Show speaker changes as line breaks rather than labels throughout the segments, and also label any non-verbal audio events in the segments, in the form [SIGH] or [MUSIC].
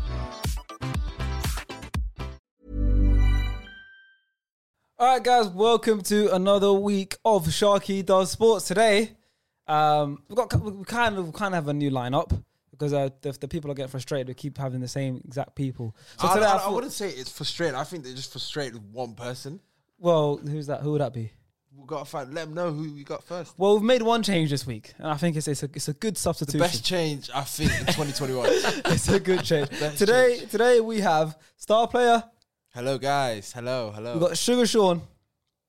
All right, guys, welcome to another week of Sharky Does Sports. Today, um, we've got we kind of we kind of have a new lineup because uh, the, the people are getting frustrated. We keep having the same exact people.
I,
today,
I, I
thought-
wouldn't say it's frustrated. I think they're just frustrated with one person.
well, who's that? Who would that be?
We've got to find, let them know who we got first.
Well, we've made one change this week, and I think it's it's a, it's a good substitution.
Best change, I think, in 2021.
[LAUGHS] it's a good
[LAUGHS]
change.
Best
today, today we have star player.
hello, guys. Hello, hello.
We've got Sugar Sean,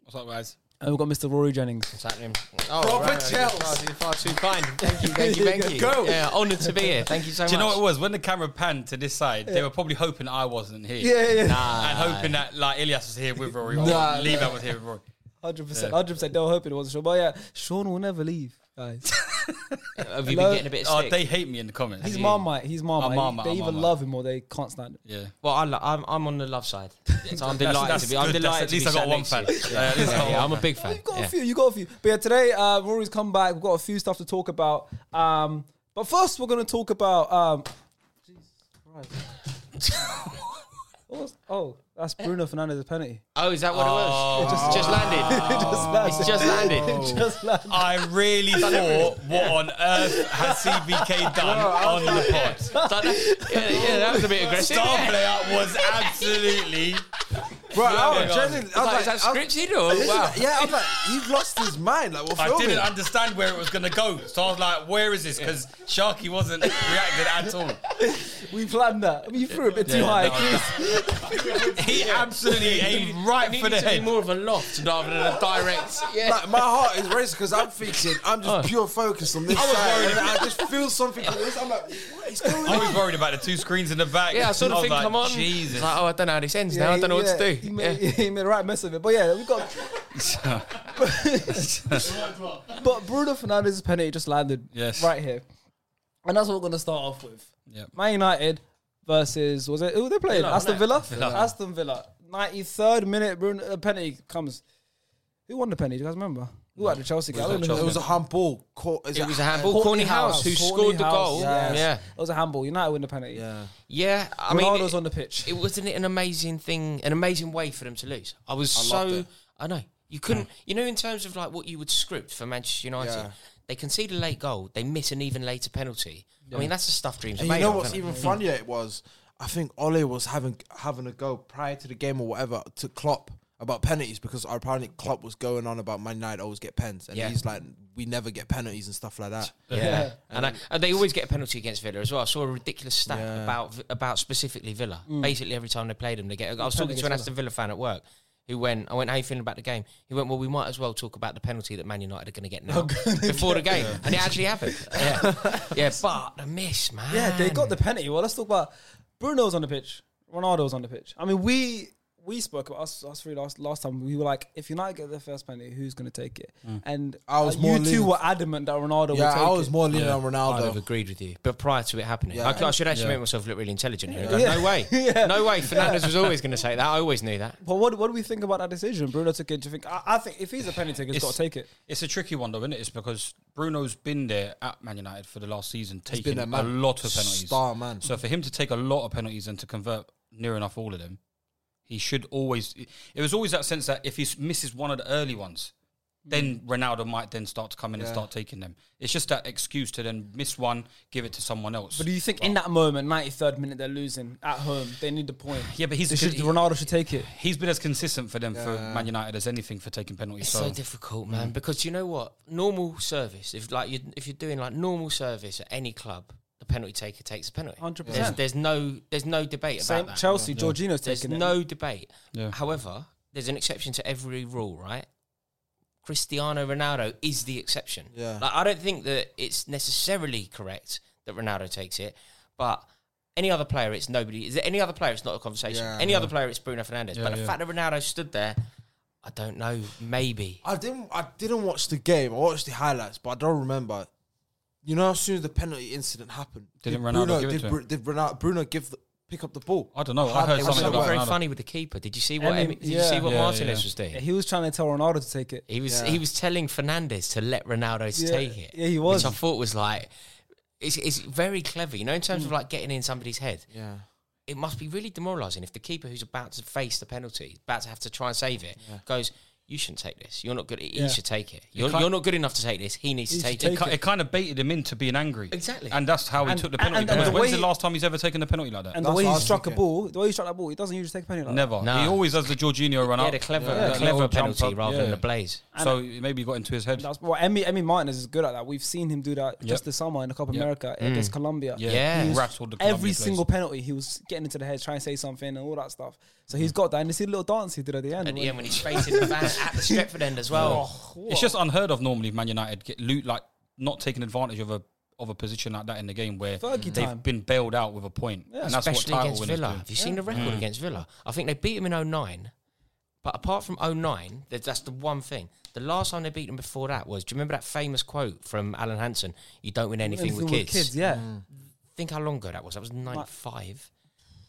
What's up, guys?
and we've got Mr. Rory Jennings.
What's happening?
Oh,
Proper
right, right,
chills.
right.
You're far too kind. Thank you, thank you, [LAUGHS] thank you.
Go.
Yeah, honoured to be here. Thank you so
Do you know
much.
what it was? When the camera panned to this side, they were probably hoping I wasn't here.
Yeah, yeah, yeah.
And hoping that like Ilias was here with Rory or
Nah,
Levi was here with Rory.
Hundred percent, hundred percent. They were hoping it wasn't Sean, but yeah, Sean will never leave, guys.
Have
Hello.
you been getting a bit of
Oh,
stick?
they hate me in the comments.
He's Marmite. He's Marmite.
Marmite,
they
I'm
either
Marmite.
love him or they can't stand him.
Yeah.
well, I lo- I'm, I'm on the love side. [LAUGHS] So I'm delighted
that's
to be. I'm
good.
delighted
That's-
to be
at least I
sat
got
next to [LAUGHS]
one
you.
fan. Yeah, at least I got
yeah,
one
I'm a big fan.
You've got
yeah.
a few. You got a few. But yeah, today uh, Rory's come back. We've got a few stuff to talk about. Um, but first, we're going to talk about. Um, what was- [LAUGHS] oh, that's Bruno Fernandez' penalty. [LAUGHS]
Oh, is that what it was? just, just landed.
Oh.
It's [LAUGHS] just landed.
Just like-
I really thought, what on earth has CBK done on the pod?
[LAUGHS] That- yeah, yeah, that was a bit aggressive.
Star player was absolutely.
Bro, I
Yeah,
was
go on.
genuinely- I
I
was
was like, is that
I was-
scripted or
Listen,
wow?
Yeah, I was like, he's lost his mind. Like, we're
I
filming.
didn't understand where it was going to go. So I was like, where is this? Because Sharky wasn't reacting at
[LAUGHS]
all.
we planned that. I mean, you threw it a bit too
Yeah,
high.
no, He absolutely aimed right for the
Needed to be
head.
more of a loft rather than a direct. Yeah.
like my heart is racing because I'm thinking I'm just pure focus on this
was
side,
worried
and I just feel something. in this. I'm like, what is going
I
on?
was worried about the two screens in the back.
yeah, I saw the
was
thing
like,
come on.
Jesus.
It's like, oh, I don't know how this ends now. I don't know what
yeah,
to
He
do.
made, [LAUGHS]
Yeah.
he made a right mess of it. But yeah, we
[LAUGHS]
got. [LAUGHS] but Bruno Fernandez's penalty just landed
Yes.
right here. And that's what we're going to start off with.
Yep.
Man United versus, was it, who they playing? Aston Villa? Aston Villa. 93rd minute, Bruno, uh, penalty comes. Who won the penalty? Do you guys remember? Who had the Chelsea game? I don't know who-
It was a handball. Caught, is
It was a handball.
Courtney
Corny House, who
Courtney
scored the
House,
goal.
yes.
Yeah.
It was a handball. United win the penalty. Yeah.
Yeah, I mean,
Ronaldo's
it-
on the pitch.
it wasn't it an amazing thing, an amazing way for them to lose. I was
I loved
so
it.
I know you couldn't, you know, in terms of like what you would script for Manchester United.
Yeah.
They concede a late goal, they miss an even later penalty. I mean, that's the stuff dreams. are
And you
made
know
of,
what's
isn't it?
even funnier? It was I think Ole was having having a go prior to the game or whatever to Klopp about penalties because apparently Klopp was going on about Man United always get pens and
Yeah.
he's like we never get penalties and stuff like that.
[LAUGHS]
Yeah, [LAUGHS] and, I, and they always get a penalty against Villa as well. I saw a ridiculous stat
Yeah.
about about specifically Villa.
Mm.
Basically, every time they played them, they get. I was talking to an Aston Villa fan at work who went. I went, "How you feeling about the game?" He went, "Well, we might as well talk about the penalty that Man United are going to
[LAUGHS]
get
Oh,
now before the game," and it actually happened. Yeah, [LAUGHS] yeah, but the miss, man.
Yeah, they got the penalty. Well, let's talk about Bruno's on the pitch. Ronaldo's on the pitch. I mean, we we spoke about us us three last last time. We were like, if United get their first penalty, who's going to take it? And
I was
uh, you
more
two
leaning-
were adamant that Ronaldo.
Yeah,
would take
I was
it.
more leaning on
I'd have
Ronaldo.
agreed with you, but prior to it happening,
Yeah.
I, I should actually
Yeah.
make myself look really intelligent here. and Go, No way,
[LAUGHS] Yeah.
no way. Fernandez was
[LAUGHS]
always going to say that. I always knew that.
But what what do we think about that decision? Bruno took it. Do you think? I, I think if he's a penalty taker, he's got
It's-
to take it.
It's a tricky one, though, isn't it? It's because Bruno's been there at Man United for the last season,
been
taking
their
a
man.
lot of penalties.
Star man.
So for him to take a lot of penalties and to convert near enough all of them, he should always. It was always that sense that if he misses one of the early ones, then
Hmm.
Ronaldo might then start to come in
Yeah.
and start taking them. It's just that excuse to then miss one, give it to someone else.
But do you think in that moment, ninety third minute, they're losing at home? They need the point.
Yeah, but he's-
They should,
he-
Ronaldo should take it.
He's been as consistent for them for Man United as anything for taking penalties.
It's so, difficult, man. Because you know what? Normal service. If like you, if you're doing like normal service at any club, the penalty taker takes the penalty.
100%.
There's, there's no there's no debate about
Same
that.
Chelsea, Jorginho's
There's
taking it.
no debate.
Yeah.
However, there's an exception to every rule, right? Cristiano Ronaldo is the exception.
Yeah.
Like, I don't think that it's necessarily correct that Ronaldo takes it, but Any other player, it's nobody. Is there any other player? It's not a conversation.
Yeah,
any
yeah.
other player, it's Bruno Fernandez.
Yeah,
but the
yeah.
fact that Ronaldo stood there, I don't know. Maybe
I didn't. I didn't watch the game. I watched the highlights, but I don't remember. You know, as soon as the penalty incident happened,
Didn't Ronaldo
Bruno,
give it
did,
to
Bru- did Ronaldo, Bruno give the, pick up the ball?
I don't know. I heard
it
It
was
something
not
about
very
Ronaldo.
funny with the keeper. Did you see what?
Emi-
Emi- did
yeah.
you see what
Yeah,
Martinez
yeah.
was doing?
He was trying to tell Ronaldo to take it.
He was
Yeah.
he was telling Fernandez to let Ronaldo
Yeah,
take it.
yeah, he was.
Which I thought was like, it's, it's very clever, you know, in terms of like getting in somebody's head.
Yeah.
It must be really demoralising if the keeper who's about to face the penalty, about to have to try and save it, goes, "You shouldn't take this. You're not good. He
Yeah.
should take it. You're,
can't-
you're not good enough to take this. He needs
He
to
should
take
It,
it."
ki- it kind of baited him into being angry.
Exactly.
And that's how he
And-
took the
and-
penalty.
and the
because
way
when's
he-
the last time he's ever taken a penalty like that?
And the
That's
way
what I
he
was
struck a
thinking.
ball, the way he struck that ball, he doesn't usually take a penalty like
Never.
Nah.
He always does the Jorginho run
yeah,
out.
the clever,
Yeah,
the
that
clever
little jump
penalty
up,
rather
yeah.
than the blaze.
So it maybe got into his head.
that. That's what Emmy Emmy Martinez is good at that. We've seen him do that just this summer in the Cup of
Yep.
America against Colombia.
Mm. Yeah.
He rattled the Colombia
Every
players.
single penalty, he was getting into the head, trying to say something and all that stuff. So he's got that. And you see the little dance he did at the end.
And
when-
yeah,
[LAUGHS]
when he's facing Mm. the van at the Stretford end as well.
Oh,
It's just unheard of normally Man United get loot like not taking advantage of a of a position like that in the game where
Fergie
they've
time.
been bailed out with a point. and that's
especially
what title
against
winners
Villa.
do.
Have you seen the
Mm.
record against Villa? I think they beat him in 09. But apart from 09, that- that's the one thing. The last time they beat him before that was, do you remember that famous quote from Alan Hansen? You don't win anything,
Anything
with, kids.
yeah.
Mm.
Think how long ago that was. That was 95.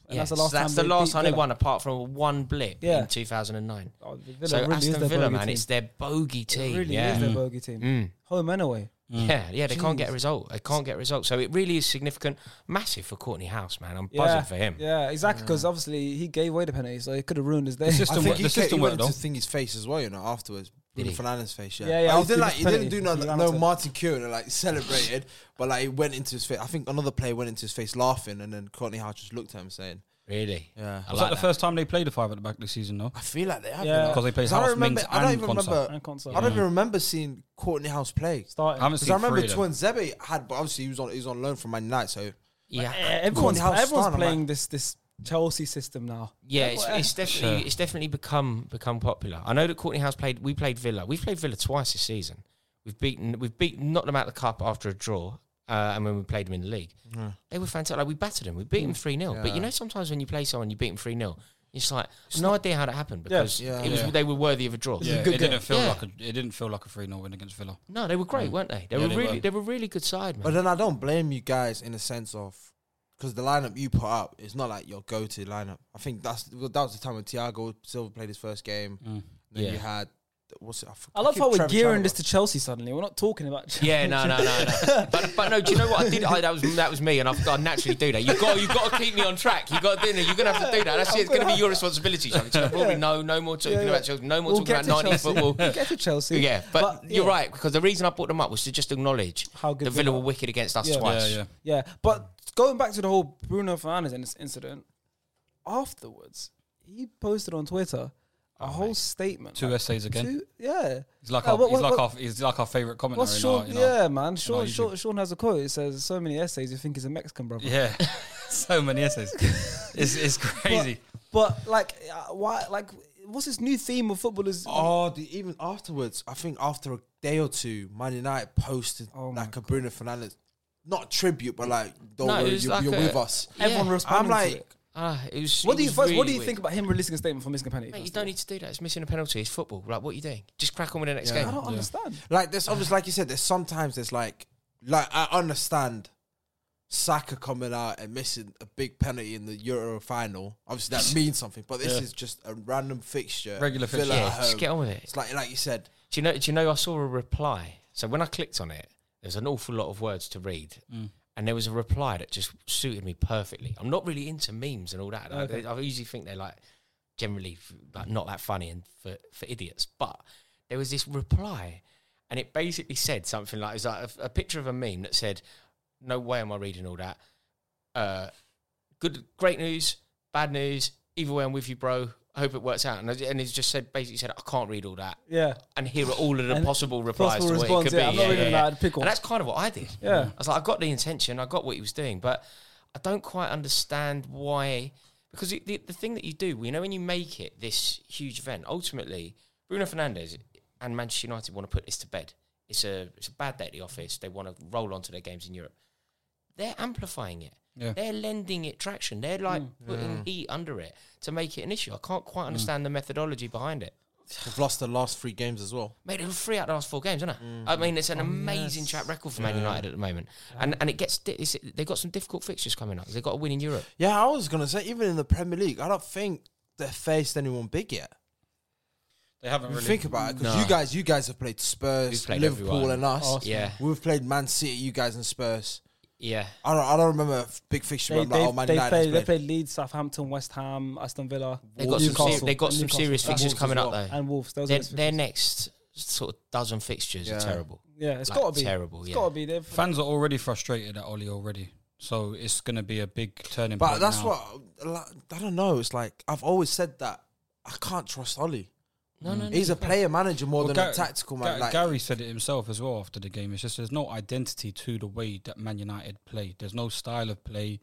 And
yeah,
that's the
so
last time
that's the
they
last
beat
time they
Villa.
won, apart from one blip
Yeah.
in 2009.
Oh, Villa
so
really is
Aston
their
Villa,
bogey
man,
team.
it's their bogey team.
It really
yeah. Mm.
is their bogey team. Home and away.
Yeah, yeah, they can't get a result. They can't get a result. So it really is significant. Massive for Courtney House, man. I'm buzzing
yeah.
for him.
Yeah,
Mm.
exactly. Because obviously he gave away the penalty, so it could have ruined his day.
It's
I
just- System
think
work-
he,
the
ca-
system
he
work,
went
though.
into thingies face as well, you know, afterwards. Bruno
he?
Fernandes' face, yeah.
Yeah, yeah,
Like, he
after
didn't
the
like he didn't
penalty,
do no,
he ran
no
onto him.
Martin Keown and like celebrated, but like he went into his face. I think another player went into his face laughing, and then Courtney Hart just looked at him saying,
Really?
"Yeah."
Was
I like
that
that.
the first time they played a five at the back this season though?
I feel like they have
Yeah.
Because they played
I
House,
don't remember.
Mings,
I don't
and
even
Konsa.
remember.
and Conser.
I don't even remember seeing Courtney House play.
I
Starting.
haven't
Because I
seen
remember
three of them.
Twin Zebe had, but obviously he was on he was on loan from Man United, so
Yeah.
Yeah, Eh, everyone's,
Courtney House
everyone's
starting,
playing this this Chelsea system now.
Yeah, it's, it's definitely
Sure.
it's definitely become become popular. I know that Courtney House played. We played Villa. We've played Villa twice this season. We've beaten we've beaten knocked them out of the cup after a draw, uh, and when we played them in the league, they were fantastic. Like we battered them. We beat them three 0 But you know, sometimes when you play someone, you beat them three 0 It's like no idea how that happened because
Yeah.
it was
Yeah.
they were worthy of a draw.
Yeah, it didn't feel
Yeah.
like a it didn't feel like a three 0 win against Villa.
No, they were great, weren't they? They
Mm. Yeah,
were
they
really
were.
they were a really good side, man.
But then I don't blame you guys in the sense of because the lineup you put up is not like your go-to lineup. I think that's well, that was the time when Thiago Silva played his first game. Then
Yeah.
you had what's it? I, f-
Mm. I love
keep
how we're
Trevor
gearing
Chalobah.
this to Chelsea suddenly. We're not talking about
[LAUGHS] Yeah, no, no, no, no. But, but no, do you know what I did? I, that was that was me, and I've, I naturally do that. You got you got to keep me on track. You got to do that. You're gonna have to do that. That's it. It's gonna be your responsibility. Charlie. So probably no, no more talking
Yeah, yeah.
about Chelsea. No more
We'll
talking
get
about
to
90s
Chelsea.
football.
[LAUGHS] We'll get to Chelsea.
Yeah, but, you're
yeah.
right because the reason I brought them up was to just acknowledge
How good
the Villa
Villa
were
are.
wicked against us
Yeah.
twice.
Yeah, yeah.
Yeah, but going back to the whole Bruno Fernandes in this incident, afterwards he posted on Twitter a whole statement.
Two
like,
essays again.
two- yeah.
He's like
Uh,
our
what-
he's
what-
like
what-
our he's like our favourite commentator
What's
in our,
Sean?
in our-
yeah, man. Sean,
YouTube.
Sean, Sean has a quote. It says, "So many essays, you think he's a Mexican brother."
[LAUGHS] Yeah, so many essays. It's, it's crazy.
But like, uh, why? Like, what's this new theme of footballers?
Oh, the, even afterwards, I think after a day or two, Man United posted
Oh my
like a Bruno Fernandez, not tribute, but like don't
No, it
worry,
was
you're,
like
you're
a-
with us.
Everyone
Yeah.
responding
I'm
to
like,
it.
Ah, it was.
What
it
do you
was
first? what
really
do you
weird.
think about him releasing a statement for missing a penalty?
Mate, you
first?
don't need to do that. It's missing a penalty. It's football. Like, what are you doing? Just crack on with the next
Yeah.
I
game.
don't understand.
Like there's obviously like you said, there's sometimes there's like like I understand Saka coming out and missing a big penalty in the Euro final. Obviously [LAUGHS] that means something, but this
Yeah.
is just a random fixture.
Regular
Villa
fixture.
at
Yeah, just
home.
get on with it.
It's like like you said.
Do you know? Do you know? I saw a reply. So when I clicked on it, there's an awful lot of words to read, and there was a reply that just suited me perfectly. I'm not really into memes and all that. Like,
Okay.
I usually think they're like generally f- like not that funny and for for idiots. But there was this reply, and it basically said something like it was like a, a picture of a meme that said, "No way am I reading all that." Uh, good, great news, bad news. Either way, I'm with you, bro. I hope it works out. And, I- and it just said basically said, "I can't read all that."
Yeah.
and here are all of the
And
possible replies
possible
to what
response,
it could
yeah,
be.
I'm not reading that, I'd pick one.
And that's kind of what I did.
Yeah.
I was like, I got the intention, I got what he was doing, but I don't quite understand why. Because it, the, the thing that you do, you know, when you make it this huge event, ultimately, Bruno Fernandez and Manchester United want to put this to bed. It's a it's a bad day at the office. They want to roll on to their games in Europe. They're amplifying it.
Yeah.
They're lending it traction. They're like
Mm.
putting heat under it to make it an issue. I can't quite understand the methodology behind it.
They've lost the last three games as well.
Mate, they were three out of the last four games, isn't it? I mean, it's an
Oh,
amazing track record for Man United at the moment, and and it gets di- it's, they've got some difficult fixtures coming up. They've got to win in Europe.
Yeah, I was gonna say even in the Premier League, I don't think they faced anyone big yet.
They
If
haven't
you
really.
think about it, because
Nah.
you guys, you guys have played Spurs,
We've played
Liverpool,
everyone.
and us.
Arsenal.
Yeah,
We've played Man City, you guys, and Spurs.
yeah.
I don't, I don't remember a big fixture.
They,
where I'm like,
they,
oh, Man
they,
United
played,
has
they
played.
played Leeds, Southampton, West Ham, Aston Villa.
They got some.
Newcastle.
Ser- they got some
Newcastle.
serious
And
fixtures
Wolves
coming
as
up though.
And Wolves. Those are
Their,
the
their
fixtures.
next sort of dozen fixtures
Yeah.
are terrible.
Yeah, it's
like,
got to be.
terrible,
It's
yeah.
got to be. They've
Fans are already frustrated at Oli already, so it's going to be a big turning
But
point.
that's
now.
what like, I don't know. It's like I've always said that I can't trust Ollie.
No, no, no.
He's a player manager more
Well,
than
Gar-
a tactical man.
Ga-
like,
Gary said it himself as well after the game. It's just there's no identity to the way that Man United play. There's no style of play.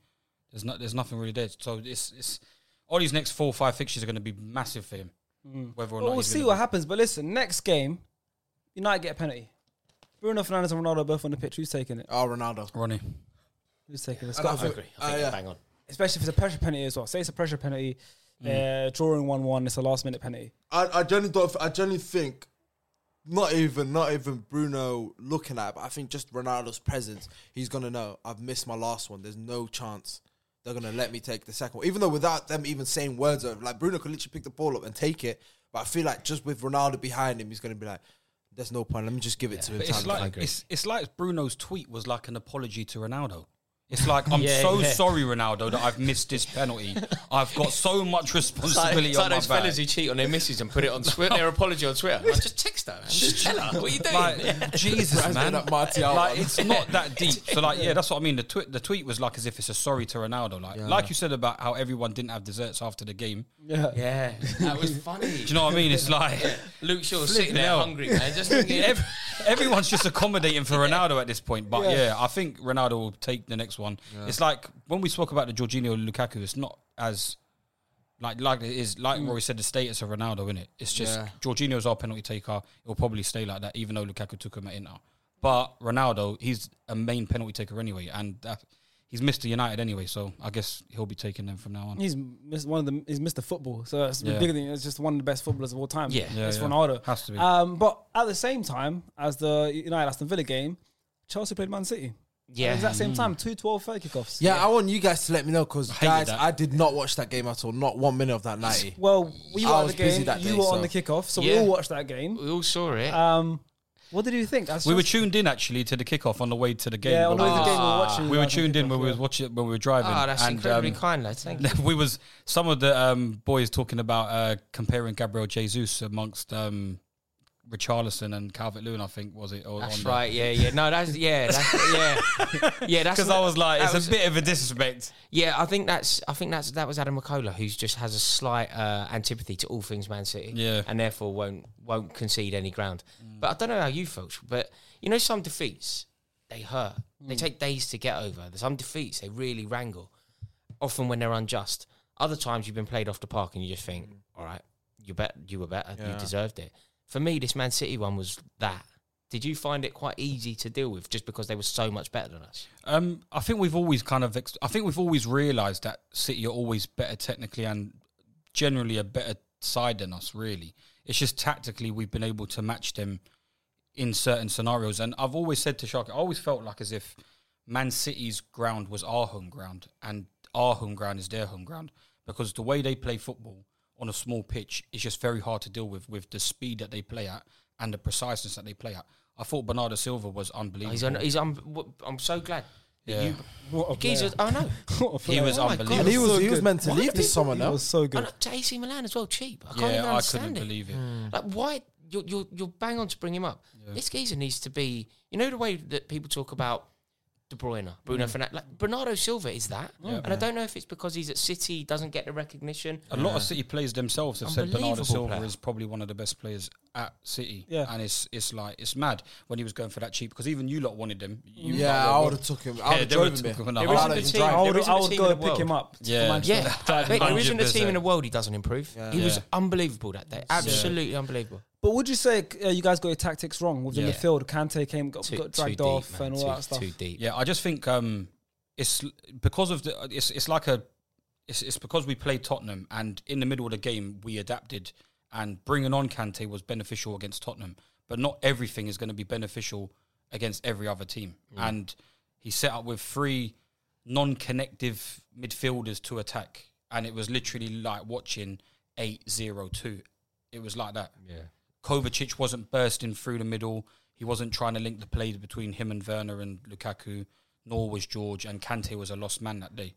There's not. There's nothing really there. So it's it's all these next four or five fixtures are going to be massive for him.
Mm.
Whether or
Well,
not
we'll
he's
see
gonna
what
be-
happens. But listen, next game, United get a penalty. Bruno Fernandes and Ronaldo are both on the pitch. Who's taking it?
oh Ronaldo.
Ronnie.
Who's taking it? It's
I
got
don't
I
to be-
agree.
Uh,
I think
yeah.
bang on.
especially if it's a pressure penalty as well. Say it's a pressure penalty,
Mm.
uh, drawing one-one. It's a last-minute penalty.
I, I generally don't. I generally think not even not even Bruno looking at. it, But I think just Ronaldo's presence, he's gonna know I've missed my last one. There's no chance they're gonna let me take the second one. Even though without them even saying words of like Bruno could literally pick the ball up and take it. But I feel like just with Ronaldo behind him, he's gonna be like, "There's no point. Let me just give it to him."
But
time
it's
to
like
agree.
it's, it's like Bruno's tweet was like an apology to Ronaldo. It's
[LAUGHS]
like I'm
Yeah,
so
yeah.
sorry, Ronaldo, that I've missed this penalty. I've got so much
[LAUGHS] It's like,
responsibility
it's like
on
those
my back.
fellas who cheat on their missus and put it on [LAUGHS] Twitter, their apology on Twitter. Like, just text her. Man. Just tell her. What are you doing? [LAUGHS]
Like, Jesus, man.
that Martial
Like,
one.
it's not that deep. So, like, yeah, that's what I mean. The tweet, the tweet was like as if it's a sorry to Ronaldo. Like, like you said about how everyone didn't have desserts after the game.
Yeah.
Yeah, that
[LAUGHS]
was funny.
Do you know what I mean? It's like
Luke Shaw sitting there
hell.
hungry, man. [LAUGHS] Just thinking,
ev- everyone's just accommodating for Ronaldo at this point. But yeah, I think Ronaldo will take the next one. It's like when we spoke about the Jorginho Lukaku, it's not as like like it is
Mm.
like Rory said, the status of Ronaldo in it. It's just
Yeah.
Jorginho's our penalty taker. It'll probably stay like that, even though Lukaku took him at Inter. But Ronaldo, he's a main penalty taker anyway, and that, he's Mr. United anyway. So I guess he'll be taking them from now on.
He's missed one of the. He's missed the football, so it's
Yeah.
bigger than. It's just one of the best footballers of all time.
Yeah.
Yeah,
it's
yeah.
Ronaldo.
Has to be.
Um, but at the same time as the United Aston Villa game, Chelsea played Man City.
yeah,
At the exact
Mm.
same time, two 12-30 kickoffs.
Yeah, I want you guys to let me know because
hated
guys,
that.
I did not watch that game at all. Not one minute of that ninety.
Well, we were
I
at the
was busy
game.
that
you
day,
were on
so-
the kickoff, so we
Yeah.
all watched that game.
we all saw it.
Um, what did you think? That's
we were
just-
tuned in actually to the kickoff on the way to the game.
yeah, on the
but
way to
we
the
just-
game Ah, we were watching.
we
the
were
United
tuned in when
kickoff,
we
yeah.
was watching when we were driving.
oh, that's
and,
incredibly
um,
kind, lads. Thank you.
[LAUGHS] we was some of the um, boys talking about uh, comparing Gabriel Jesus amongst um, Richarlison and Calvert Lewin. I think was it? Or
That's
on
right. Yeah, yeah. No, that's yeah,
[LAUGHS]
that's, yeah, yeah. That's
Because I was like,
that
it's
was-
a bit of a disrespect.
Yeah, I think that's I think that's that was Adam McCullough who just has a slight uh, antipathy to all things Man City.
Yeah.
And therefore won't won't concede any ground. But I don't know how you felt, but you know some defeats they hurt. They take days to get over. Some defeats they really wrangle. Often when they're unjust. Other times you've been played off the park and you just think, All right, you bet you were better, you deserved it. For me, this Man City one was that. Did you find it quite easy to deal with just because they were so much better than us?
Um, I think we've always kind of. Ex- I think we've always realised that City are always better technically and generally a better side than us. Really, it's just tactically we've been able to match them in certain scenarios. And I've always said to Shark, I always felt like as if Man City's ground was our home ground and our home ground is their home ground because the way they play football on a small pitch is just very hard to deal with with the speed that they play at and the preciseness that they play at. I thought Bernardo Silva was unbelievable.
He's, un- he's un- w- I'm so glad. that You,
What a
Geezer's,
player. [LAUGHS]
I know.
What a
he
player.
was
Oh my God.
unbelievable.
And he
It
was,
was so
he was
good.
meant to
Why
leave
do
this summer.
He
No,
was so
I
good.
know to AC Milan as well, cheap. I can't even
Yeah, I
understand
couldn't
it.
believe it.
Like, why you're, you're you're bang on to bring him up? This geezer needs to be. You know the way that people talk about De Bruyne, Bruno
Mm.
Fernandes. Like Bernardo Silva is that, and I don't know if it's because he's at City, he doesn't get the recognition.
A lot of City players themselves have said Bernardo
Unbelievable
Silva
player.
is probably one of the best players at City.
Yeah.
And it's it's like it's mad when he was going for that cheap because even you lot wanted him. You lot
yeah,
were-
I would have took him. I
Yeah,
would have
they would've
drove him
took
here.
him on
There
a
I'd let
isn't a
him
team.
drive.
I would,
There isn't
I
a
would
team
go
in
and
the
pick
world.
him up.
Yeah. [LAUGHS]
Yeah, Mate, there isn't a team
100%.
in the world he doesn't improve. He was
Yeah.
unbelievable that day, absolutely unbelievable.
But would you say uh, you guys got your tactics wrong with the
Yeah.
midfield? Kante came, got,
Too,
got
too
dragged
deep,
off,
man.
and all
too,
that stuff.
Too deep.
Yeah, I just think um, it's because of the uh, it's it's like a it's it's because we played Tottenham and in the middle of the game we adapted and bringing on Kante was beneficial against Tottenham, but not everything is going to be beneficial against every other team.
Mm.
And he set up with three non-connective midfielders to attack, and it was literally like watching eight zero two. It was like that.
Yeah.
Kovacic wasn't bursting through the middle. He wasn't trying to link the plays between him and Werner and Lukaku, nor was George. And Kante was a lost man that day.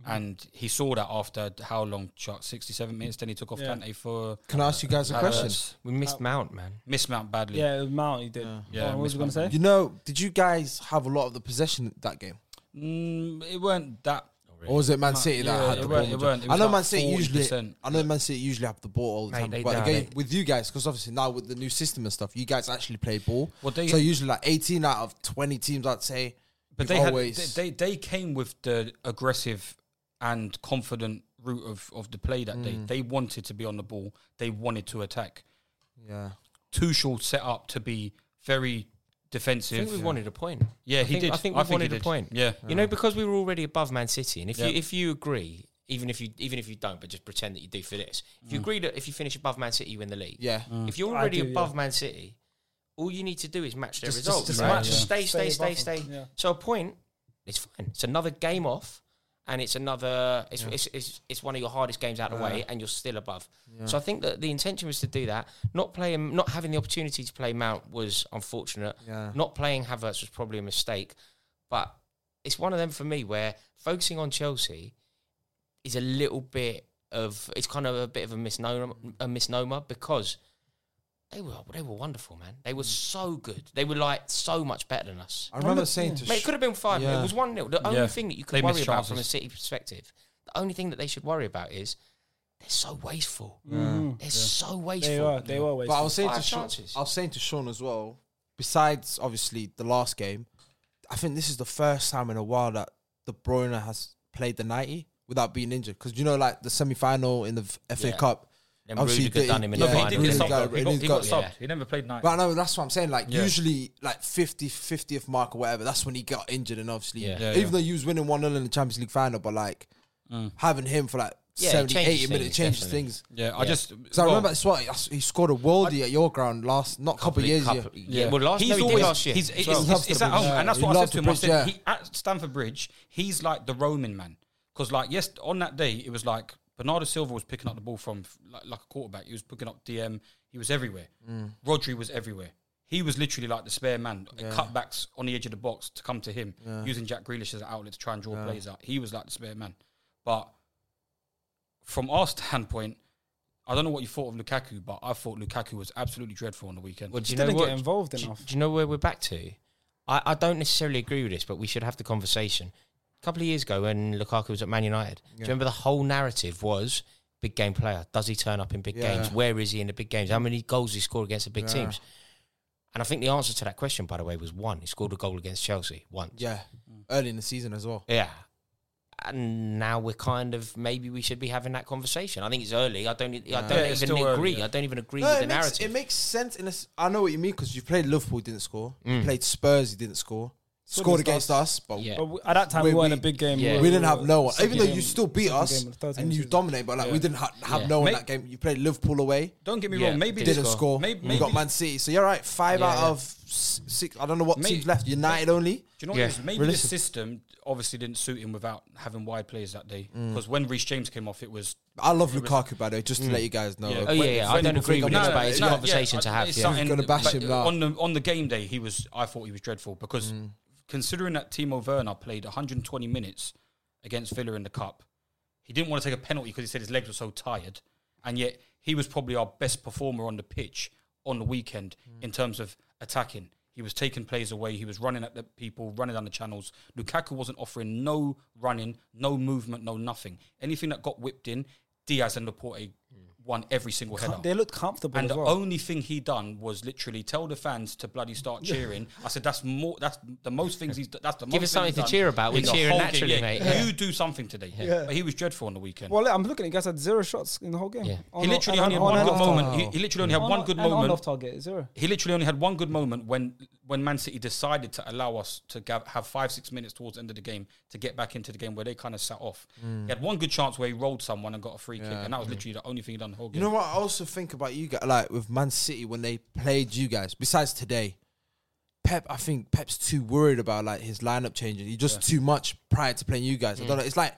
Mm-hmm.
And he saw that after how long, Chuck? 67 minutes. Then he took off
Yeah.
Kante for
Can I ask you guys a
uh,
question?
We missed Mount, man.
mismount badly.
Yeah, Mount, he did.
Yeah,
Go on, what was you going to say?
You know, did you guys have a lot of the possession that game,
Mm, it weren't that.
or was it Man City that
yeah,
had
it
the ball?
weren't- it weren't. It
I
was
know
like
Man City usually.
40%.
I know Man City usually have the ball all the
Mate,
time,
they
but
don't,
again
mate.
with you guys, because obviously now with the new system and stuff, you guys actually play ball.
Well, they-
so usually like eighteen out of twenty teams, I'd say.
But
you've
they, had, they
always
they they came with the aggressive and confident route of, of the play that day. They wanted to be on the ball. They wanted to attack.
yeah.
Tuchel set up to be very
I
defensive.
think we wanted a point.
Yeah,
I
he
think,
did.
I think
I
we
think he
wanted a
did.
point.
Yeah.
you know, because we were already above Man City, and if
Yeah.
you if you agree, even if you even if you don't, but just pretend that you do for this, if you agree that if you finish above Man City, you win the league.
Yeah.
If you're
Mm. I
already
do, yeah.
above Man City, all you need to do is match their
Just- just-
results.
just
right?
match
Just
them.
stay,
Stay
stay, stay,
above
stay.
them, yeah.
So a point, it's fine. It's another game off, and it's another. It's it's, it's, it's one of your hardest games out of the way, and you're still above. So I think that the intention was to do that. Not playing, not having the opportunity to play Mount was unfortunate.
Yeah.
Not playing Havertz was probably a mistake, but it's one of them for me where focusing on Chelsea is a little bit of it's kind of a bit of a misnomer, a misnomer because they were they were wonderful, man. They
Mm.
were so good. They were like so much better than us.
I remember saying to
Mate, it
Sh-
could have been five.
Yeah.
It was one 0 The only
Yeah.
thing that you
They
could
missed
worry about from a
chances.
City perspective, the only thing that they should worry about is they're so wasteful.
Mm-hmm.
They're so wasteful.
They were, they were wasted.
But I was saying to
Five
Sean,
chances.
I was saying to Sean as well. Besides, obviously, the last game, I think this is the first time in a while that De Bruyne has played the ninety without being injured. Because you know, like the semi-final in the F- FA
Yeah.
Cup,
Then
obviously
Rudiger
they-
done him in
No,
the
but he
final.
did get
Really
didn't
subbed.
he?
got-
though. He
really
got, he got
got- yeah.
subbed. He never played nine.
But I know that's what I'm saying. Like
Yeah.
usually, like 50, 50th mark or whatever. That's when he got injured, and obviously,
Yeah.
Yeah,
even
yeah.
though you was winning one 0 in the Champions League final, but like having him for like
Yeah, it
70,
changes
80 minutes
things,
changes
definitely.
things.
yeah, I just.
So
well,
I remember that's what he- he scored a worldie at your ground last not couple, years ago.
Couple- yeah. Well, last
he's
no, he did
always
last year.
He's,
as
it's,
well.
it's- it's at home,
Yeah,
and that's
he
what I
loves
said to him.
the
I
bridge,
said
yeah.
he, at Stamford Bridge, he's like the Roman man because, like, yes, on that day it was like Bernardo Silva was picking up the ball from like, like a quarterback. He was picking up DM. He was everywhere.
Mm.
Rodri was everywhere. He was literally like the spare man. uh, Cutbacks on the edge of the box to come to him, using Jack Grealish as an outlet to try and draw plays out. He was like the spare man. But from our [LAUGHS] standpoint, I don't know what you thought of Lukaku, but I thought Lukaku was absolutely dreadful on the weekend.
Well, do you know
didn't
what?
get involved
do,
enough.
do you know where we're back to? I, I don't necessarily agree with this, but we should have the conversation. A couple of years ago, when Lukaku was at Man United, do you remember the whole narrative was big game player? Does he turn up in big
Yeah.
games? Where is he in the big games? How many goals he scored against the big teams? And I think the answer to that question, by the way, was one. He scored a goal against Chelsea once.
Yeah, early in the season as well.
Yeah. And now we're kind of maybe we should be having that conversation. I think it's early. I don't. I
Yeah,
don't
it's
even
still early,
agree.
yeah.
I don't even agree
No,
with
it
the
makes
narrative.
it makes sense. In a s I know what you mean because you played Liverpool, didn't score. You played Spurs, you didn't score. Scored
against
against us, but
Yeah.
But we- at that time, we,
We-
weren't
we-
a big game.
yeah.
were-
we didn't have no one.
second
Even though
game-
you still beat
second
us
game of the third
and you
season.
dominate, but like we didn't ha- have
Yeah.
no one
Ma-
that game. You played Liverpool away,
Don't get me
Yeah,
wrong. Maybe
they
this-
didn't
score.
score.
Maybe-
you got
maybe-
Man City, so you're right. Five
Yeah,
out
yeah.
of s- six. I don't know what
May-
teams left. United only.
Do you know what
Yeah.
it is? Maybe
Realistic.
the system obviously didn't suit him without having wide players that day.
Mm.
Because when Reece James came off, it was
I love Lukaku by the way, just to let you guys know.
Yeah.
Oh yeah,
When-
yeah. I
when
don't
people
agree
think
with
about-
this,
No, no,
but
no,
it's
yeah,
a conversation
yeah,
to have.
it's
yeah.
something-
Gonna bash
but
him now.
on the on the game day. He was. I thought he was dreadful because considering that Timo Werner played 120 minutes against Villa in the cup, he didn't want to take a penalty because he said his legs were so tired, and yet he was probably our best performer on the pitch on the weekend in terms of attacking. He was taking plays away. He was running at the people, running down the channels. Lukaku wasn't offering no running, no movement, no nothing. Anything that got whipped in, Diaz and Laporte won every single header.
They looked comfortable
And
as
the
well.
only thing he done was literally tell the fans to
[LAUGHS]
bloody start cheering. I said that's more. That's the most things he's. That's the most
Give us
thing he's
something to
done
cheer about. We
in the
cheer
whole
naturally,
game.
mate.
Yeah.
Yeah.
You do something today.
Yeah.
But he was dreadful on the weekend.
well, I'm looking. at You guys had zero shots in the whole game.
Yeah.
On-
he literally
and-
only had
and-
one
and
good
off
moment.
target.
He, he literally only had
On-
one good
and on
moment.
off target zero.
he literally only had one good moment when when Man City decided to allow us to ga- have five six minutes towards the end of the game to get back into the game where they kind of sat off.
Mm.
He had one good chance where he rolled someone and got a free kick, and that was literally the only thing he done the whole
You
game.
know what? I also think about you guys, like with Man City when they played you guys. Besides today, Pep, I think Pep's too worried about like his lineup changing. He just too much prior to playing you guys. I
Mm.
don't know. It's like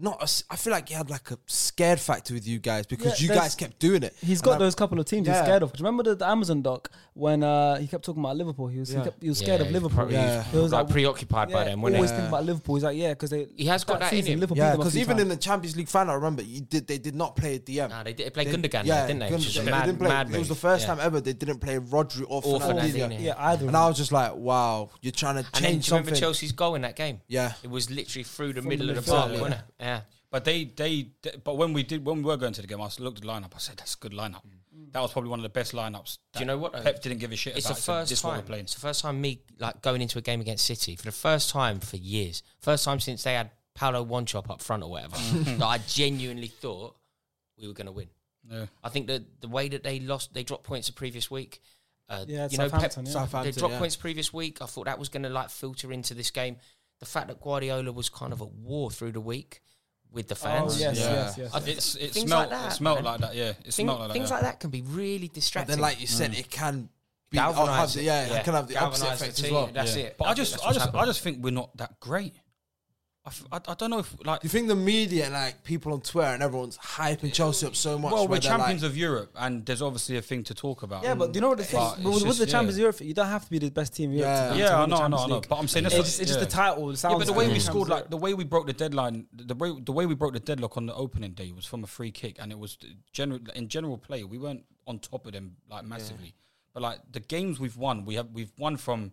not. A, s- I feel like he had like a scared factor with you guys because
Yeah,
you
there's-
guys kept doing it.
He's
And
got
I-
those couple of teams he's
Yeah.
scared of. Do you remember the, the Amazon doc when uh, he kept talking about Liverpool? He was he,
Yeah.
kept, he was scared of
he's
Liverpool.
probably-
Yeah.
He was
like,
like,
preoccupied by
yeah,
them,
always
wasn't
think about Liverpool. He's like, yeah, because they
He has got that in
season,
him.
Liverpool
Yeah,
beat them a
because
few
even
times.
in the Champions League final, I remember you did. They did not play a DM.
he? Nah, they did play
They-
Gundogan,
yeah,
didn't they?
Gun-
Which is a
they
mad,
didn't play-
mad
It was the
move.
first
Yeah.
time ever they didn't play Rodri or
Or
Fernandinho.
Fernandinho.
yeah, either
And I was just like, wow, you're trying to
And
change
then do you
something.
remember Chelsea's goal in that game?
Yeah.
It was literally through the
From
middle
the
of the
midfield,
park,
yeah.
wasn't it? Yeah.
But they, they they- but when we did when we were going to the game, I s- looked at the lineup. I said that's a good lineup.
Mm.
That was probably one of the best lineups.
Do you know what, though?
Pep didn't give a shit
It's the
about. He said,
first
this is what we're
time.
playing.
It's the first time me like going into a game against City for the first time for years. First time since they had Paolo Wanchop up front or
[LAUGHS]
whatever. that I genuinely thought we were going to win.
Yeah.
I think that the way that they lost, they dropped points the previous week. Uh,
Yeah,
you know, Pep,
Southampton, yeah.
Southampton,
they dropped
yeah.
points previous week. I thought that was going to like filter into this game. The fact that Guardiola was kind of at war through the week with the fans.
Oh, yes,
Yeah.
yes, yes.
I-
It's it
Things
smelled
like that,
it smelled
man.
like that. Yeah, it
Thing-
smelled like
things
that.
like that can be really distracting.
then, like you said, it can be, oh, have
Galvanise
the,
Mm. it.
yeah, it can have the opposite
Galvanise the
effect as
team.
well.
That's
Yeah.
it.
But I
think
just
that's
I
what's
just I
happened.
just think we're not that great. I, f- I, I don't know if like
Do you think the media and like people on Twitter and everyone's hyping Chelsea up so much?
Well, we're
where they're
champions
like,
of Europe, and there's obviously a thing to talk about.
Yeah, but do you know what the thing? With,
But it's
with
just-
the Champions
yeah.
Europe, you don't have to be the best team. in Europe
Yeah.
to- to
Yeah,
win
I
the
know, I know,
Champions
I know.
League.
But I'm saying
it's
that's what-
just, it's just
yeah.
the title. It
yeah,
sounds
but the way
like
we
Champions
scored,
League.
like the way we broke the deadline, the way the way we broke the deadlock on the opening day was from a free kick, and it was general in general play. We weren't on top of them like massively, but like the games we've won, we have we've won from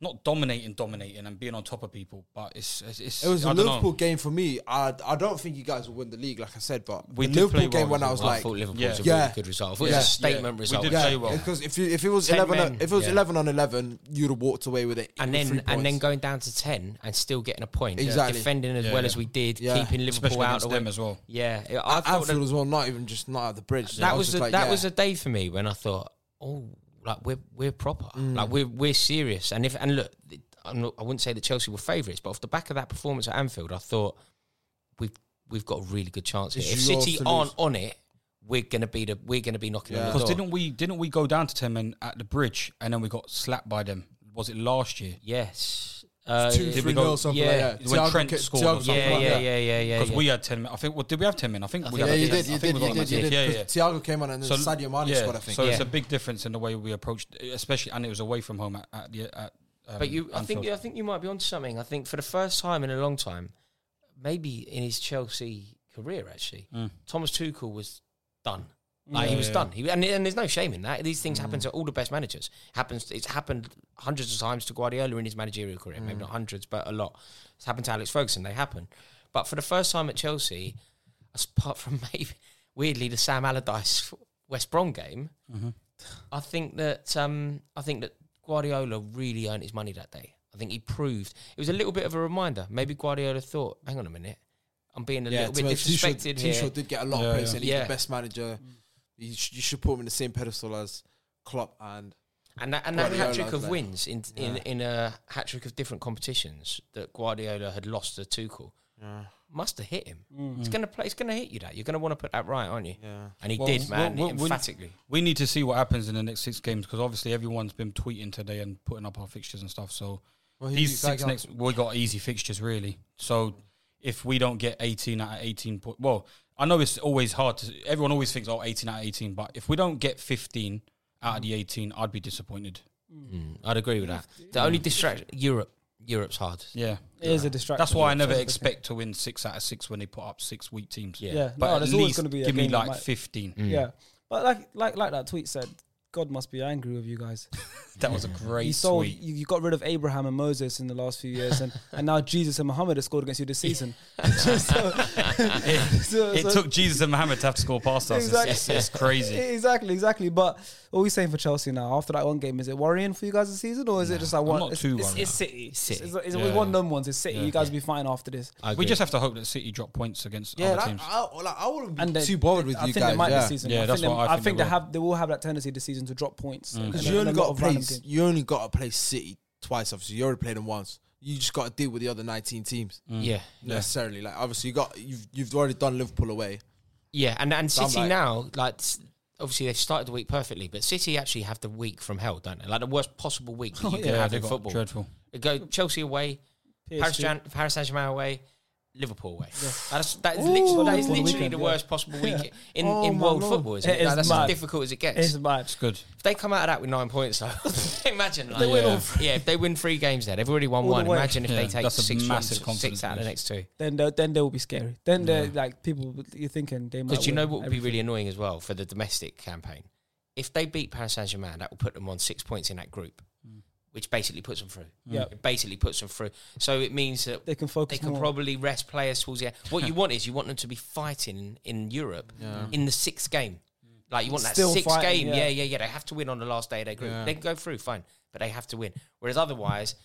not dominating, dominating, and being on top of people. But it's it's, it's
it was
I
a
don't know.
Liverpool game for me. I I don't think you guys will win the league, like I said, but
We
the
did
Liverpool
play well
game when I was
as well.
I
like,
thought Liverpool
yeah.
was a
Yeah.
really good result. It was
Yeah.
a statement
We
result.
did
yeah,
play well.
because if you if it was
Ten
eleven,
men.
if it was
Yeah.
eleven on eleven, you'd have walked away with it.
and
with three
then and then
points.
going down to ten and still getting a point.
Exactly.
defending as
Yeah,
well
yeah.
as we did,
Yeah.
keeping Liverpool
Especially
out
against
of
them as well.
Yeah, I
At
thought that,
Anfield as well, not even just not at the bridge.
that
I
was
just
a,
like,
that
yeah.
was a day for me when I thought, oh, like we're we're proper,
Mm.
like we're we're serious. And if and look, I'm not, I wouldn't say that Chelsea were favourites, but off the back of that performance at Anfield, I thought we've we've got a really good chance. Here.
It's
If
yours
City
to lose.
aren't on it, we're gonna be the we're gonna be knocking
Yeah.
on the
Because
door.
didn't we didn't we go down to ten men at the bridge, and then we got slapped by them? Was it last year?
yes. Uh,
two
yeah.
three nil something
yeah.
like that.
When
Thiago
Trent
ca-
scored
Thiago
or something
yeah,
came on,
yeah, yeah, yeah, yeah.
Because
yeah.
we had ten men. I think. Well, did we have ten men? I think we
think
had
Yeah,
we
you
ten.
did,
I
you
think
did,
we
you
got
did,
them.
you did.
Yeah, yeah.
'cause Thiago came on and then Sadio Mane
yeah,
scored. I think.
So it's
Yeah.
a big difference in the way we approached, especially, and it was away from home at, at the. At, um,
But you, I think,
Anfield.
you- I think you might be onto something. I think for the first time in a long time, maybe in his Chelsea career, actually,
Mm.
Thomas Tuchel was done. Like he
Yeah,
was
yeah.
done. He, and, and there's no shame in that. These things happen to all the best managers. Happens. It's happened hundreds of times to Guardiola in his managerial career.
Mm.
Maybe not hundreds, but a lot. It's happened to Alex Ferguson. They happen. But for the first time at Chelsea, as- apart from [LAUGHS] maybe weirdly the Sam Allardyce West Brom game,
Mm-hmm.
I think that um, I think that Guardiola really earned his money that day. I think he proved it was a little bit of a reminder. Maybe Guardiola thought, "Hang on a minute, I'm being a
Yeah,
little bit
to be honest, Tuchel-
disrespected here."
Tuchel did get a lot
Yeah,
of praise,
yeah.
and he's
Yeah.
the best manager. You, sh- you should put him in the same pedestal as Klopp and
And that, and that
Guardiola
hat trick
was
of
there.
wins in, in in a hat trick of different competitions that Guardiola had lost to Tuchel must have hit him.
Mm.
It's gonna play. It's gonna hit you. That you're gonna want to put that right, aren't you?
Yeah.
And he
Well,
did, man,
well, well, we-
emphatically.
We need to see what happens in the next six games because obviously everyone's been tweeting today and putting up our fixtures and stuff. So
Well, who's
these
that
six
got?
next, we got easy fixtures really. So if we don't get 18 out of 18, po- well, I know it's always hard to. Everyone always thinks, oh, 18 out of 18, but if we don't get 15 out of the 18, I'd be disappointed.
Mm, I'd agree with that. The only distraction, Europe. Europe's hard.
Yeah.
It is a distraction.
That's why I never
Chelsea.
expect to win six out of six when they put up six weak teams.
Yeah.
Yeah,
But
no,
at
there's always
least
going to be a
give me
Mm.
game that
like
might-
15.
Yeah, but like like like that tweet said, God must be angry with you guys. [LAUGHS]
That was a great
you sold,
tweet.
you, you got rid of Abraham and Moses in the last few years, and, and now Jesus and Muhammad have scored against you this season. [LAUGHS] so, so-
[LAUGHS] It
so-
took Jesus and Mohammed to have to score past us. It's- It's,
Exactly. [LAUGHS]
it's crazy.
exactly, exactly. But what are we saying for Chelsea now? After that one game, is it worrying for you guys this season, or is it just like one?
not
it's,
too
it's,
worried.
it's City.
City.
It's, it's, it's
Yeah.
one known ones. It's City. You guys will be fine after this.
We just have to hope that City drop points against
Yeah,
other
that,
teams.
I, I- like, I wouldn't be
And they-
too bothered with
I
you
think they
guys.
might
yeah.
this season.
Yeah,
I
that's
think
what
they,
I think
think
they
they
will.
have. They will have that tendency this season to drop points. in-
Because
in
you
a
only
lot
got
of
to play.
random games.
You only got to play City twice. Obviously, you already played them once. You just got to deal with the other 19 teams
Mm.
yeah,
necessarily. Like obviously, you got you've you've already done Liverpool away.
yeah, and and
Some
City
like-
now, like s- obviously they've started the week perfectly, but City actually have the week from hell, don't they? Like the worst possible week
[LAUGHS]
that you can
yeah,
have
they
in
got
football.
dreadful.
They Go Chelsea away, Paris,
PSG.
Jan- Paris Saint Germain away, Liverpool away. That's that is literally, that is
Ooh.
literally
Weekend, [LAUGHS]
the
yeah.
worst possible week in,
Oh
in
my
world
Lord.
football. Isn't
It
it? Like,
is
that's
mad.
as difficult as it gets.
It's bad. [LAUGHS]
It's good.
if they come out of that with nine points, though, [LAUGHS] imagine like,
They win all
yeah. Yeah, if they win three games, there they've already won
All the
one.
way.
Imagine if
Yeah,
they take
that's a
six, from,
massive
six
confidence
out of the
boost.
next two.
Then they then they will be scary. Then they're like people. You're thinking they might.
Because you
win
know what would be
everything.
really annoying as well for the domestic campaign? If they beat Paris Saint Germain, that will put them on six points in that group,
Mm.
which basically puts them through.
Yep.
It basically puts them through. So it means that
They can focus
they can
more.
probably rest players towards the end. What you want is you want them to be fighting in Europe in the sixth game. Like you want that
Still
sixth
fighting,
game.
yeah.
Yeah. yeah, yeah, They have to win on the last day of their group. They can go through, fine, but they have to win. Whereas otherwise,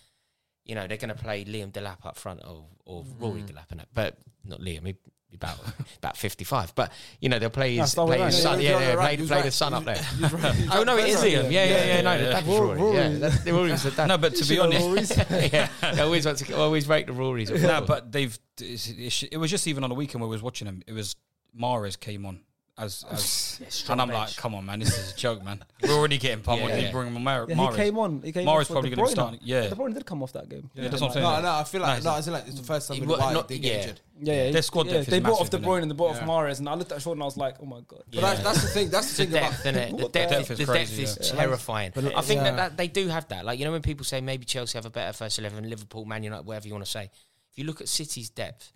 you know, they're going to play Liam Delap up front or, or Rory Delap, and that, but not Liam. He, he about [LAUGHS] about fifty five, but you know they'll play his,
That's not
play
right.
his
Yeah,
son.
yeah,
Yeah,
you're
yeah,
right.
play,
You're
play
right.
the son
[LAUGHS]
up there. [LAUGHS] Oh no, it is Liam. Yeah, yeah, yeah. no, the dad was Rory. Yeah, that's, they always the dad.
No, but to be
[LAUGHS]
honest,
yeah, I always want to I always rate
[LAUGHS]
the Rorys.
no,
at football.
but they've. It's, it's, it was just even on the weekend where we was watching him. It was Mares came on
[LAUGHS]
as, as and I'm like, come on, man, this is a joke, man. We're already
[LAUGHS]
getting pummeled.
Yeah,
You
yeah.
bring Mares.
Yeah, he came on. He came
Mahrez
on for
probably
De
gonna be
Bruyne.
starting- yeah.
De Bruyne did come off that game.
Yeah, that's what I'm saying.
No, no, I feel like
No,
no, I feel like it's the first time
He
in a
wa-
while
not-
they get
yeah.
injured.
Yeah, yeah.
Their squad
yeah,
depth is
they bought off De
massive,
Bruyne
innit?
and they bought off
Yeah.
Mares, and I looked at Sean and I was like, oh my god.
But that's, that's the thing. That's the
[LAUGHS] the
thing about
depth, innit? The
What
depth,
the
heck?
is,
Depth is
the depth
crazy,
is
yeah.
terrifying. I think
Yeah.
that, that they do have that. Like you know when people say maybe Chelsea have a better first eleven, Liverpool, Man United, whatever you want to say. If you look at City's depth,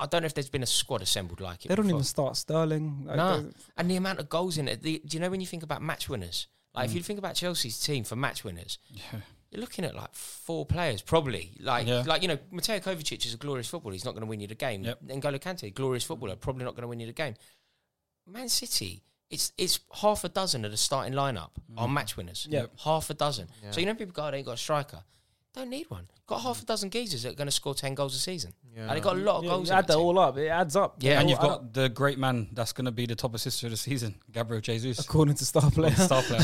I don't know if there's been a squad assembled like it.
They don't
before.
even start Sterling. Like,
No,
they-
and the amount of goals in it. The, do you know when you think about match winners? Like if you think about Chelsea's team for match winners, you're looking at like four players probably. Like
Yeah.
like you know Mateo Kovacic is a glorious footballer. He's not going to win you the game.
Yep.
N'Golo Kante, glorious footballer, probably not going to win you the game. Man City, it's it's half a dozen of the starting lineup are match winners.
Mm-hmm. Yep.
half a dozen. So you know people go, oh, they ain't got a striker. Don't need one. Got half a dozen geezers that are going to score ten goals a season. And they got a lot of
Yeah,
goals.
you
in
add
that
that
team.
all up. It adds up.
Yeah,
It
And
all
you've
add up,
got the great man that's going to be the top assist of the season, Gabriel Jesus.
according to star player.
[LAUGHS]
[LAUGHS]
Star player.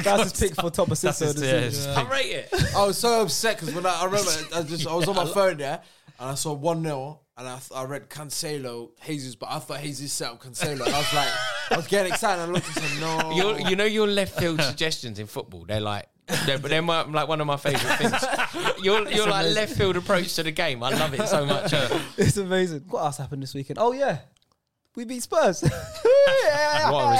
That's his pick for top assist.
That's
of
his,
the
yeah,
season.
his
[LAUGHS] I rate it.
I was so upset because when I, I
[LAUGHS]
remember, I just I was on my phone there and I saw one 0 and I, th- I read Cancelo Jesus, but I thought Jesus set up Cancelo. And I was like, I was getting excited. I looked and
[LAUGHS]
said, no.
your, you know your left field suggestions in football. They're like they're, they're my, like one of my favourite things. Your your like left field approach to the game. I love it
[LAUGHS]
so much.
It's amazing. What else happened this weekend? Oh yeah, we beat Spurs. [LAUGHS]
What a
Come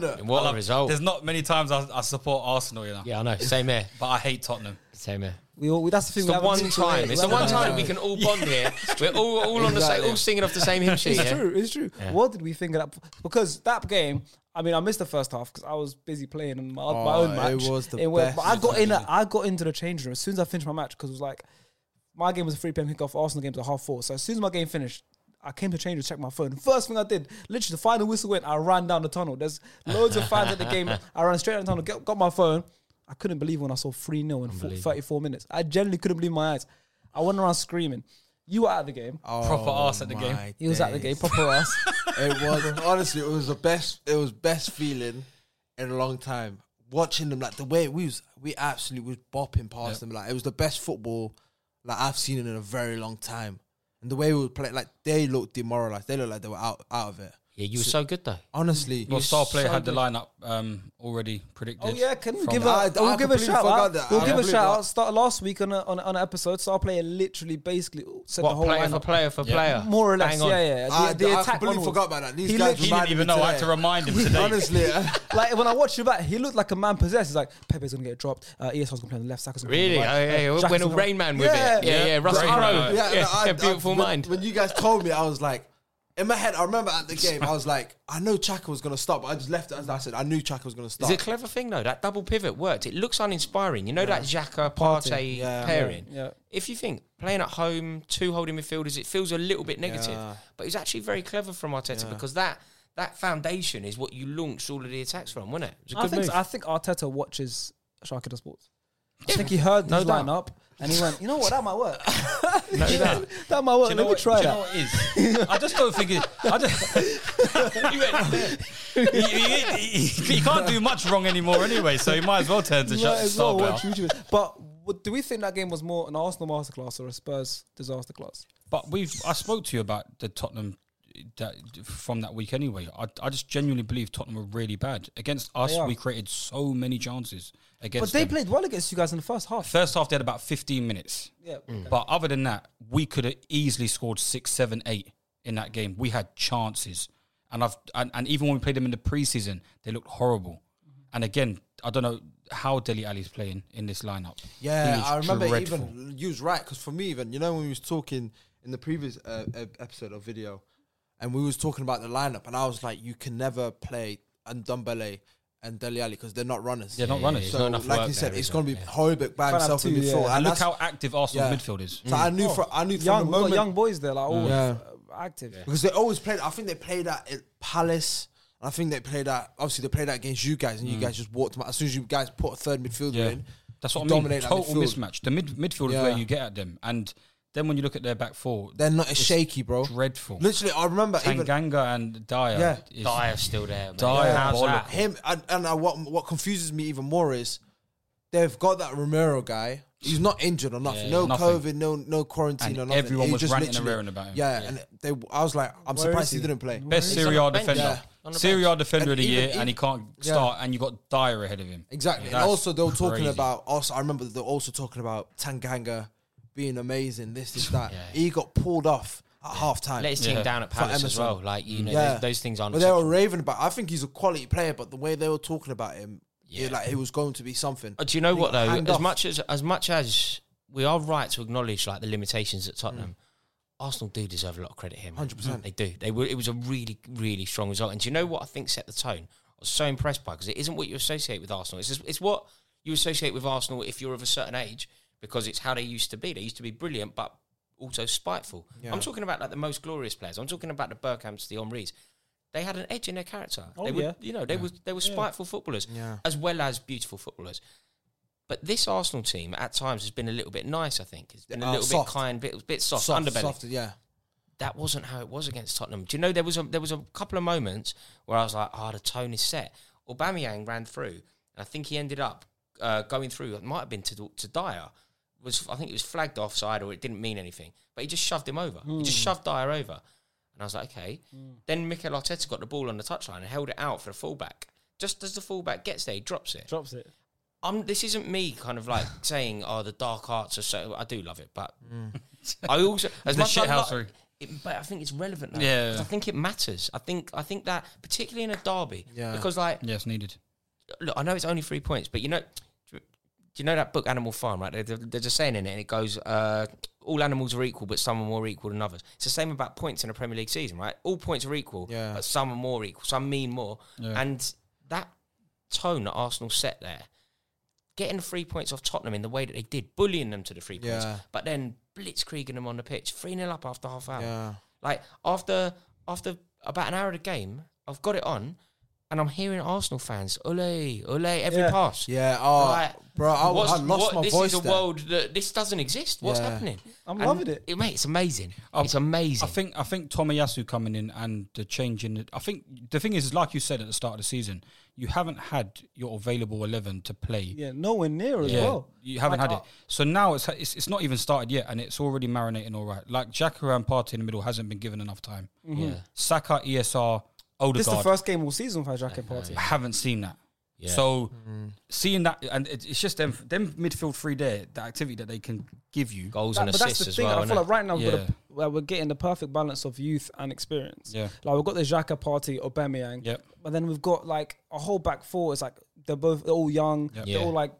result!
on.
What a
Oh.
result!
There's not many times I, I support Arsenal, you know,
Yeah, I know. Same here.
but I hate Tottenham.
Same here.
we all, we, that's the thing.
It's
we
the
haven't
one
seen
time.
today.
It's the
We
one
haven't
time we
seen
can all bond
[LAUGHS]
here. We're all, all on the same, all singing off the same hymn sheet.
It's
yeah?
true. It's true. What did we think of that? Because that game, I mean, I missed the first half because I was busy playing in my, my
Oh,
own match.
it was the
It went-
best.
But I got in. I got into the change room as soon as I finished my match because it was like my game was a three p.m. kickoff. Arsenal games at half four. So as soon as my game finished. I came to change room, check my phone. First thing I did, literally the final whistle went, I ran down the tunnel. There's loads of fans at the
[LAUGHS]
game. I ran straight down the tunnel, get- got my phone. I couldn't believe when I saw 3 0 in four- 34 minutes. I genuinely couldn't believe my eyes. I went around screaming. You were at the game.
Oh,
Proper arse at the game.
my
He was at the game,
days.
proper ass.
[LAUGHS] It was honestly, it was the best. It was best feeling in a long time. Watching them like the way we was, we absolutely was bopping past them. Like it was the best football like I've seen in a very long time. And the way we were playing, like they looked demoralized. They looked like they were out out of it.
Yeah, you were so good though.
Honestly,
Well, star player
so
had the
good.
lineup um, already predicted.
Oh yeah, can we
from-
give
I-
a
I
we'll give a
completely
shout
forgot
out.
that.
We'll
I
give a
completely
shout out.
forgot.
Start last week on a, on, a, on an episode. Star player literally basically said the
What
whole
player for
lineup.
player for
Yeah.
player?
more or less.
Bang on.
Yeah, yeah. The,
I-
the
I
attack
completely
onwards.
forgot about that. These
He
guys
He
literally-
didn't
reminded
even
me
know. I had
today.
to
[LAUGHS]
remind him
[LAUGHS]
today.
[LAUGHS]
honestly,
like when I watched you back, he looked like a man possessed. He's like Pepe's gonna get dropped. Uh, ESL's gonna play on the left. Saka's gonna
Really?
Play on the
Oh,
right.
yeah, yeah.
uh, Xhaka's
When a
gonna-
Rain Man with it. Yeah, yeah. Russell
Rain
Crowe.
Man.
Yeah,
no, I-
beautiful
I-
mind.
When, when you guys told me, I was like, in my head, I remember at the game, I was like, I know Chaka was going to stop. but I just left it as I said, I knew Chaka was going to
It's
stop.
a clever thing though. That double pivot worked. It looks uninspiring. You know that Xhaka Partey
Yeah.
pairing.
Yeah.
If you think playing at home, two holding midfielders, it feels a little bit negative. But it's actually very clever from Arteta because that that foundation is what you launched all of the attacks from, wasn't it? It was a good
I think
move.
I think Arteta watches Sharkada Sports. I think he heard
No
this
doubt.
lineup and he went, you know what, that might work.
[LAUGHS]
[LAUGHS]
no doubt.
that might work. Let
Do you know
me
what-
try
do you
that.
know what it is? I just don't [LAUGHS] think it. I don't- you, went- [LAUGHS] you- you- you can't do much wrong anymore anyway, so you might as well turn
[LAUGHS]
to
Might
shut
as well
Star
watch YouTube. But what- do we think that game was more an Arsenal masterclass or a Spurs disaster class?
But we've I spoke to you about the Tottenham that, from that week anyway. I, I just genuinely believe Tottenham were really bad against us.
They are.
We created so many chances
But
against.
they
them.
played well against you guys in the first half.
First half, they had about 15 minutes.
Yeah.
But other than that, we could have easily scored six, seven, eight in that game. We had chances, and I've and, and even when we played them in the preseason, they looked horrible.
Mm-hmm.
And again, I don't know how Deli Ali's playing in this lineup. He
Yeah,
is
I remember
dreadful.
even you was right because for me even you know when we was talking in the previous uh, ep- episode or video, and we was talking about the lineup, and I was like, you can never play Ndombele and Deli Ali because they're not runners.
They're not runners.
There's
So
not enough
like
work
you said,
there,
it's
is
going to
there?
be
Yeah.
Hoiberg by
Fran
himself in
Aptu,
midfield.
yeah.
And
And look
that's-
how active Arsenal's
yeah.
midfield is.
So I knew for I
Young,
knew from
we've
the
got
moment
young boys there, like all
Yeah.
uh, active.
because they always played. I think they played that at Palace. I think they played that. Obviously, they played that against you guys, and you guys just walked them out. As soon as you guys put a third midfielder
Yeah.
in,
That's what
you
I mean.
dominate that
Total
midfield.
mismatch. The mid midfield
Yeah.
is where you get at them, and then when you look at their back four,
They're not as
it's
shaky, bro.
Dreadful.
Literally, I remember even
Tanganga and Dyer.
Yeah.
is-
Dyer's still there. mate. How's
Diabolical.
that?
him and, and I, what what confuses me even more is they've got that Romero guy. He's not injured or nothing.
Yeah,
no
nothing.
COVID, no no quarantine
And
or nothing.
everyone
He
was
just
ranting and
literally-
raring about him.
Yeah, and they I was like,
Where
I'm
is
surprised he?
he?
didn't play.
Best
He's
Serie
on
A
the bench.
defender.
Yeah. On the
Serie A
bench.
defender of the
And
year,
even-
and he can't
Yeah.
start, and you got Dyer ahead of him.
Exactly. and
That's
also they were talking
crazy.
about us. I remember they were also talking about Tanganga being amazing. This
[LAUGHS]
is that.
Yeah.
He got pulled off at half time.
Let his team
Yeah.
down at
For
Palace as
Emerson.
well. Like you know,
Yeah.
those, those things aren't.
But they were raving about. I think he's a quality player, but the way they were talking about him, yeah,
Yeah.
like he was going to be something.
Uh, Do you know
He
what
got
though?
hanged
As
off.
much as as much as we are right to acknowledge like the limitations at Tottenham, Arsenal do deserve a lot of credit here. man.
100%.
They do. They were. It was a really really strong result. And do you know what I think set the tone? I was so impressed by because it isn't what you associate with Arsenal. It's just, it's what you associate with Arsenal if you're of a certain age because it's how they used to be. They used to be brilliant, but also spiteful. I'm talking about like the most glorious players. I'm talking about the Burkhams, the Omri's. They had an edge in their character.
Oh,
they were,
yeah.
you know, they were they were spiteful footballers
Yeah.
as well as beautiful footballers. But this Arsenal team at times has been a little bit nice, I think. It's been a
Uh,
little
soft.
bit kind, bit, bit soft, underbelly.
soft, yeah.
That wasn't how it was against Tottenham. Do you know there was a there was a couple of moments where I was like, oh, the tone is set. Aubameyang ran through, and I think he ended up uh, going through. It might have been to to Dyer. Was I think it was flagged offside or it didn't mean anything, but he just shoved him over. He just
Hmm.
shoved Dyer over, and I was like, okay. Then Mikel Arteta got the ball on the touchline and held it out for the fullback. Just as the fullback gets there, he drops it.
Drops it.
I'm, this isn't me
[LAUGHS]
kind of like saying, oh, the dark arts are so. I do love it, but I
[LAUGHS]
also
Mm.
as
The
much as I like-
shithousery.
it- but I think it's relevant. Though,
Yeah.
'cause I think it matters. I think I think that particularly in a derby,
Yeah.
because like
Yes, needed.
look, I know it's only three points, but you know, do you know that book Animal Farm? Right, there's, there's a saying in it, and it goes, uh, "All animals are equal, but some are more equal than others." It's the same about points in a Premier League season, right? All points are equal,
Yeah.
but some are more equal. Some mean more,
Yeah.
and that tone that Arsenal set there, getting three points off Tottenham in the way that they did, bullying them to the three points,
Yeah.
but then blitzkrieging them on the pitch, three 0 up after half hour.
Yeah.
Like after after about an hour of the game, I've got it on, and I'm hearing Arsenal fans, ole, ole, every
Yeah.
pass.
Yeah, oh,
Like,
bro, I, I
what's-
lost
what-
my
this
voice
is a
there.
world that this doesn't exist. What's
Yeah.
happening?
I'm loving it.
Mate, it's amazing.
Um,
it's amazing.
I think I think Tomiyasu coming in and the change in. The, I think the thing is, is like you said at the start of the season, you haven't had your available eleven to play.
Yeah, nowhere near as well.
You haven't
Like,
had it. So now it's, it's it's not even started yet, and it's already marinating all right. Like Jacko and Party in the middle hasn't been given enough time.
yeah.
Saka, ESR,
Mm-hmm. This is the
Odegaard.
first game all season for Jack and Party.
I haven't seen that.
Yeah.
So
Mm-hmm.
seeing that, and it, it's just them them midfield three there, the activity that they can give you.
Goals
That-
and
but that's
assists
the
as
thing.
well.
I feel
innit?
like right now we've got
Yeah.
a, well, we're getting the perfect balance of youth and experience.
Yeah.
like we've got the Xhaka party, Aubameyang.
Yep.
But then we've got like a whole back four. It's like they're both they're all young.
Yep. Mm-hmm.
They're all
Yeah.
like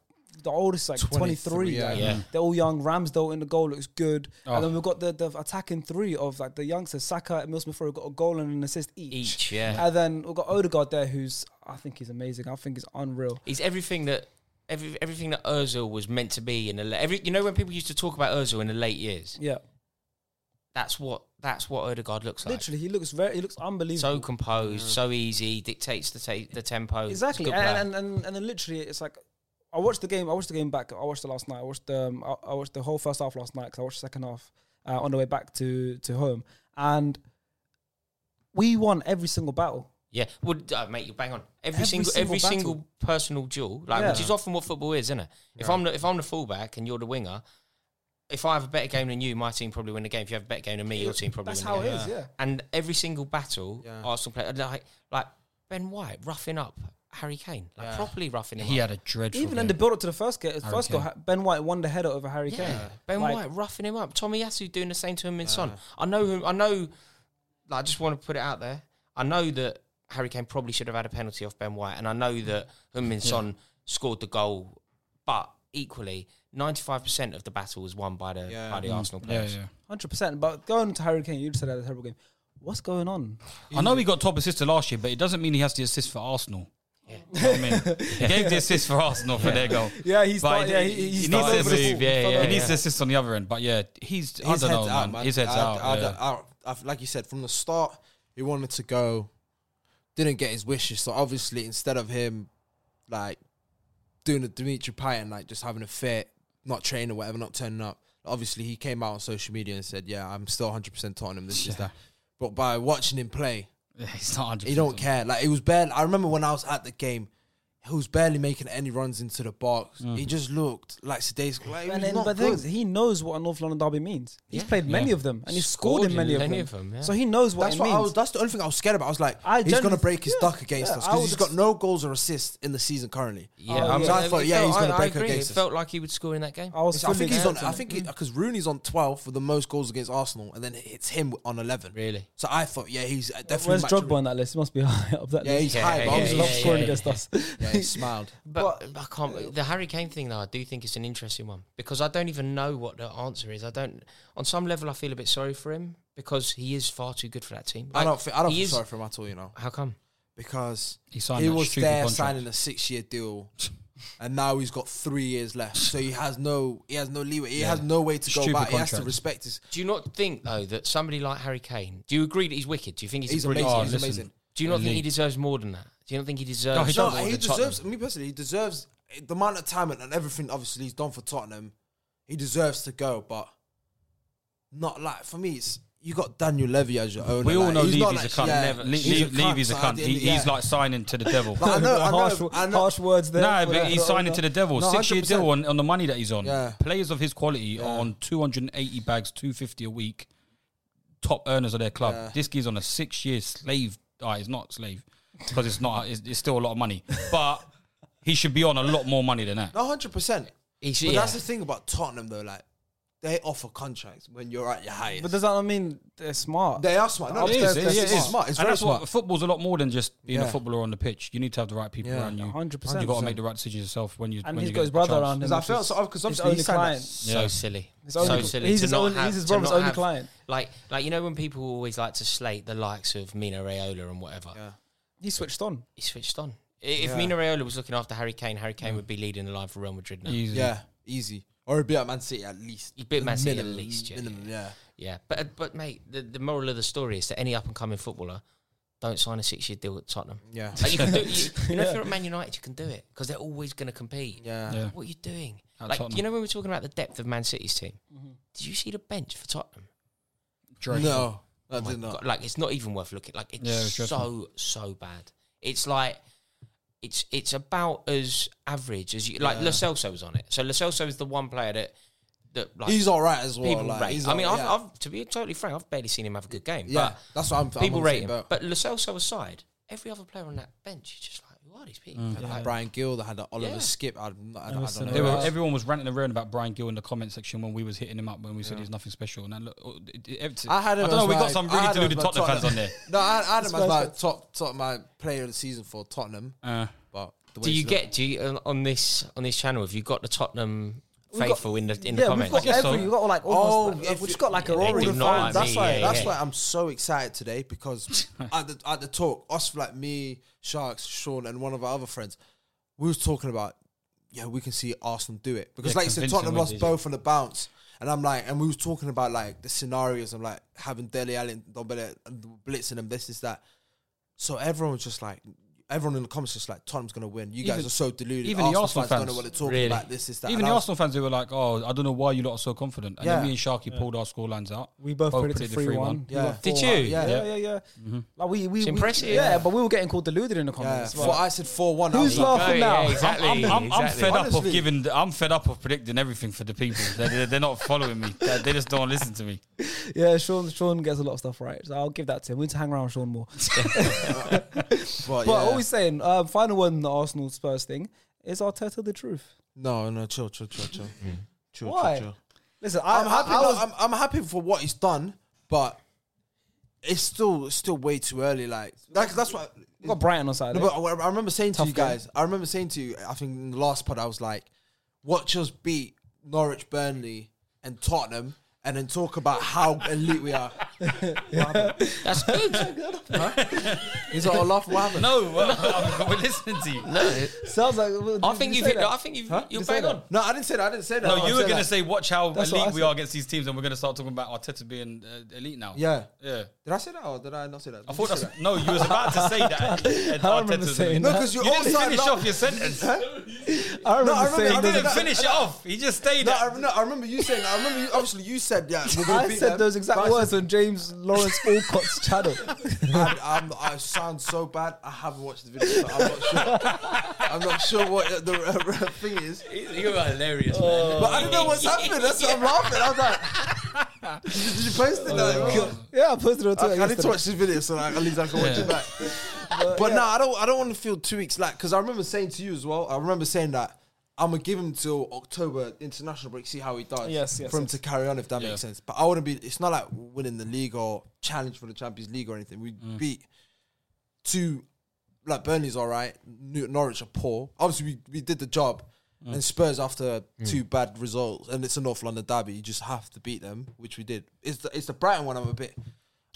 the oldest like 23,
23, yeah.
like,
Yeah.
they're all young Ramsdale in the goal looks good
Oh.
and then we've got the, the attacking three of like the youngsters Saka and Milsmith Rowe got a goal and an assist each,
Each, yeah.
and then we've got Odegaard there who's I think he's amazing I think he's unreal
He's everything that every, everything that Özil was meant to be in the la- every. You know when people used to talk about Özil in the late years.
yeah
That's what that's what Odegaard looks like.
literally he looks very he looks unbelievable
So composed, so easy, dictates the ta- the tempo. He's a
Exactly,
good
and,
player.
and and and then literally, it's like I watched the game. I watched the game back. I watched the last night. I watched um I, I watched the whole first half last night because I watched the second half uh, on the way back to to home, and we won every single battle.
Yeah, would uh, mate, you bang on every,
Every
single,
single
every
battle.
single personal duel, like
Yeah.
which is often what football is, isn't it? If I'm the, if I'm the fullback and you're the winger, if I have a better game than you, my team probably win the game. If you have a better game than me, your team probably
That's
win
how
the
it
game.
is. Yeah,
And every single battle,
Yeah.
Arsenal play like like Ben White roughing up Harry Kane, like
Yeah.
properly roughing him
He
up.
had a dreadful.
even in
game.
the build up to the first game,
Harry
first goal,
Kane.
Ha- Ben White won the header over Harry Kane.
Yeah, Ben
Like-
White roughing him up. Tommy Yasu doing the same to him in Son. I know him. I know. Like, I just want to put it out there. I know that Harry Kane probably should have had a penalty off Ben White, and I know that Hummin Son scored the goal, but equally, ninety-five percent of the battle was won by the
Mm. Yeah.
by the Arsenal
Yeah,
players.
yeah.
Hundred percent. But going to Harry Kane, you just said that a terrible game. What's going on?
I know he got top assister last year, but it doesn't mean he has the assist for Arsenal.
Yeah.
You know what I mean, he gave the assist for Arsenal for their goal.
Yeah, he's
But
not- yeah, he- he's
needs
not
to
over the
move,
ball.
yeah,
He's
yeah,
not
he
over
needs
the
to assist on the other end. But yeah, he's I
his
don't know,
head's
man.
out, man.
His head's
I-
out.
I-
yeah.
I- I've- like you said, from the start, he wanted to go, didn't get his wishes. So obviously, instead of him like doing the Dimitri Payet and like just having a fit, not training or whatever, not turning up, obviously he came out on social media and said, "Yeah, I'm still 100 percent Tottenham.
[LAUGHS]
This is that." But by watching him play,
Yeah, he's not. 100
he don't care. Like it was barely. I remember when I was at the game. He was barely making any runs into the box.
Mm-hmm.
He just looked like today's. Like, he
And
was
then,
not
but the thing
good.
is, he knows what a North London derby means. He's
Yeah.
played many
Yeah.
of them, and he's scored, in many, of them.
yeah.
So he knows what
That's
it
what
means.
I was. That's the only thing I was scared about. I was like,
I
he's gonna
generally-
break his
yeah,
duck against
yeah,
us
I
because
was
he's got no goals or assists in the season currently.
yeah,
Oh,
I'm-
yeah.
So I thought,
it
yeah, he's
felt-
gonna
I-
break
I
her
agree. It
against us.
felt like he would score in that game.
I was
I think
fully
he's on. I
expecting
think
it.
Mm.
because Rooney's on twelve for the most goals against Arsenal, and then it's him on eleven.
Really?
So I thought, yeah, he's definitely.
Where's
match
Drogba on that list? He must be [LAUGHS] high up that
Yeah,
list.
he's high. but I
yeah,
was
yeah,
not
Love
yeah,
scoring
yeah.
against us.
Yeah,
[LAUGHS]
[LAUGHS]
he smiled.
But, I can't. The Harry Kane thing, though, I do think it's an interesting one because I don't even know what the answer is. I don't. On some level, I feel a bit sorry for him because he is far too good for that team.
I
Like,
don't. Feel, I don't
he
feel
is-
sorry for him at all. You know,
How come?
because
He signed
he
that
was
stupid
there
contract.
signing a six-year deal, and now he's got three years left. So he has no. He has no leeway. He has no way to go
Stupid
back. He has to
contract.
respect his.
Do you not think though that somebody like Harry Kane? Do you agree that he's wicked? Do you think he's,
He's
a brilliant?
amazing.
Oh,
he's
listen.
amazing.
Do you not think he
Elite.
deserves more than that? Do you not think he deserves?
No, he
No,
does.
more
he
than Tottenham?
deserves. Me personally, he deserves the amount of time and, and everything. Obviously, he's done for Tottenham. He deserves to go, but not like for me. It's you got Daniel Levy as your owner.
We all
like,
know
he's
Levy's
not
a
like-
cunt.
yeah,
Never- Le-
he's
Le- Levy's a
so at
cunt.
the end
He,
of the-
he's
yeah.
like signing to the devil. [LAUGHS]
Like, I know, I know,
harsh,
I know.
harsh words there.
No,
for the-
but he's
for the
signing to
owner.
the devil.
No,
Six year
100%.
deal on, on the money that he's on.
Yeah.
Players of his quality are on 280 bags, 250 a week, top earners of their club. This guy's on a six year slave. Ah, it's not slave because it's not, it's, it's still a lot of money. But he should be on a lot more money than that.
No, hundred percent.
He should-
But
yeah.
that's the thing about Tottenham, though. Like they offer contracts when you're at your highest.
But does that not mean they're smart?
they are smart. No,
It
it
is,
is,
it is, it is.
smart. It's
and
very
that's
smart.
what football's a lot more than just being a
Yeah.
footballer on the pitch. You need to have the right people
Yeah.
around you.
100%.
you got to make the right decisions yourself when you.
and
when
he's
you
got
get
his
the
brother
chance.
around him.
Because I
which
felt
is
so because
his
obviously
only
he signed
client.
that
So
Yeah.
silly.
His
So
only-
silly.
he's
to
his
not
only- he's
have-
his
to
brother's
not
only
have-
client.
Like, like you know when people always like to slate the likes of Mina Raiola and whatever.
He switched on.
He switched on. I- If Mina Raiola was looking after Harry Kane, Harry
Mm.
Kane would be leading the line for Real Madrid now.
Easy.
Yeah, easy. Or he'd be at Man City at least.
He'd be at Man City at
Minimum,
least, yeah,
minimum, yeah.
Yeah, but uh, but mate, the, the moral of the story is that any up and coming footballer don't sign a six year deal
[LAUGHS]
at Tottenham.
Yeah.
Like, you can do, you, you know, if you're at Man United, you can do it because they're always going to compete.
Yeah.
Yeah.
What are you doing?
At
like you
Tottenham.
know when we were talking about the depth of Man City's team,
Mm-hmm.
did you see the bench for Tottenham?
Drake.
No, I
Oh my
did not.
God, like it's not even worth looking. Like it's
Yeah, it was
so
dreadful.
so bad. It's like it's it's about as average as you like. Lo Celso's on it, so Lo Celso is the one player that that like
He's all right as well.
people
like,
rate.
he's
I
all-
mean, I've,
yeah.
I've to be totally frank, I've barely seen him have a good game.
yeah,
but
that's what I'm.
people
I'm
rate him.
But
But Lo Celso aside, every other player on that bench is just like, who are these
Mm.
people? Like,
Brian Gill that had an Oliver
Yeah.
Skip. I, don't- I, don't- I
seen
don't
They
know.
were,
Yeah.
everyone was ranting around about Brian Gill in the comment section when we was hitting him up when we said he's nothing special. And I, look, oh, it- it- it-
I had him.
I don't know.
as
We
my-
got some
I
really
had him as
deluded
my [LAUGHS]
Tottenham fans on there.
no, I, I had him as
Spurs
my
fans.
top, top, my player of the season for Tottenham.
Uh,
But the way
Do you
it's
get do you, on- on this on this channel? Have you got the Tottenham
got-
faithful in the in the
yeah, we've
comments?
got
guess so.
every. We've got like
Oh,
almost. we've
if you-
just got like a
yeah, they
roaring
do
fund.
not like
that's
me,
why.
yeah,
that's
yeah.
why I'm so excited today because at the at the talk, us like me, Sharks, Sean, and one of our other friends, we was talking about yeah, we can see Arsenal do it because
Yeah,
like you said,
convincing
Tottenham
wins,
lost
isn't it?
both on the bounce, and I'm like, and we was talking about like the scenarios of like having Dele Alli and Dombele and blitzing them, this is that. So everyone was just like. Everyone in the comments just like Tottenham's gonna win. You guys
Even-
are so deluded.
even the
Arsenal
Arsenal
fans, don't know
fans,
what they're talking
really.
about. This is that.
Even
And
the
I was-
Arsenal fans, they were like, "Oh, I don't know why you lot are so confident." And
Yeah.
then me and Sharky pulled our score lines out.
We both predicted three one.
Yeah.
Did you?
Yeah.
Yeah, yeah, yeah. Like we, we,
It's
we-
impressive.
Yeah, but we were getting called deluded in the
Yeah,
comments.
four,
Like,
I said four one.
Who's
I was like,
laughing?
Oh,
now.
yeah, exactly.
I'm, I'm, I'm
exactly.
fed up
Honestly.
of giving. I'm fed up of predicting everything for the people. They're, they're, they're not following me. They, they just don't listen to me.
yeah, Sean, Sean gets a lot of stuff right, so I'll give that to him. We need to hang around with [LAUGHS] Sean more.
but
But
yeah.
always saying, uh, final one, the Arsenal Spurs thing is Arteta the truth.
No, no, chill, chill, chill, chill.
Mm.
chill
Why?
Chill, chill.
Listen, I,
I'm happy.
I
no,
was,
I'm, I'm happy for what he's done, but it's still it's still way too early. Like that's that's what.
we got Brighton on eh? Saturday.
No, but I I remember saying to
Tough
you guys. I remember saying to you. I think in the last pod, I was like, "Watch us beat Norwich, Burnley, and Tottenham." And then talk about how elite we are.
[LAUGHS]
That's good.
He's like, oh, laugh, what happened?
No, [LAUGHS] we're listening to you.
no,
Sounds like
I think you've hit. I think you've.
Huh? Did
You're
you say
bang on.
No, I didn't say that. I didn't say that.
No,
I
you were
said
going to
that.
say, watch how
That's what I
elite we
said.
are against these teams, and we're going to start talking about Arteta being uh, elite now.
Yeah.
Yeah.
Did I say that or did I not say that?
I
Did
thought
you say
that's. No, you was about to say that. Arteta's
I remember
elite.
saying
No,
that.
because you,
[LAUGHS] You
all
didn't
started
finish
laugh-
off your sentence.
I remember
I remember-
saying
I did
He
those,
it.
didn't finish it off. He just stayed.
No, I, no, I remember you saying. I remember you. Obviously, you said yeah. We're gonna
I
beat
said
them.
those exact
But I
words
said-
on James Lawrence Alcott's channel.
[LAUGHS]
I, I'm, I sound so bad. I haven't watched the video. So I'm not sure. I'm not sure what the uh, thing is.
You are hilarious, man.
But I don't know what's happening. That's why I'm laughing. I was like, [LAUGHS] did you, did you post it? now?
yeah, I posted it on Twitter.
I, I need
yesterday.
to watch this video so that at least I can watch
[LAUGHS]
it back. But, no, I don't. I don't want to feel two weeks lack because I remember saying to you as well. I remember saying that I'm gonna give him till October international break, see how he does.
Yes, yes,
for him
yes.
to carry on if that
Yeah.
makes sense. But I wouldn't be. It's not like winning the league or challenge for the Champions League or anything. We beat two. Like Burnley's all right. New, Norwich are poor. Obviously, we, we did the job.
Mm.
And Spurs after
Mm.
two bad results, and it's a North London derby. You just have to beat them, which we did. It's the, it's the Brighton one. I'm a bit,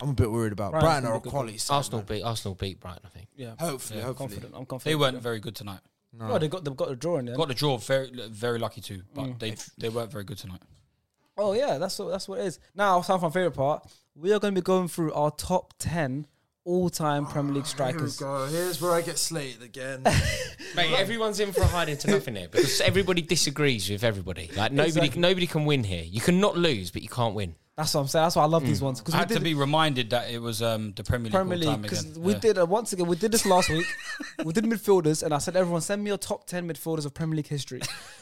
I'm a bit worried about.
Brighton's
Brighton
gonna
are
be
a
good.
quality. side,
Arsenal
man.
beat Arsenal beat Brighton. I think.
Yeah,
Hopefully,
I'm
hopefully.
confident. I'm confident.
They weren't very good tonight.
No, they got they've got the draw in there.
Got the draw, very very lucky too, but they they weren't very good tonight.
Oh yeah, that's what that's what it is. Now, it's time for my favorite part. We are going to be going through our top ten all-time Premier League strikers.
Here we go. Here's where I get slated
[LAUGHS]
again.
Mate, everyone's in for a hiding to nothing here [LAUGHS] because everybody disagrees with everybody. Like nobody,
Exactly.
nobody can win here. You cannot lose, but you can't win.
That's what I'm saying. That's why I love these ones because
I
we
had to
did
be reminded that it was um, the Premier League
Premier
all time
League because
again.
we
Yeah.
did uh, once again. We did this last week. we did midfielders, and I said, everyone, send me your top ten midfielders of Premier League history.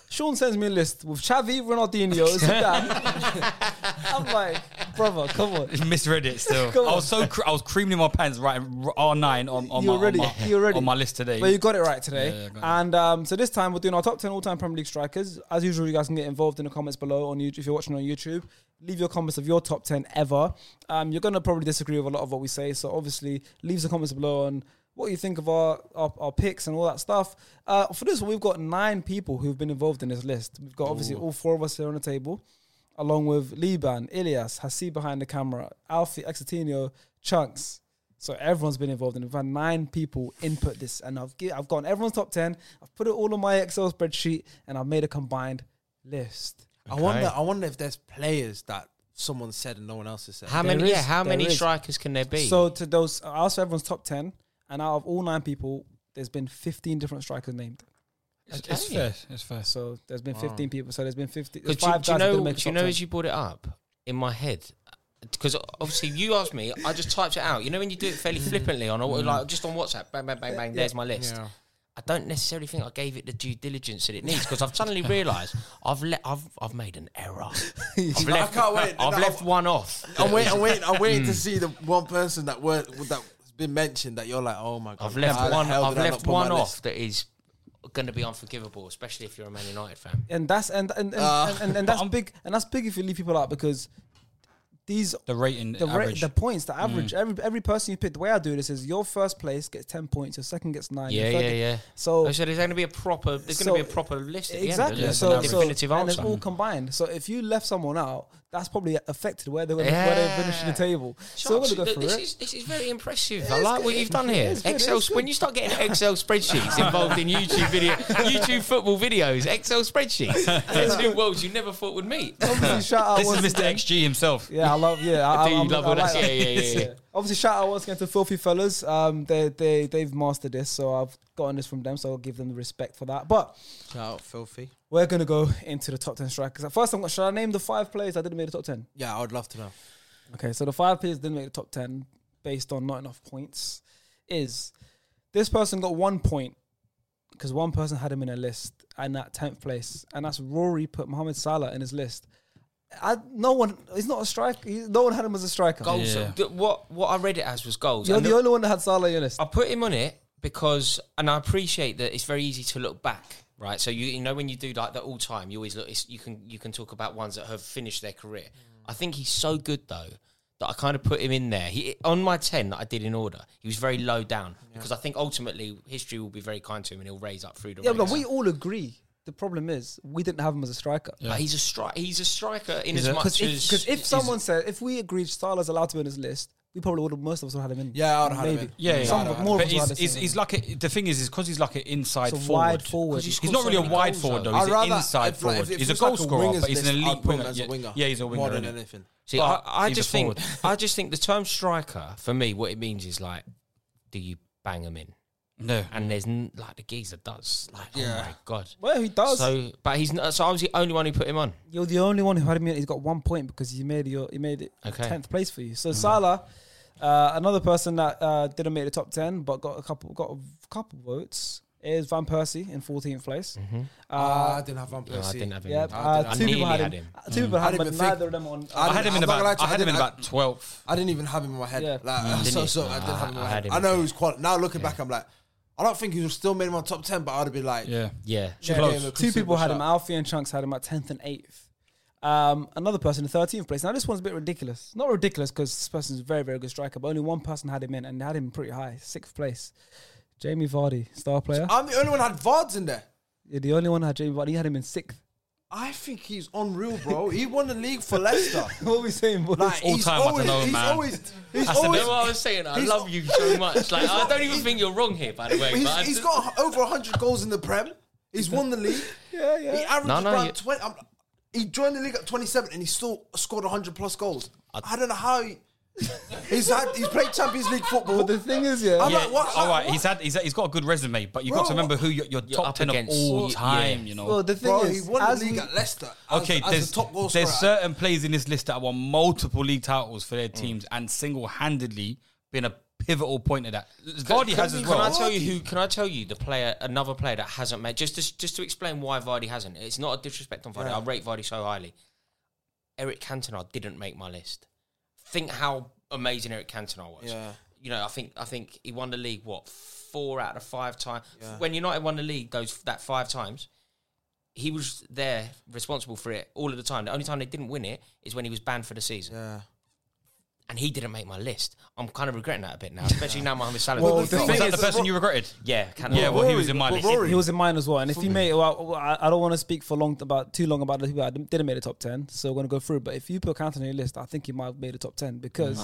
Sean sends me a list with Xavi, Ronaldinho, Zidane. [LAUGHS] I'm like, brother, come on.
[LAUGHS] misread it
[LAUGHS]
still.
Come
I was so cr- I was creaming in my pants right R nine on on
You
my,
already-
on, my
you already-
on my list today.
But you got it right today.
Yeah, yeah, I got
and um, so this time we're doing our top 10 all time Premier League strikers. As usual, you guys can get involved in the comments below on YouTube. If you're watching on YouTube, leave your comments of your top 10 ever. Um, you're going to probably disagree with a lot of what we say. So obviously, leave the comments below on what you think of our, our, our picks and all that stuff. Uh, for this one, we've got nine people who've been involved in this list. We've got obviously all four of us here on the table along with Liban, Ilias, Hasib behind the camera, Alfie, Exitino, Chunks. So everyone's been involved, and we've had nine people input this, and I've gi- I've gone everyone's top ten. I've put it all on my Excel spreadsheet, and I've made a combined list.
I wonder. I wonder if there's players that someone said and no one else has said.
How
There
many? yeah,
is-
how
there
many
is.
strikers can there be?
So to those, I asked for everyone's top ten, and out of all nine people, there's been fifteen different strikers named.
it's, it's
Okay.
fair. It's fair.
So there's been fifteen people. So there's been fifty. There's
Because do,
five
do
guys
you
that didn't
know?
make the
Do
top
you know?
10.
As you brought it up in my head, because obviously you asked me, I just typed it out. You know when you do it fairly flippantly on, a- like just on WhatsApp, bang, bang, bang, bang. There's my list. I don't necessarily think I gave it the due diligence that it needs because I've suddenly realised I've let I've I've made an error. I've
I
left,
can't wait.
I've
No,
left
I'm-
one off.
I'm waiting. I'm waiting. I'm
Mm.
waiting to see the one person that were that's been mentioned that you're like, oh my god.
I've left
how the
one.
hell
I've
did I not
left
put my
one
list?
off that is going to be unforgivable, especially if you're a Man United fan. Ah. [LAUGHS]
and that's and and and, and, and, that's big and that's big if you leave people out because these
The rating
the ra-
average.
the points, the
Mm.
average. Every every person you pick. The way I do this is your first place gets ten points, your second gets nine. your
Yeah,
third
yeah,
get-
yeah.
So
Oh, so there's going to be a proper. There's
So-
going to be a proper list. At
exactly.
The end,
so,
so,
so
definitive
and it's
answer.
all combined. So if you left someone out, that's probably affected where they're gonna, where
Yeah.
they're finishing the table. so we're
Sharks,
gonna go
th-
through
this
it.
is this is very impressive.
It
I
is
like what
good.
you've done
It
here.
is good, it
Excel.
is
When
good.
you start getting Excel spreadsheets involved in
[LAUGHS]
YouTube video, YouTube football videos, Excel spreadsheets, there's new worlds you never thought would meet.
[LAUGHS]
[LAUGHS]
Obviously, shout out
This
once
is Mr.
again-
XG himself.
Yeah, I love. Yeah, I,
I do
I'm-
love
I
all
like
that. Yeah, yeah, yeah, yeah.
[LAUGHS] Obviously, shout out once again to Filthy Fellas. Um, they they they've mastered this, so I've gotten this from them. So I'll give them the respect for that. But
Shout out, filthy.
we're gonna go into the top ten strikers. At first, I'm gonna should I name the five players that didn't make the top ten?
Yeah, I would love to know.
Okay, so the five players that didn't make the top ten based on not enough points is this person got one point because one person had him in a list and that tenth place, and that's Rory put Mohamed Salah in his list. I, no one, he's not a striker. He, no one had him as a striker.
Goals.
Yeah.
th- What what I read it as was goals.
You're
And
the only one that had Salah on your list.
I put him on it because, and I appreciate that it's very easy to look back, right? So you you know when you do like the all time, you always look. It's, you can you can talk about ones that have finished their career.
Mm.
I think he's so good though that I kind of put him in there. He on my ten that I did in order. He was very low down because I think ultimately history will be very kind to him and he'll raise up through the.
Yeah, but
ranks.
we all agree. The problem is we didn't have him as a striker.
But he's a stri- He's a striker in
He's
as
a-
much as
Because if someone said if we agreed Salah's allowed to be on his list, we probably would have most of us would have had him in.
Yeah, I would have had him in.
Yeah, yeah.
Some of- more of
but
us would have
he's,
had
he's,
him
he's
in.
like a, the thing is, is because he's like an inside
It's a
forward.
wide forward.
He's
He's
scored
not really
so
a
many
wide
goals,
forward
though.
though. He's
I'd
an
rather-
inside
if- like,
forward.
if it
he's a
was
goal
like a
scorer,
winger's
but he's an
list, I'd
elite
put him
winger.
as a
yeah,
winger.
yeah, he's a winger.
More than
innit?
anything.
See,
But
I, I
he's a
just think
forward.
I just think the term striker for me, what it means is like, do you bang him in?
No,
and there's n- like the geezer does. Like, oh my god.
Well, he does.
So, but he's not, so I was the only one who put him on.
You're the only one who had him in. He's got one point because he made your he made it
Okay. Mm-hmm.
tenth place for you. So Salah, uh, another person that uh, didn't make the top ten but got a couple got a couple votes is Van Persie in fourteenth place.
Ah, I didn't have one
No, I
place.
didn't have him.
Yeah,
in.
uh,
Mm-hmm.
two
I
people
nearly Mm-hmm.
had him. Two people had
I
him, but
didn't even
neither of them Uh, on.
I had him in
I'm not gonna lie
about.
to you,
I had him in
didn't-
about twelfth.
I didn't even have him in my head.
Yeah.
Like,
Mm.
uh,
didn't
so,
you?
so I
Nah,
Ah,
didn't have him in
I
my
had
head.
him
I
in
know
there.
he's qual. Now looking back, I'm like, I don't think he was still made my top ten, but I'd have been like,
Yeah,
Yeah.
should have
Close.
gave him a
Two people
considerable
had him.
shout.
Alfie and Chunks had him at tenth and eighth. Um, another person in thirteenth place. Now this one's a bit ridiculous. Not ridiculous because this person's a very very good striker, but only one person had him in and they had him pretty high, sixth place. Jamie Vardy, star player.
I'm the only one had Vards in there.
You're the only one who had Jamie Vardy. He had him in sixth.
I think he's unreal, bro. He won the league for
[LAUGHS]
Leicester.
[LAUGHS] what are we saying? boys?
Like
All
he's
time, I don't
always,
know,
he's
man.
always, he's
[LAUGHS] That's a
always,
bit what I was saying. I
he's-
love you so much. Like, I don't even
he's- e
think you're wrong here, by the way. but I
he's, he's
do-
got over 100 goals in the Prem. He's won the
[LAUGHS]
league.
Yeah, yeah.
He averaged
No, no,
around
you-
20. Um, he joined the league at 27 and he still scored 100 plus goals. I, don't know how he, he's had. He's played Champions League football.
But the thing is, yeah,
I'm
yeah.
like, what?
All right,
what?
he's had. He's, he's got a good resume, but you have got to
Bro,
remember who your, your
You're
top
up
ten of
against-
all
yeah.
time. You know.
well, the thing
Bro, he
is,
won
as
the league
we-
at Leicester. as-
Okay,
as,
there's
a top goal scorer.
there's certain players in this list that won multiple league titles for their
Mm.
teams and single handedly been a pivotal point of that. Vardy has as
Can I
well.
tell you who? Can I tell you the player? Another player that hasn't made just to, just to explain why Vardy hasn't. It's not a disrespect on Vardy. I rate Vardy so highly. Eric Cantona didn't make my list. Think how amazing Eric Cantona was.
Yeah.
You know, I think I think he won the league what four out of five times. When United won the league, those that five times. He was there, responsible for it all of the time. The only time they didn't win it is when he was banned for the season,
Yeah.
and he didn't make my list. I'm kind of regretting that
[LAUGHS]
a bit now, especially now Mohamed Salah.
Well,
Well,
the
Was
thing
that the
is-
person you regretted?
yeah, Cantona.
Yeah, well, he was in my
but
list.
Rory-
he was in mine as well. And if you made, well, I, I don't want to speak for long about too long about the people that didn't make the top ten, so we're gonna go through. But if you put Cantona on your list, I think he might have made the top ten because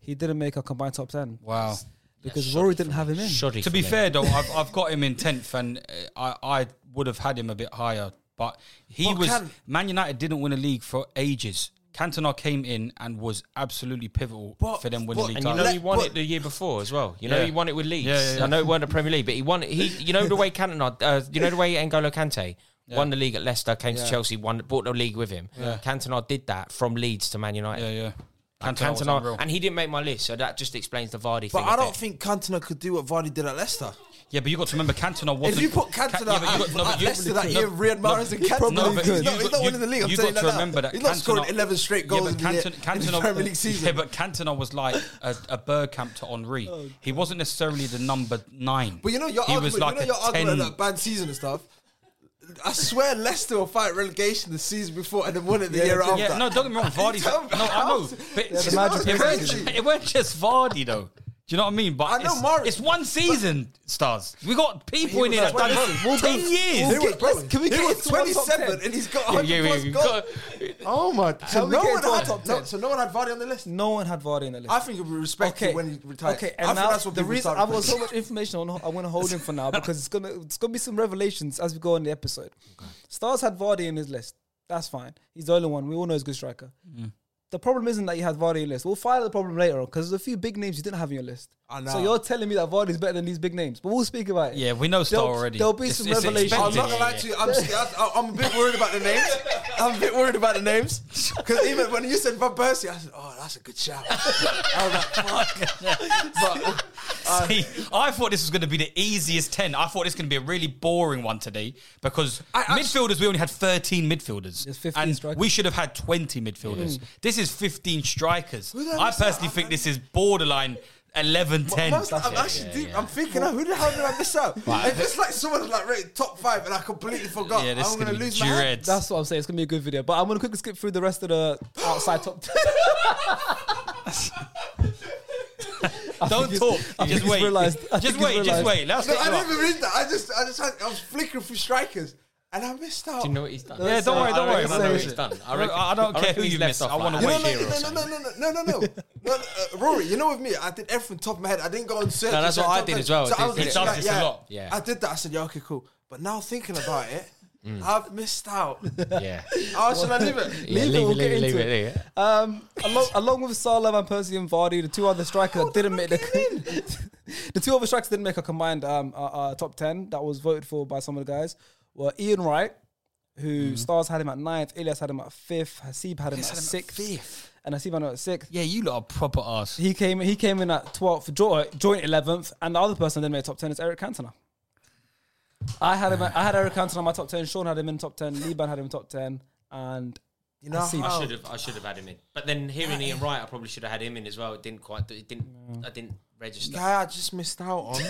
he didn't make a combined top ten.
Wow.
Because Rory didn't have him in.
Shoddy
To
for
be
me.
fair though, I've, I've got him in tenth, and uh, I I would have had him a bit higher, but he
But
was
can-
Man United didn't win a league for ages. Cantona came in and was absolutely pivotal
But-
for them winning
but-
league
And you
titles.
know
Let-
he won
but-
it the year before as well. You know
Yeah.
he won it with Leeds.
Yeah, yeah, yeah.
I know it weren't the Premier League, but he won. it- He, you know the way Cantona, uh, you know the way N'Golo Kante won the league at Leicester, came to Chelsea, won, brought the league with him. Cantona did that from Leeds to Man United.
yeah, yeah.
Like,
Cantona was
Cantona-
unreal.
and he didn't make my list, so that just explains the Vardy
But
thing.
I
a
don't
bit.
think Cantona could do what Vardy did at Leicester.
Yeah, but you got to remember Cantona
If
wasn't.
you put
Ca-
Cantona
yeah, but you
at,
got- no, but
at
you-
Leicester that
no,
year, Riyad Mahrez and Cantona,
no, but
he's
you
not, he's
got-
not
you-
winning the league. I'm
you
telling
got
you
to
that
remember
now.
that
He's not scoring
Cantona-
11 straight
Yeah,
goals
but
in, the,
Cantona,
in the
Cantona-
Premier League season.
Yeah, but Cantona was like a, a Bergkamp to Henri. he wasn't necessarily the number nine.
Oh, But you know your
he
argument,
was like
you know
a
your argument
10.
about bad season and stuff. I swear Leicester will fight relegation the season before and then won it the year after.
Yeah, no, don't get me
[LAUGHS]
wrong. Vardy's
Tell me
no, I know, but
the
it,
magic
weren't,
pictures.
ju- it weren't just Vardy though. Do you know what I mean? But
I know
it's,
Mahrez,
it's one season, stars. We got people in
was
here that's
like
done this ten
He
years.
was, bro,
Let's- can we
he
get
was
into our top
27
10?
and he's got
Yeah,
100
yeah,
plus
yeah,
goals.
got-
Oh my! So
we
no
get
one
into our
had
top
no,
10?
so no one had Vardy on the list.
No one had Vardy in the list.
I think it was respected when he retired.
Okay,
I
and
think
now
that's what
the
people
reason
started
I've got so
thinking.
much information on. I want to hold him for
[LAUGHS]
now because it's gonna it's gonna be some revelations as we go on the episode. Stars had Vardy in his list. That's fine. He's the only one we all know is a good striker.
Mm.
The problem isn't that you had Vardy in your list. We'll find out the problem later on because there's a few big names you didn't have in your list.
I
So
know.
you're telling me that Vardy's better than these big names, but we'll speak about it.
Yeah, we know Star
There'll-
already.
There'll be
It's-
some
it's
revelations.
expected.
I'm not gonna lie to you. I'm, scared. I'm a bit worried about the names. I'm a bit worried about the names because even when you said Van Persie, I said, "Oh, that's a good shout." I was like, "Fuck." But
[LAUGHS]
uh,
See, I thought this was going to be the easiest 10. I thought this was going to be a really boring one today because midfielders, we only had 13 midfielders.
There's 15
and
strikers.
we should have had 20 midfielders. This is 15 strikers.
the hell
I
is that?
personally
I-
think
I-
this is borderline 11 10.
I'm, I'm actually deep. I'm thinking, oh, who the hell did I miss [LAUGHS] out? If it's like someone's like rated top five and I completely forgot,
yeah, this is
I'm
going
gonna
to be
lose my head.
dread.
That's what I'm saying. It's gonna be a good video, but I'm gonna quickly skip through the rest of the outside top. ten.
Don't
he's- I
talk.
think
Just
he's
wait.
realised- I think
Just
he's
wait. Just
realised.
wait. Let's
No,
get
I
you
didn't
up.
even read that. I just, I just, had, I was flickering through strikers and I missed out.
Do you know what he's done?
Yeah, don't worry,
I
don't worry.
reckon I know what
Say
he's
it.
done.
uh, I
I, reckon,
don't care
reckon
who
he's
you
left
miss,
off
I wanna
like
You
wait
know,
here
Shearer
or
or
no, no,
something.
no, no, no, no, no, no, no. no uh, Rory, you know with me, I did everything top of my head. I didn't go on search.
No, that's
and
what I
top
did
ten.
as well.
So I
He
was
does
literally
this
like,
a
yeah,
lot.
Yeah.
I did that. I said, yeah, okay, cool. But now thinking about
[LAUGHS]
it,
Mm.
I've missed out.
Yeah.
How should I leave it?
Yeah,
it,
leave it,
we'll
leave
get
it, leave
into
it, leave it.
Um, along, along with Salah, Van Persie, and Vardy, the two other strikers that didn't make the [LAUGHS] the two other strikers didn't make a combined um, uh, uh, top ten that was voted for by some of the guys were Ian Wright, who Stars had him at ninth, Ilias had him at fifth, Hasib had him at
Mm-hmm. had him at
sixth,
fifth.
and Hasib had him at sixth.
Yeah, you lot are proper ass.
He came he came in at twelfth, uh, joint eleventh, and the other person that didn't make top ten is Eric Cantona. I had him. at- I had Eric Cantona in my top ten. Sean had him in top ten. Liban had him in top ten, and
You know,
Hasib.
how-
I should have. I should have had him in. But then hearing Ian Wright, I probably should have had him in as well. It didn't quite. It didn't. I didn't register.
guy I just missed out on.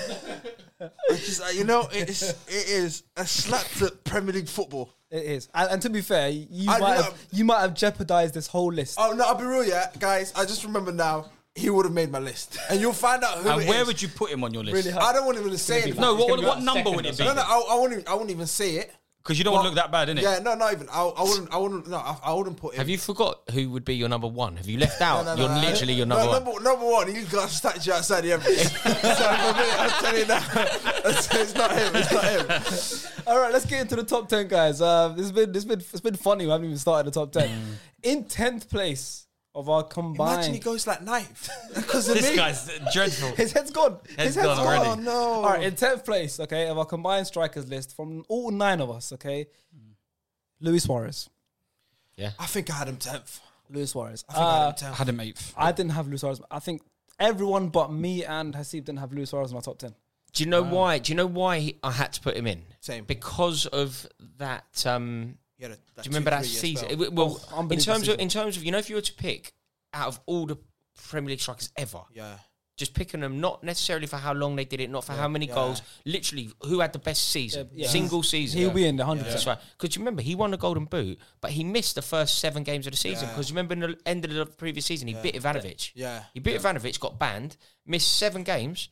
I just, uh, you know, it's it is a slap to Premier League football.
It is, and, and to be fair, you
I
might
know.
have, you might have jeopardized this whole list.
Oh [LAUGHS] no, I'll be real, yeah, guys. I just remember now. He would have made my list, and you'll find out who.
And
it
where
is.
would you put him on your list?
Really hard.
I don't want to even say it.
No,
It's
what,
gonna be
what
like
number
second
would
or
it be?
something.
No, no, I, I won't. Even, I won't even say it.
Because you don't want to look that bad, innit?
Yeah, no, not even. I, I wouldn't. I wouldn't. No, I, I wouldn't put him.
Have you forgot who would be your number one? Have you left out?
[LAUGHS] No, no,
you're
no, no.
literally your
No,
number one.
Number, number one, he's got a statue outside the Emirates. so for me,
[LAUGHS]
I'm telling you now, it's, it's not him. It's not him.
[LAUGHS] All right, let's get into the top ten, guys. Uh, it's been it's been it's been funny. We haven't even started the top ten.
Mm.
In tenth place of our
Imagine
combined,
he goes like ninth [LAUGHS] because of
This
me.
guy's dreadful.
his head's gone. his
Head's
head's
gone
gone.
already.
Oh no!
All right, in tenth place, okay, of our combined strikers list from all nine of us, okay. Luis Suarez,
I think I had him tenth.
Luis Suarez.
I think I
Uh,
had him tenth.
had him eighth.
I didn't have Luis Suarez. I think everyone but me and Hasib didn't have Luis Suarez in my top ten.
Do you know why? Do you know why he, I had to put him in?
Same.
Because of that. Um,
He had a-
do you remember
two,
that
three-year
season?
spell.
It- well,
Oh, unbelievable
in terms
season.
of in terms of you know, if you were to pick out of all the Premier League strikers ever,
Yeah.
just picking them not necessarily for how long they did it, not for how many goals. Literally, who had the best season,
Yeah, yeah.
single season.
He'll be in the hundred
That's
percent.
right. Because remember, he won the Golden Boot, but he missed the first seven games of the season.
Yeah.
Because remember, in the end of the previous season, he bit Ivanovic.
Yeah.
He bit Ivanovic, got banned, missed seven games,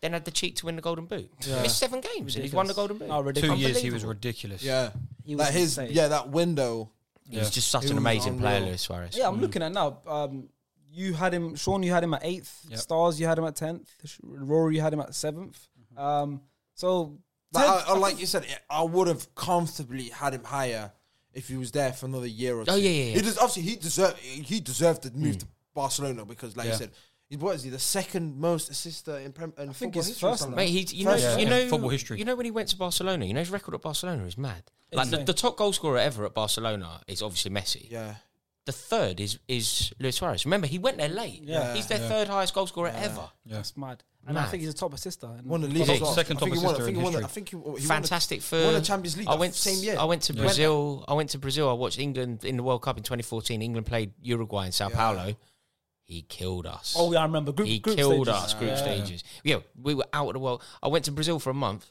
then had the cheek to win the Golden Boot. Missed seven games and he's won the Golden Boot.
Oh,
Two
ridiculous.
years, he
Unbelievable.
was ridiculous.
Yeah.
He was
Like his
insane.
yeah that window.
He's just such an
was
amazing player,
unreal.
Luis Suarez.
Yeah, I'm looking at now. Um, you had him, Sean. You had him at eighth. Stars. You had him at tenth. Rory. You had him at seventh. Um, so
Like,
tenth-
I, I- like you said, I would have comfortably had him higher if he was there for another year or two.
Oh, yeah, yeah, Mm. yeah.
He des- obviously he deserved he deserved to move to Barcelona because, like
Yeah.
you said, he what is he the second most assister in Prem? In I
think
football
he's
history or
first
something?
Mate, he's, you know,
Yeah,
you
yeah.
know,
Football history.
You know when he went to Barcelona. You know his record at Barcelona is mad. Like the,
Insane.
the top goal scorer ever at Barcelona is obviously Messi.
yeah,
The third is is Luis Suarez. Remember, he went there late.
Yeah.
he's their third highest goal scorer ever.
that's mad. And I
Mad.
think he's a top assister. And
won the league.
Top-
as well.
second
I think
top
he won. I
assister
think
in
he won. the- I
history.
think he, he won the-
Fantastic
he
third.
Won the Champions League.
I
that
went
same year.
I went to Brazil. I went to Brazil. I watched England in the World Cup in 2014. England played Uruguay in Sao Paulo. He killed us.
Oh yeah, I remember. Group,
he
group
killed
stages.
us. Group
Yeah.
stages. Yeah, we were out of the world. I went to Brazil for a month.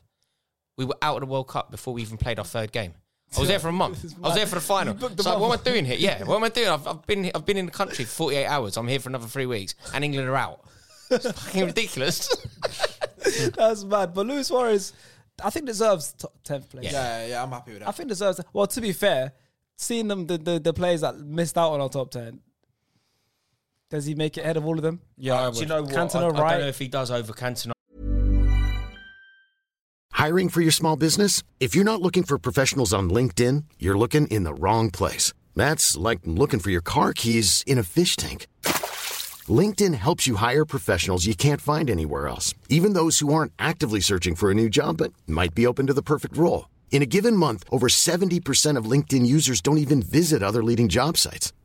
We were out of the World Cup before we even played our third game. I was there for a month. I was
mad.
there for the final.
booked the
So what am
month.
I doing here? Yeah, what am I doing? I've, I've been I've been in the country for 48 hours. I'm here for another three weeks, and England are out. It's fucking ridiculous.
[LAUGHS] That's mad. But Luis Suarez, I think deserves top tenth place.
Yeah, yeah, I'm happy with that.
I think deserves. Well, to be fair, seeing them the, the the players that missed out on our top ten, does he make it ahead of all of them?
Yeah, I would.
what?
Cantona, right?
if he does over Cantona.
Hiring for your small business? If you're not looking for professionals on LinkedIn, you're looking in the wrong place. That's like looking for your car keys in a fish tank. LinkedIn helps you hire professionals you can't find anywhere else, even those who aren't actively searching for a new job but might be open to the perfect role. In a given month, over 70% of LinkedIn users don't even visit other leading job sites.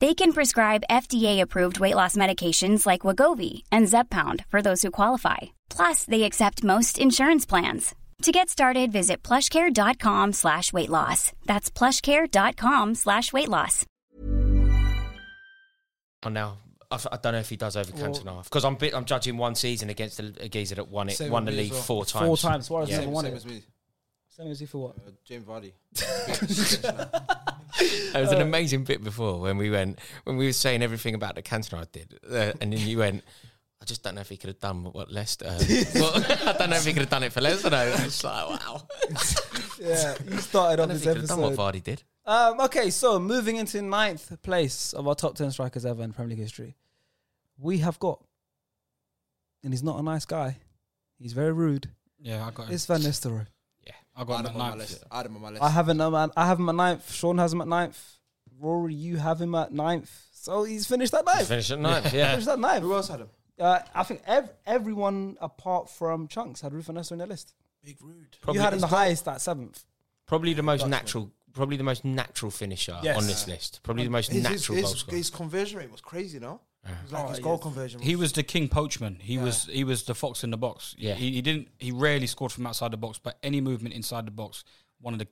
They can prescribe FDA-approved weight loss medications like Wagovi and Zepbound for those who qualify. Plus, they accept most insurance plans. To get started, visit plushcare.com slash weight loss. That's plushcare.com slash weight loss.
Oh, now I, I don't know if he does over Cantona because I'm bit, I'm judging one season against a, a geezer that won it,
Same
won the
with me
league
as well.
four times.
Four times. Suarez
Yeah.
never
Same,
won
same
it.
as me.
Same as you for what?
Uh, James Vardy.
[LAUGHS] [LAUGHS] It was an
Uh,
amazing bit before when we went when we were saying everything about the Cantona I did, uh, and then you went. I just don't know if he could have done what Leicester. um,
[LAUGHS]
what- [LAUGHS] I don't know if he could have done it for Leicester. Though. It's
[LAUGHS]
like wow. [LAUGHS]
Yeah, you started
I
off
don't know if
this
he could have done what
episode.
Vardy did.
Um, okay, so moving into ninth place of our top ten strikers ever in Premier League history, we have got, and he's not a nice guy. He's very rude.
yeah, I got. Him.
It's Van Nistelrooy.
I
I
got
had him
him at
on my
ninth.
list. I had him on my list.
I have him. um, I have him at ninth. Sean has him at ninth. Rory, you have him at ninth. So he's finished at ninth.
Finish
[LAUGHS]
at ninth. Yeah.
Finished at ninth.
Who else had him?
Uh, I think ev- everyone apart from Chunks had Ruth Van Nistelrooy on their list.
Big rude.
Probably,
you had him the highest at seventh.
probably the most natural. Probably the most natural finisher
Yes.
on this list. Probably the most
His, his,
natural goal
his,
scorer.
his conversion rate was crazy, no? It was like
Oh,
his goal
yeah.
conversion.
He was the king poachman. He was he was the fox in the box.
Yeah.
He, he didn't. He rarely scored from outside the box, but any movement inside the box, one of the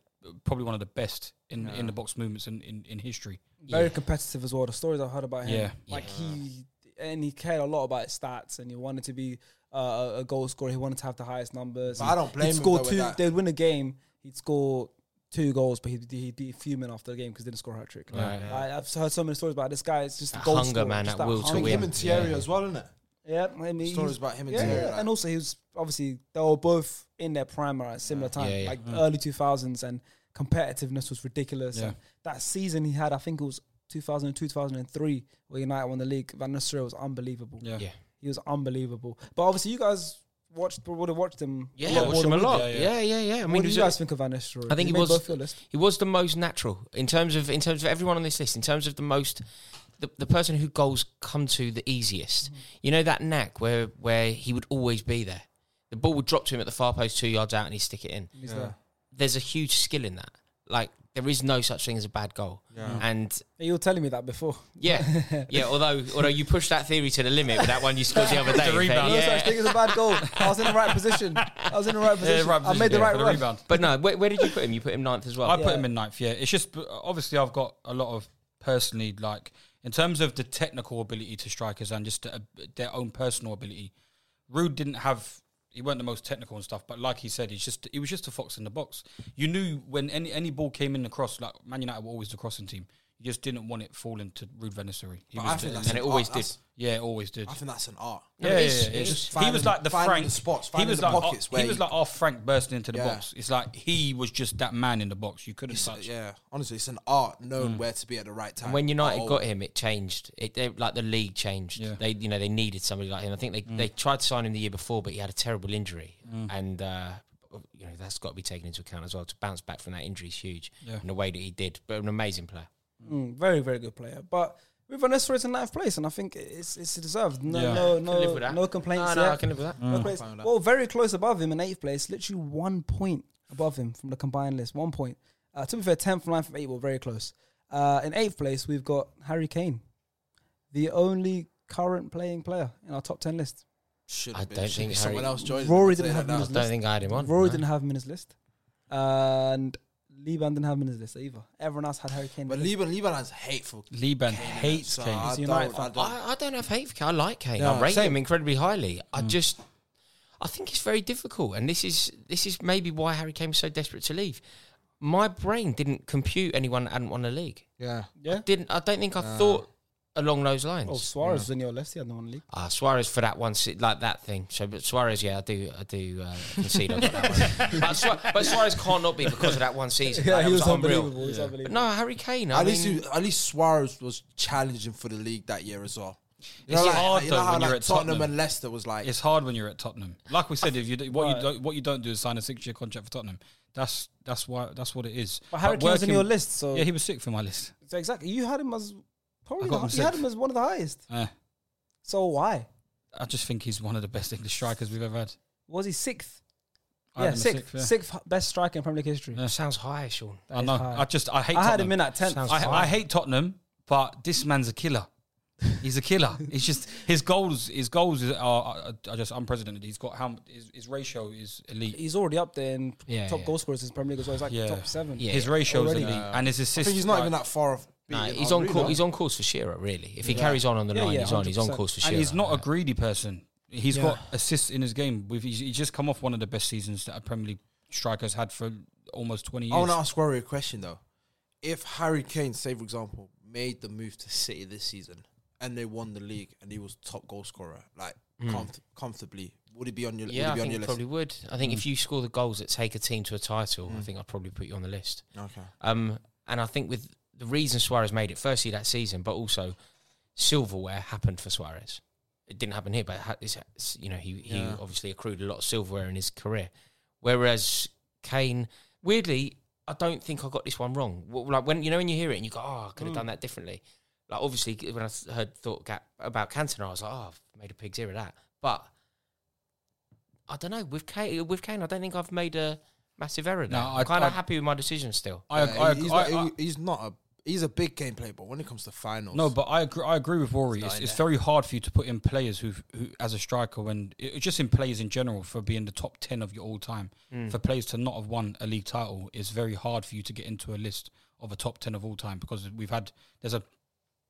probably one of the best in, in the box movements in, in, in history.
Very competitive as well. The stories I heard about him,
Yeah.
like he and he cared a lot about his stats, and he wanted to be uh, a goal scorer. He wanted to have the highest numbers.
But I don't blame
he'd
him,
score
though, with
two.
that.
They'd win a game. He'd score two goals, but he'd, he'd be fuming after the game because he didn't score a hat trick. I, I've heard so many stories about this guy. It's just
That
a goal
hunger,
scorer,
man,
just
that will to
I think
hunger.
win.
him and Thierry as well, isn't it?
Yeah, I mean,
Stories
he's-
about him and
yeah,
Thierry.
yeah.
like-
and also he was obviously they were both in their prime at a similar time,
yeah.
like early two thousands, and competitiveness was ridiculous.
Yeah.
And that season he had, I think it was two thousand and two, two thousand and three, where United won the league. Van Nistelrooy was unbelievable.
Yeah.
Yeah.
He was unbelievable. But obviously, you guys watched would have watched him.
Yeah,
lot
I
more
watched him
than
a
we
lot.
did.
Yeah, yeah, yeah. I mean,
what do
was
you
a-
guys think of Van Nistelrooy?
I think
You
he
made
was
both your list.
he was the most natural in terms of in terms of everyone on this list. In terms of the most, the, the person who goals come to the easiest. You know that knack where where he would always be there. The ball would drop to him at the far post, two yards out, and he'd stick it in.
He's there.
There's a huge skill in that. Like there is no such thing as a bad goal. And
You were telling me that before.
yeah, yeah. Although although you pushed that theory to the limit with that one you scored the other
[LAUGHS]
day.
rebound.
No
Yeah.
such thing as a bad goal. I was in the right position. I was in the right position. I made the
yeah,
right
for the
run.
rebound.
But no, where, where did you put him? You put him ninth as well.
I put
Yeah.
him in ninth. Yeah, it's just but obviously I've got a lot of personally like in terms of the technical ability to strikers and just uh, their own personal ability. Rude didn't have. He weren't the most technical and stuff, but like he said, he's just he was just a fox in the box. You knew when any any ball came in the cross, like Man United were always the crossing team. You just didn't want it falling to Rude Venisari. He
But
was
I think
the-
that's
and it
an
always
art.
did.
That's-
yeah, always did.
I think that's an art.
Yeah,
but
yeah,
it's-
yeah,
it's
yeah.
just
he
finding-
was like the
finding
Frank.
the spots,
he
finding
was
the
like our-
pockets where
he was
you-
like our Frank bursting into the
Yeah.
box. It's like he was just that man in the box. You couldn't
It's- uh,
touch.
yeah, honestly, it's an art knowing where to be at the right time.
Mm. And when United
Oh,
got him, it changed. It they, like the league changed.
Yeah.
They you know they needed somebody like him. I think they, they tried to sign him the year before, but he had a terrible injury, and uh, you know that's got to be taken into account as well. To bounce back from that injury is huge.
Yeah.
In the way that he did, but an amazing player.
Mm, very, very good player. But with Van Nistelrooy in ninth place, and I think it's it's deserved. No,
Yeah.
no,
Can live
no,
with that.
no complaints.
No, no,
yet.
I can live with that.
No complaints.
Fine with that.
Well, very close above him in eighth place, literally one point above him from the combined list. One point. Uh, to be fair, tenth, ninth, and eighth were very close. Uh, in eighth place, we've got Harry Kane, the only current playing player in our top 10 list.
Should
I
have been.
don't
Should
think
be
Harry-
someone else joined.
Rory
I'd say
didn't
that
have
now.
him as
I don't think I had him on.
Rory
no.
didn't have him in his list. And Liban didn't have him in his list either. Everyone else had Harry Kane. in
But
their list.
Liban, Liban's hateful.
Liban
Kane, innit?
hates
So
Kane.
I
He's a
don't-
United
I
fan.
don't-
I, I don't have hate for Kane. I like Kane.
No,
I rate
same.
him incredibly highly. I just, I think it's very difficult, and this is this is maybe why Harry Kane was so desperate to leave. My brain didn't compute anyone that hadn't won the league.
Yeah.
Yeah.
Didn't I? Don't think I thought along those lines.
Oh, Suarez was in your list. He had no one league.
Ah, Suarez for that one, si- like that thing. So, but Suarez, yeah, I do, I do uh, concede on that [LAUGHS] one. But, Su- but Suarez can't not be because of that one
[LAUGHS]
season.
Yeah,
Like,
he
it
was,
unreal.
unbelievable. He was
But
unbelievable.
no, Harry Kane. I
At
mean,
least, he, at least Suarez was challenging for the league that year as well. You
It's
know, like,
hard
you
though
know how
when you're
like
at
Tottenham,
Tottenham.
and Leicester was like.
It's hard when you're at Tottenham. Like we said, if you do, what
Right.
you don't, what you don't do is sign a six year contract for Tottenham. That's that's why that's what it is.
But Harry Kane was in
working-
your list, so,
Yeah, he was sick for my list.
so exactly. You had him as probably
I got
the,
him
you had
sixth.
him as one of the highest.
Uh,
So why
I just think he's one of the best English strikers we've ever had.
was he sixth?
I
yeah,
had him
sixth,
sixth, yeah.
sixth best striker in Premier League history.
Yeah.
sounds high, Sean.
I
is
know.
high.
I just I hate.
I had
Tottenham.
him in at tenth.
Sounds
I, I
fine.
hate Tottenham, but this man's a killer. He's a killer. It's just his goals. His goals is- are, are just unprecedented. He's got how m- his, his ratio is elite.
He's already up there in
Yeah,
top
yeah.
goal scorers in Premier League as well. He's like
Yeah.
top seven.
Yeah.
his ratio is
Already.
elite, and his
I
assists.
think he's not
like-
even that far off.
Nah,
beating
he's on.
Henry,
Course,
no?
he's on course for Shearer. Really, if he carries on on the
Yeah,
line,
yeah,
he's on. He's on
100%.
course for Shearer.
And he's not a greedy person. He's
Yeah.
got assists in his game. With he's, he's just come off one of the best seasons that a Premier League striker's had for almost twenty
I
years.
want to ask Rory a question though. If Harry Kane, say for example, made the move to City this season and they won the league and he was top goal scorer, like comf- comfortably, would he be on your?
Hmm. Yeah, I
would he be on your
think it
list?
probably would. I think
Mm.
if you score the goals that take a team to a title, I think I'd probably put you on the list.
Okay.
Um, and I think with the reason Suarez made it, firstly that season, but also silverware happened for Suarez. It didn't happen here, but it ha- it's- it's- you know he he
Yeah.
obviously accrued a lot of silverware in his career. Whereas Kane, weirdly, I don't think I got this one wrong. Well, Like when you know when you hear it and you go, oh, I could
Mm.
have done that differently. Like obviously when I s- heard thought gap about Cantona, I was like, oh, I've made a pig's ear of that. But I don't know with Kane. With Kane, I don't think I've made a massive error.
No,
there.
I-
I'm kind
I-
of happy with my decision still.
I,
Yeah,
I,
he's,
I,
not,
I-
he- he's not a. He's a big game player, but when it comes to finals,
No, but I agree. I agree with Rory. It's,
in
it's
there.
very hard for you to put in players who, who as a striker, when it, just in players in general for being the top ten of your all time. For players to not have won a league title, it's very hard for you to get into a list of a top ten of all time because we've had there's a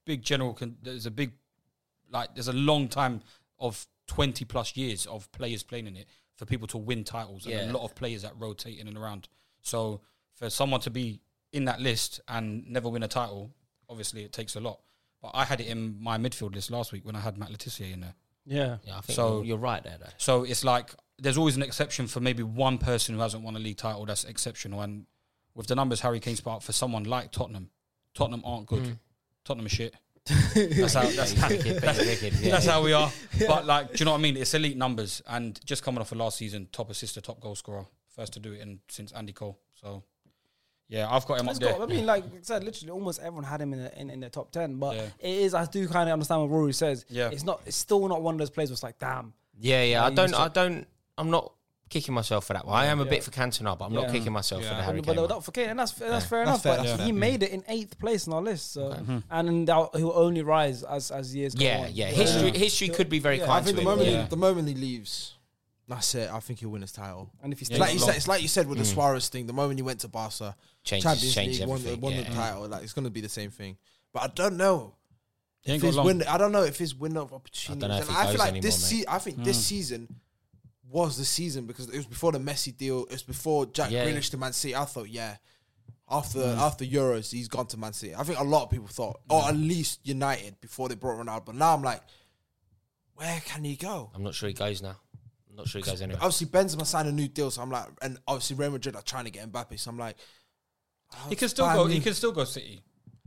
big general con- there's a big like there's a long time of twenty plus years of players playing in it for people to win titles and
Yeah.
a lot of players that rotate in and around. So for someone to be in that list and never win a title, obviously it takes a lot. But I had it in my midfield list last week when I had Matt Letizia in there.
yeah.
Yeah, I think
So-
you're, you're right there, though.
So it's like there's always an exception for maybe one person who hasn't won a league title that's exceptional. And with the numbers Harry Kane's put up for someone like Tottenham, Tottenham aren't good. Tottenham are shit. that's how [LAUGHS] that's,
He's wicked, but he's wicked, yeah.
that's how
[LAUGHS]
we are. But like, do you know what I mean? It's elite numbers, and just coming off of last season, top assister, top goal scorer, first to do it in since Andy Cole. So yeah, I've got him
Let's
up there.
go. I mean, like I said, literally almost everyone had him in the, in, in the top ten. But
Yeah.
it is, I do kind of understand what Rory says.
Yeah.
it's not, it's still not one of those plays where it's like, damn,
Yeah, yeah. I
you
don't.
still-
I don't. I'm not kicking myself for that one. I am a bit for Cantona, but I'm not
Yeah.
kicking myself for the Harry
but
Kane.
they were
one.
not for Kane, and that's that's fair enough.
fair,
but
that's
he
fair.
made it in eighth place in our list, so and they'll- he'll only rise as as years go
Hmm. Yeah,
on.
yeah. History, history could be very
I
kind
think
to
the
him.
moment
yeah.
he, the moment he leaves, that's it. I think he'll win his title.
And if he stays,
Yeah,
It's like you
long-
said, it's like you said with
Hmm.
the Suarez thing. The moment he went to Barca,
Changes-
Champions
changes
League, won, the-
everything,
won
yeah.
the title. Like it's gonna be the same thing. But I don't know.
He ain't
If
got
his
long.
win, I don't know if his window of opportunity.
I don't know
and
if he
I
goes
feel like this.
anymore,
Se- I think this season was the season because it was before the Messi deal. It was before Jack
Yeah, yeah.
Grealish to Man City. I thought, yeah, after
Hmm.
after Euros, he's gone to Man City. I think a lot of people thought, or at least United before they brought Ronaldo. But now I'm like, where can he go?
I'm not sure he goes now. I'm not sure he goes anywhere.
Obviously, Benzema signed a new deal, so I'm like, and obviously Real Madrid are trying to get Mbappe, so I'm like, oh,
He can still
Bayern
go. He
Munich-
can still go City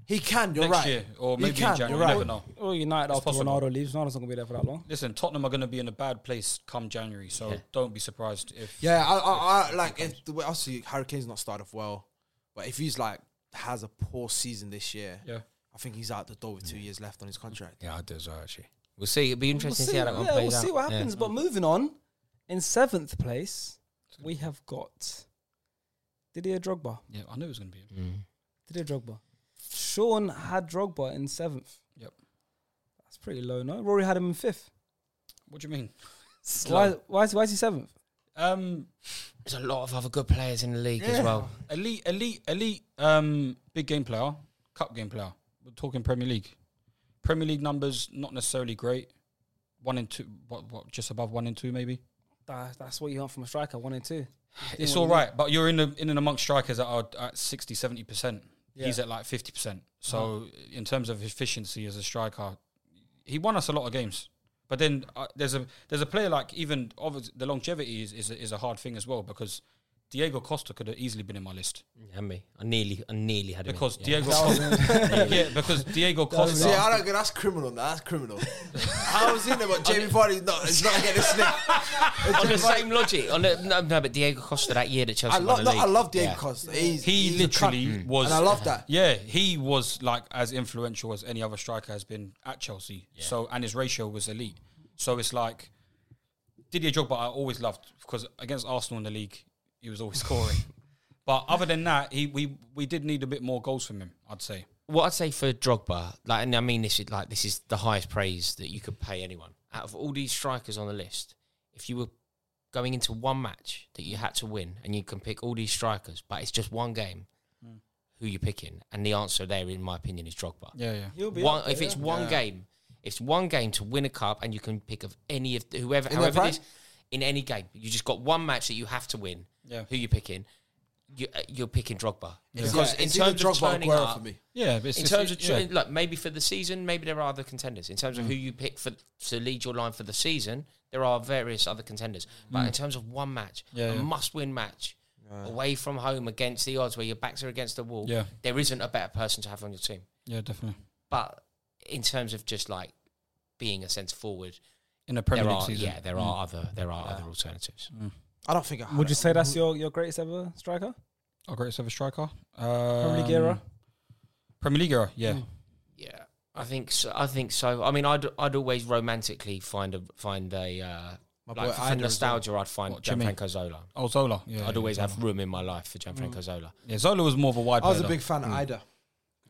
He can. You're
next
right.
year or
He
maybe
can,
in January.
you're
You never
right.
know.
or United after
possible.
Ronaldo leaves, Ronaldo's not gonna be there for that long.
Listen, Tottenham are going to be in a bad place come January, so don't be surprised if
Yeah, I, I, I like if the way obviously Hurricane's not started off well, but if he's like has a poor season this year,
Yeah.
I think he's out the door with two years left on his contract.
yeah, I do as well. Actually, we'll see. It'll be
We'll
interesting
see,
to see how that one
yeah,
plays
we'll
out.
see what
Yeah.
happens. But moving on, in seventh place, we have got Didier Drogba.
Mm.
Yeah, I knew it was going to be him.
Didier Drogba. Sean had Drogba in seventh.
Yep.
That's pretty low, no? Rory had him in fifth.
What do you mean?
Why, why, is, why is he seventh?
Um,
There's a lot of other good players in the league as well.
elite, elite, elite. Um, big game player, cup game player. We're talking Premier League. Premier League numbers not necessarily great. One in two, what, what, just above one in two, maybe.
That, that's what you want from a striker, one and two.
It's all right, but you're in the, in and amongst strikers that are at 60, 70 percent. He's
Yeah.
at like fifty percent. So in terms of efficiency as a striker, he won us a lot of games. But then uh, there's a there's a player like even obvious, the longevity is is a, is a hard thing as well because Diego Costa could have easily been in my list
And me, I nearly, I nearly had him. in,
because
[LAUGHS]
yeah.
Diego Costa, yeah because Diego Costa
See, I don't, that's criminal. Now. That's criminal. I was in there, but Jamie Vardy's not. It's not getting a [LAUGHS] sniff.
on the same logic. On the, no, no, but Diego Costa that year that Chelsea
I love.
won
No,
the league.
I love Diego
Yeah.
Costa. He's,
he
he's a
literally
cunt.
was
and I love that.
Yeah, he was like as influential as any other striker has been at Chelsea. So and his ratio was elite. So it's like Didier Drogba I always loved because against Arsenal in the league he was always
[LAUGHS]
scoring. but other than that, he we we did need a bit more goals from him, I'd say.
What I'd say for Drogba, like, and I mean this is like this is the highest praise that you could pay anyone. Out of all these strikers on the list, if you were going into one match that you had to win, and you can pick all these strikers, but it's just one game,
Hmm.
who you picking? And the answer there, in my opinion, is Drogba.
Yeah, yeah.
He'll be
one,
up there,
if it's
yeah.
one game, it's one game to win a cup, and you can pick of any of the, whoever,
In their
however it
prime?
is, in any game. You just got one match that you have to win.
Yeah.
Who you picking? You, uh, you're picking Drogba
Yeah,
because in
it's either
terms of
Drogba or
turning
Aguero
up,
for me.
Yeah, but it's
in
just-
terms of
yeah. Mm.
tr- look, maybe for the season, maybe there are other contenders. In terms of who you pick for to lead your line for the season, there are various other contenders. But in terms of one match,
Mm. Yeah,
a
yeah.
must-win match. Away from home against the odds, where your backs are against the wall,
Yeah.
there isn't a better person to have on your team.
yeah, definitely.
But in terms of just like being a centre forward,
In the Premier
there
League
are
season. Mm.
yeah, there are other there are other alternatives.
I don't think. I had
Would you
it.
say that's your, your greatest ever striker?
Our greatest ever striker.
Premier League
Um,
era?
Premier League era, yeah.
Yeah, I think so. I think so. I mean, I'd I'd always romantically find a find a uh,
My boy
like for
Ida as well.
nostalgia. I'd find
What, Jimmy?
Gianfranco Zola.
Oh Zola. Yeah.
I'd
yeah,
always
Zola.
have room in my life for Gianfranco Zola.
Yeah, Zola was more of a wide
I was a
player,
big
though.
fan of Ida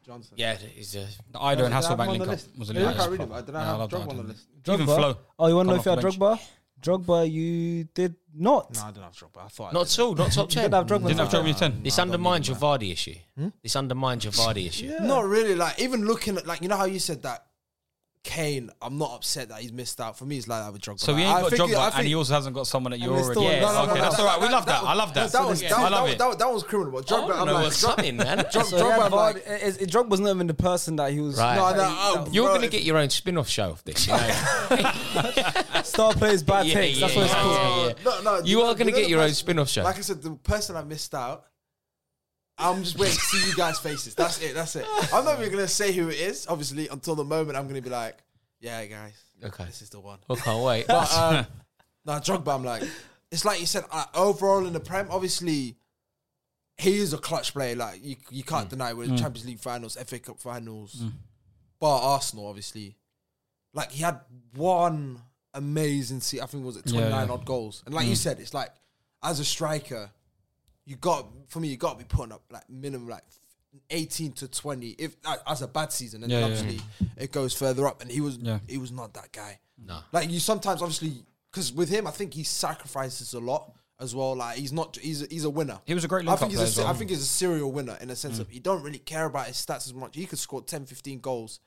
Johnson.
Yeah, he's a
The Ida and
Did I have him
Hasselbank
on
link
the
up
list?
was a
Yeah,
link
I can't read him. I didn't have
loved
Drogba
Ida.
on the list.
Even
Drogba?
Flo.
Oh, you want to know
Come
if you had
off the
Drogba? Drogba, you did not.
No, I didn't have Drogba. I thought. I
not
did.
at all, not [LAUGHS] top
You
ten.
did have Drogba.
Didn't have Drogba in his 10.
This undermines your Vardy issue. This undermines your Vardy issue.
Not really. Like even looking at like you know how you said that Kane. I'm not upset that he's missed out. For me, it's like that with Drogba.
So he
Like,
ain't
I
got
think- I
Drogba, and
think-
he also hasn't got someone that you're
And it's
already.
still-
Yeah,
No, no,
okay,
no,
that's
no,
all right. We love that. I love that.
That was that
I
was-
love it. Oh.
that was- that was criminal. But
I
Drogba,
don't
I'm
know
like
what's
Drogba.
coming, man.
Drogba,
So yeah,
Drogba,
Vardy,
like,
is, is Drogba was not even the person that he was.
Right.
no, no, oh,
You're
bro,
going to
if-
get your own spin-off show of this. You, know? [LAUGHS]
Star plays bad
Yeah,
takes.
yeah,
That's what it's
yeah,
called.
yeah, yeah.
No, no,
You
know-
are going to
know
get
the
your own
person-
spin-off show.
Like I said, the person I missed out. I'm just waiting to see you guys' faces. That's it. That's it. I'm not even gonna say who it is, obviously, until the moment I'm gonna be like, "Yeah, guys,
Okay.
this is the one."
I can't wait.
But um, no, Drogba, I'm like, it's like you said. Uh, overall in the Prem, obviously, he is a clutch player. Like you, you
Mm.
can't deny it. With Champions League finals, FA Cup finals, bar Arsenal, obviously. Like he had one amazing season. I think was it 29
yeah. Mm.
odd goals. And like you said, it's like as a striker, you got for me, you got to be putting up like minimum like. 18 to 20 if uh, as a bad season and
Yeah,
then
yeah,
obviously it goes further up and he was
Yeah.
he was not that guy
No.
like you sometimes, obviously, because with him, I think he sacrifices a lot as well. Like he's not, he's a, he's a winner.
He was a great
I
link-up
think he's a,
player as
se- I
well.
think he's a serial winner in a
Mm.
sense of he don't really care about his stats as much. He could score 10, 15 goals.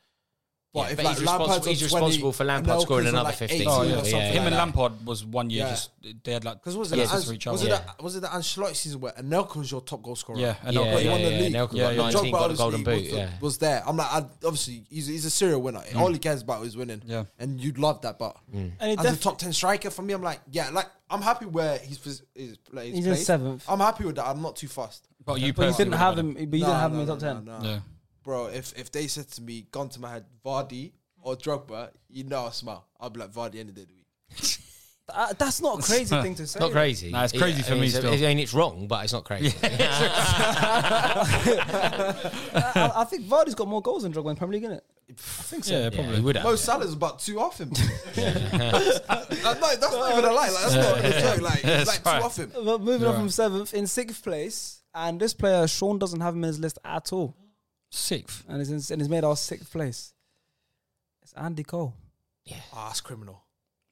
Yeah, but he's responsible-
Lampard's on
he's responsible for Lampard
Anelka's
scoring
on,
another
like,
15.
18
Oh
or
yeah,
something
yeah,
him
like
and
that.
Lampard was one year
Yeah.
just they had like
Because was it
yeah,
Ans-
for each
was
other.
it
Yeah,
that was it the Ancelotti season where Anelka was your top goal scorer?
yeah, and
Yeah,
I've got-
he
yeah,
won the
yeah.
league.
Nelka
Yeah,
got
yeah.
19,
Drogba
got a
obviously
golden boot.
was, the-
Yeah. Mm.
was there. I'm like, I, obviously, he's, he's a serial winner. All he cares about is winning.
Yeah.
and you'd love that, but
And he
as a
def-
top ten striker for me, I'm like, yeah, like I'm happy where he's pos- is like,
He's in
placed.
seventh.
I'm happy with that. I'm not too fast.
But you
But you didn't
personally
have
would've
him. But you didn't have him in top ten.
Yeah.
bro. If if they said to me, gone to my head, Vardy or Drogba, you know I smile. I'll be like Vardy any day of the week.
Uh, that's not a crazy thing to
[LAUGHS]
say.
Not crazy.
Nah, it's crazy for
I mean,
me
it's-
still.
I mean, it's wrong, but it's not crazy.
I, I think Vardy's got more goals than Drogba in Premier League, innit?
I think so. Yeah,
Yeah, he
probably.
would
Mo
have.
Salah's about two off
[LAUGHS]
him. Like, no, that's not even a lie. Like, that's not even a joke.
[LAUGHS]
Like,
Yeah,
it's like
it's
two
right.
off him.
But moving on from seventh, in sixth place, and this player Sean doesn't have him in his list at all.
Sixth.
and it's, in, and it's made our sixth place. It's Andy Cole.
Ah, that's criminal.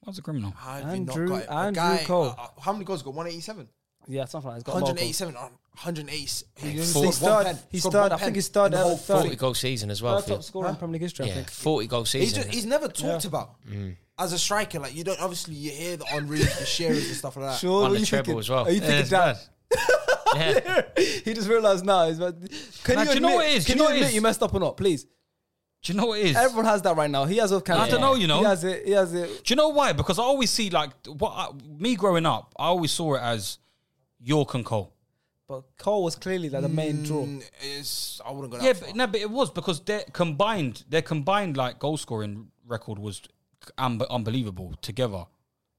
I was a criminal.
How have
Andrew-
you not got it? A
Andrew
guy-
Cole.
uh, uh, how many goals he got? 187?
Yeah, something like that. It's got a lot of goals.
187 on 108.
He started- he started- I think he started at the third-
[LAUGHS] Forty goal season as well.
Third
Phil.
top scorer in Premier League history, I
Yeah,
think.
forty goal
He's,
season.
just,
[LAUGHS]
he's never talked about
Mm.
as a striker. Like you don't obviously you hear the Henri,
[LAUGHS]
the Shearers and stuff like that.
Sure,
On
what
the
you
treble
thinking?
as well.
Are you
Yeah,
thinking
it's
down?
bad.
yeah.
[LAUGHS] he just realised now. He's about, can
Nah,
you
do you know
admit-
what it is? Do
Can
you know
you
what it
admit
is?
you messed up or not, please?
Do you know what it is?
Everyone has that right now. He has a cancer.
I don't know, you know.
He has it. He has it.
Do you know why? Because I always see like what I, me growing up, I always saw it as York and Cole.
But Cole was clearly like the main draw.
Mm, It's, I wouldn't go that
Yeah,
far.
but, no, but it was because their combined their combined like goal scoring record was un- unbelievable together.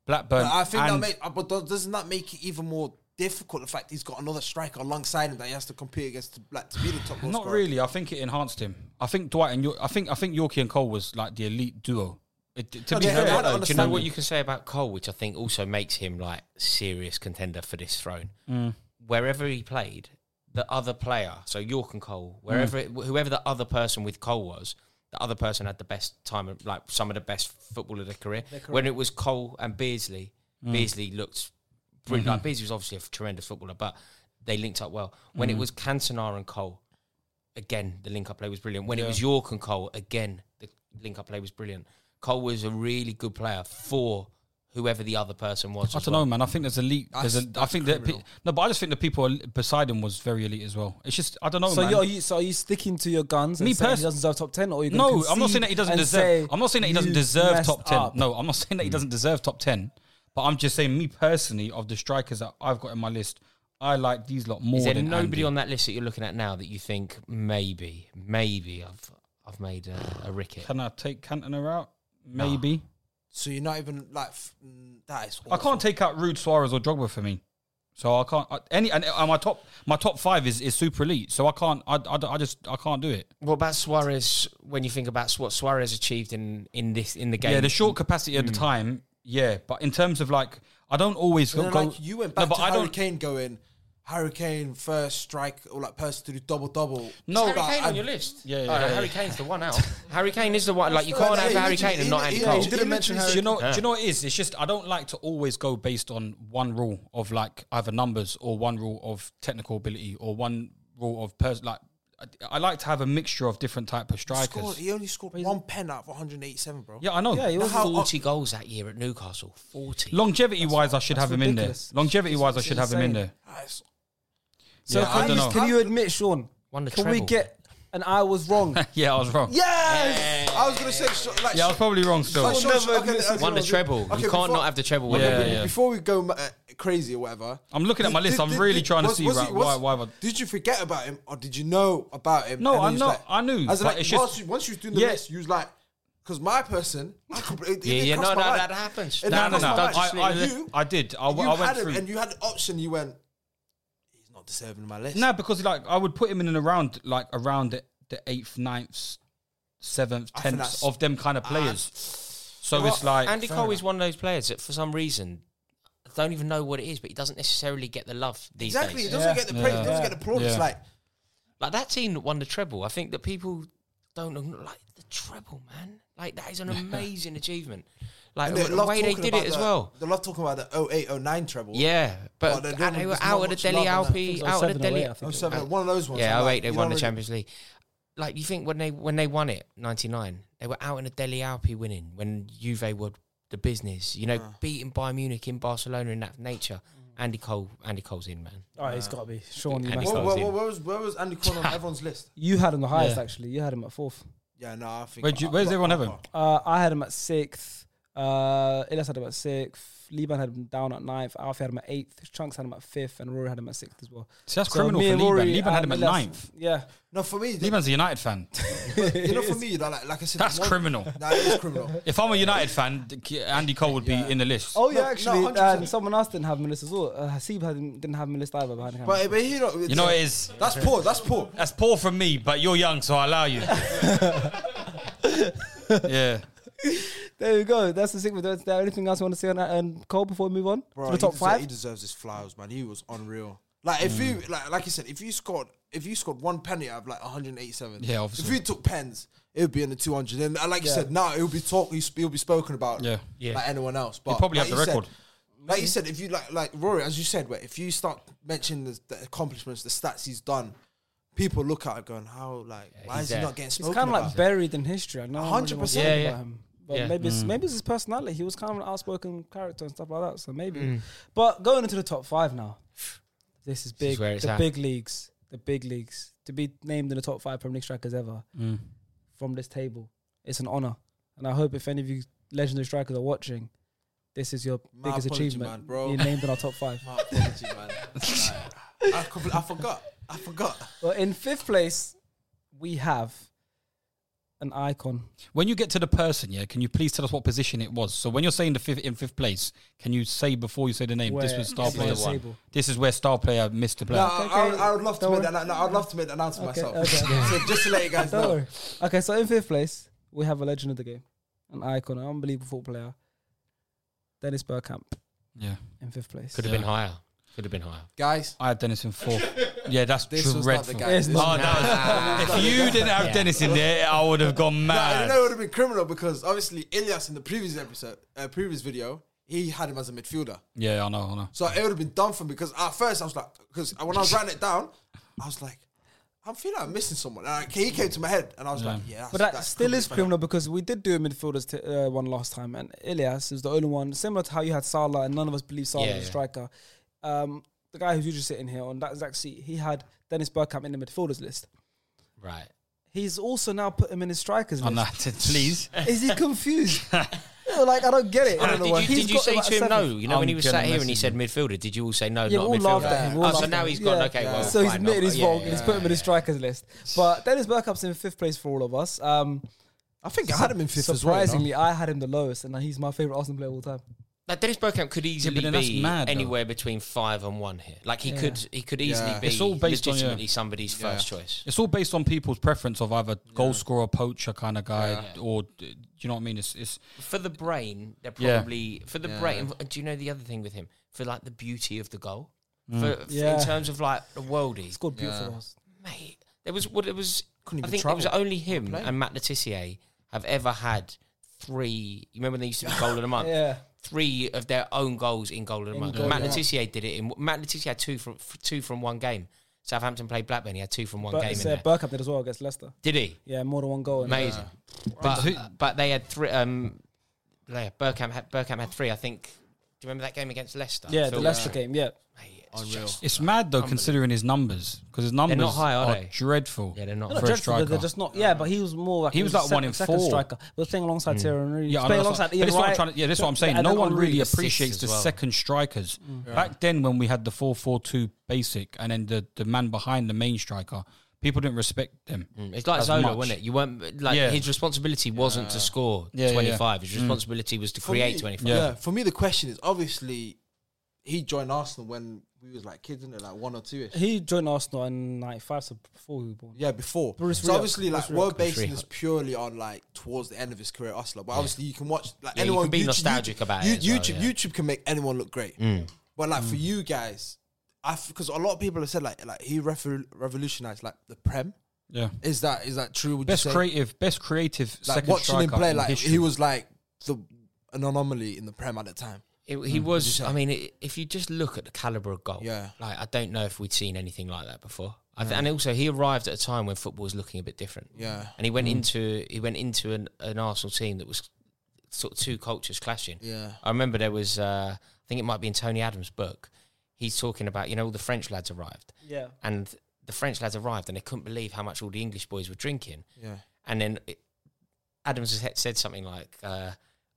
Blackburn.
But I think that
and-
make, uh, but do- doesn't that make it even more difficult? The fact he's got another striker alongside him that he has to compete against, to, like to be the top. goal
Not
scorer.
really. I think it enhanced him. I think Dwight and York, I think I think Yorkie and Cole was like the elite duo. It, to be
yeah, yeah, I
fair, though,
Do you know
understand
what
that.
you can say about Cole, which I think also makes him like serious contender for this throne? Wherever he played, the other player, so York and Cole, wherever it- whoever the other person with Cole was, the other person had the best time, of, like some of the best football of their career. When it was Cole and Beardsley, Beardsley looked brilliant. Like Beardsley was obviously a tremendous footballer, but they linked up well. When it was Cantona and Cole, again, the link up play was brilliant. When it was York and Cole, again, the link up play was brilliant. Cole was a really good player for whoever the other person was.
I
as
don't
well.
know, man. I think there's elite. There's a,
That's-
I think that pe- no, but I just think the people al- beside him was very elite as well. It's just I don't know,
So
man.
you, are you so are you sticking to your guns?
Me
and saying
pers-
he doesn't deserve top ten, or are you gonna
no, I'm
concede
not saying that he doesn't
and say,
deserve. I'm not saying that he doesn't
"You
deserve
messed
top ten.
up"?
No, I'm not saying that he doesn't deserve top ten. But I'm just saying, me personally, of the strikers that I've got in my list, I like these lot more.
Is there
than
nobody
Andy.
on that list that you're looking at now that you think maybe, maybe I've I've made a, a ricket?
Can I take Cantona out? Maybe
So you're not even like f- mm, that is.
I can't take out Rude Suarez or Drogba for me. So I can't I, any and uh, my top my top five is, is super elite. So I can't I, I, I just I can't do it.
What about Suarez? When you think about what Suarez achieved in in this in the game, Mm.
Yeah, the short capacity at the time. Yeah, but in terms of like, I don't always
And
go.
then,
go-
like you went back
no, but
to
I
Harry
don't.
Kane going. Hurricane first strike or like person to do double double.
No,
Harry Kane on your list.
Yeah, yeah,
Oh, no,
yeah.
Harry Kane's the [LAUGHS] one out. Harry Kane is the one. Like you
That's
can't
the-
have
yeah, he
Harry Kane
did-
and
he-
not Andy
he-
Cole.
he didn't mention
Do
Harry
you know?
Yeah.
Do you know what it is? It's just I don't like to always go based on one rule of like either numbers or one rule of technical ability or one rule of person. Like, I, I like to have a mixture of different type of
He,
strikers.
scored, he only scored one pen out of 187, bro.
Yeah, I know.
Yeah, he was
How-
Forty goals that year at Newcastle. Forty.
Longevity wise, I should
that's
have him in there.
ridiculous.
Longevity wise, I
It's
should have him in
insane.
there.
That is-
So
Yeah, I
can,
don't
you,
know.
can you admit, Sean?
Won the
can we
treble.
get an I was wrong?
[LAUGHS] Yeah, I was wrong. Yeah,
Yes, I was gonna say so- like
I was probably wrong still.
Like,
Sean
Sean-
never
okay,
admits
okay,
it.
Won the
okay.
treble.
Okay,
you can't
before-
not have the treble.
Yeah,
Yeah,
yeah.
Before we go uh, crazy or whatever,
I'm looking at my list. I'm really trying to see right- why- why- why-
Did you forget about him or did you know about him?
No,
And
I
he was
know- I knew,
As in,
but
like,
it's
once,
just-
you, once you was doing the
Yeah.
list, you was like, because my person, I could, it, it
Yeah,
didn't
yeah,
cross
no,
my
no,
mind.
that happens.
It didn't
No, no,
cross
no.
my mind.
I, I,
You-
I did. I,
you
I went
had him
through.
and you had the option. You went, he's not deserving of my list.
No, because like I would put him in and around like around the, the eighth, ninth, seventh,
I think
tenth
that's-
of them kind of players. so
Well,
it's like
Andy Cole is one of those players that for some reason I don't even know what it is, but he doesn't necessarily get the love these
exactly. He
days.
doesn't
Yeah.
get the praise. He doesn't get the applause.
Yeah.
It's like
Like that team that won the treble, I think that people don't know, like the treble, man. Like that is an amazing achievement. Like
and they
the
love
way they
talking
did
about
it as
the-
well.
They love talking about the 08, 09 treble.
Yeah,
Well,
but
Oh, they
and
don't-
they were
there's not
out of the
much
Delhi
love in that.
Alpi,
It was
out of the
07 or 08,
Delhi.
I think.
Oh, seven, one of those ones.
Yeah,
I'm
oh
like,
wait, they
you
won
don't
the
really-
Champions League. Like you think when they when they won it, ninety nine, they were out in the Delhi Alpi winning when Juve were the business. You know,
Ah.
beating Bayern Munich in Barcelona in that nature.
Mm.
Andy Cole, Andy Cole's in, man.
All right, it's got to be Sean. You,
Andy
messed
Cole.
up.
Where, where,
Well,
where,
in.
where was where was Andy Corn on everyone's list?
you had him the highest,
Yeah.
actually. You had him at fourth.
Yeah, no, I think.
Where'd you- where's everyone have him?
Uh, I had him at sixth. Uh, Ilyas had him at sixth. Liban had him down at ninth. Alfie had him at eighth. Chunks had him at fifth, and Rory had him at sixth as well.
See, that's
So
criminal
me
for
and
Liban.
Rory
Liban had
and
him at
Ilyas-
ninth.
Yeah,
No, for me,
Liban's a United fan.
you know, for
[LAUGHS]
me, that, like, like I said,
That's
one-
criminal.
Nah, it is
[LAUGHS]
criminal.
If I'm a United fan, Andy Cole would be in the list.
Oh yeah,
No, no,
actually,
100%.
um, someone else didn't have Melissa as well. Uh, Hasib hadn't, didn't have Melissa either behind him.
But, but he don't,
You know it is.
That's poor. That's poor.
That's poor from me, but you're young, so I allow you. yeah.
there we go. That's the segment. Is there anything else you want to say on that? And uh, Cole before we move on
Bro,
to the top
he deser-
five?
he deserves his flowers, man. He was unreal. Like if you like like you said, if you scored if you scored one penny out of like 187,
Yeah, obviously.
If you took pens, it would be in the 200. And uh, like you said, now it will be talk, it'll be spoken about,
Yeah.
Yeah.
like anyone else. But
probably
like
have the
said-
record.
like you said, if you like like Rory, as you said, where if you start mentioning the, the accomplishments, the stats he's done, people look at it going, how like why
he's
is he
there.
not getting
He's
spoken
kind of
about?
like buried in history. I know. one really wants to
100%.
talk
Yeah, yeah.
about him. But
Yeah.
maybe
Mm.
it's maybe it's his personality. He was kind of an outspoken character and stuff like that. So
Mm.
maybe. But going into the top five now, this is big.
where it's
the
at.
big leagues, the big leagues to be named in the top five Premier League strikers ever
Mm.
from this table. It's an honor, and I hope if any of you legendary strikers are watching, this is your
My
biggest
apology,
achievement.
man, bro.
You're named in our top five.
[LAUGHS] My apology,
[LAUGHS]
man. Like, I, compl- I forgot. I forgot.
well, in fifth place, we have an icon.
When you get to the person, yeah, can you please tell us what position it was? So when you're saying the fifth in fifth place, can you say before you say the name, this
Where-
was star
this is
player
the
one.
table.
This is where star player missed the player.
No,
Okay,
I,
okay.
I would love to
Don't
make
worry.
that. No, I'd love to make the announcement
Okay,
myself.
okay.
[LAUGHS] so just to let you guys
Don't
know,
worry. Okay, so in fifth place, we have a legend of the game, an icon, an unbelievable football player, Dennis Burkamp
Yeah.
in fifth place.
Could have been higher. Could have been higher.
guys.
I had Dennis in fourth. yeah, that's
This was not the
dreadful.
guy. This
It's
was
Oh, that was, if you didn't have Dennis in there, I would have gone
I
mad.
know it would have been criminal because obviously Ilias in the previous episode, uh, previous video, he had him as a midfielder.
Yeah, I know, I know.
So it would have been dumb for me because at first I was like, because when I was writing it down, I was like, I'm feeling I'm missing someone. And like, he came to my head, and I was like, yeah, that's,
but that
that's
still is
fella.
criminal because we did do a midfielders t- uh, one last time, and Ilias is the only one, similar to how you had Salah, and none of us believe Salah
Yeah,
is a
yeah.
striker. Um, the guy who's usually sitting here on that exact seat, he had Dennis Burkamp in the midfielders list.
[LAUGHS] Right.
He's also now put him in his strikers
I
list.
know. [LAUGHS] Please.
Is he
[LAUGHS]
confused? Yo, like I don't get it. I don't know
did
why.
you,
He's
did you
got
say
about
to him
seven.
no? You know, when
I'm
he was
gonna
sat here and he
message
said midfielder, did you all say no,
Yeah, we
not
all laughed
midfielder?
at him. We all
Oh, so
laughed
now
at
he's
him.
gone,
Yeah.
okay,
Yeah.
well.
So he's
fine, I'll-
admitted his
yeah,
wrong
yeah,
and he's
yeah.
put him in his strikers list. But Dennis Bergkamp's in fifth place for all of us. Um,
I think I had him in fifth as well. you know?
surprisingly, I had him the lowest, and he's my favorite Arsenal player of all time.
Like Dennis Bergkamp could easily
then that's
be
mad, though.
anywhere between five and one here. Like he could, he could easily
Yeah.
be.
It's all based on, yeah.
legitimately somebody's first choice.
It's all based on people's preference of either goal scorer, poacher kind of guy, or do you know what I mean? It's, it's
For the brain, they're
Yeah.
probably for the brain. and Do you know the other thing with him? For like the beauty of the goal,
Mm.
for, for-
Yeah.
in terms of like the worldie,
He scored beautiful goals.
mate. There was what it was.
Couldn't
I
even
think it was
travel.
only him and Matt Letitia have ever had three. You remember they used to be goal of the
[LAUGHS]
month.
Yeah.
Three of their own goals in goal of the month.
goal
Matt
of the
Letitia did it. In, Matt Letitia had two from f- two from one game. Southampton played Blackburn. He had two from one
But
game.
it's,
in
uh,
there.
Bergkamp did as well against Leicester.
Did he?
Yeah, more than one goal. and-
Amazing.
who-
But but they had three. Um, yeah, Burkham had Burkham had three. I think. Do you remember that game against Leicester?
Yeah, the
Phil-
uh,
Leicester game. Yeah,
Mate, it's just-
it's mad though, considering his numbers because his numbers
high, are
are,
they?
dreadful.
Yeah, they're not.
They're not
For a
dreadful, but they're
striker.
just not. Yeah, but he was more like
He was like one
second-
in
second
four.
striker. He was playing alongside
Mm.
Thierry Henry. He was
Yeah, I know
playing
that's
alongside
what-
Ian
but it's what I'm
Wright.
trying to- yeah, that's what I'm saying.
And
No
then
one
Henry.
really
assists
appreciates
as
the
well.
second strikers.
Mm.
Back then, when we had the four-four-two basic, and then the, the man behind the main striker, people didn't respect them.
Mm,
It's like
as
Zola,
much.
wasn't it? You weren't like
Yeah.
his responsibility wasn't to
Yeah,
score
Mm. yeah, yeah.
twenty five. His responsibility was to
For
create
me-
twenty five.
Yeah.
Yeah.
for me the question is obviously he joined Arsenal when we was like kids, didn't it? Like one or two ish.
He joined Arsenal in '95, so before we were born.
Yeah, before.
Bruce
so
Rioch.
obviously, like
Bruce
we're
Rioch.
basing
Bruce
this
Rioch.
purely on like towards the end of his career at Arsenal. But obviously, you can watch like
Yeah, you
anyone.
can be nostalgic about it as well,
YouTube,
yeah. Mm.
YouTube can make anyone look great. But like for
Mm.
you guys, I because a lot of people have said like like he refor- revolutionized like the prem.
Yeah,
Is that is that true? Would
best
you say
creative, best creative
like
second
watching
striker.
him play?
in
Like
history.
he was like the an anomaly in the prem at the time.
It,
Mm.
he was. I mean, i if you just look at the caliber of goal,
Yeah.
Like I don't know if we'd seen anything like that before. I th- And also, he arrived at a time when football was looking a bit different.
Yeah.
and he went into he went into an, an Arsenal team that was sort of two cultures clashing.
Yeah.
I remember there was. Uh, I think it might be in Tony Adams' book. He's talking about you know all the French lads arrived,
Yeah.
and the French lads arrived, and they couldn't believe how much all the English boys were drinking.
Yeah.
And then it, Adams has had- said something like, uh,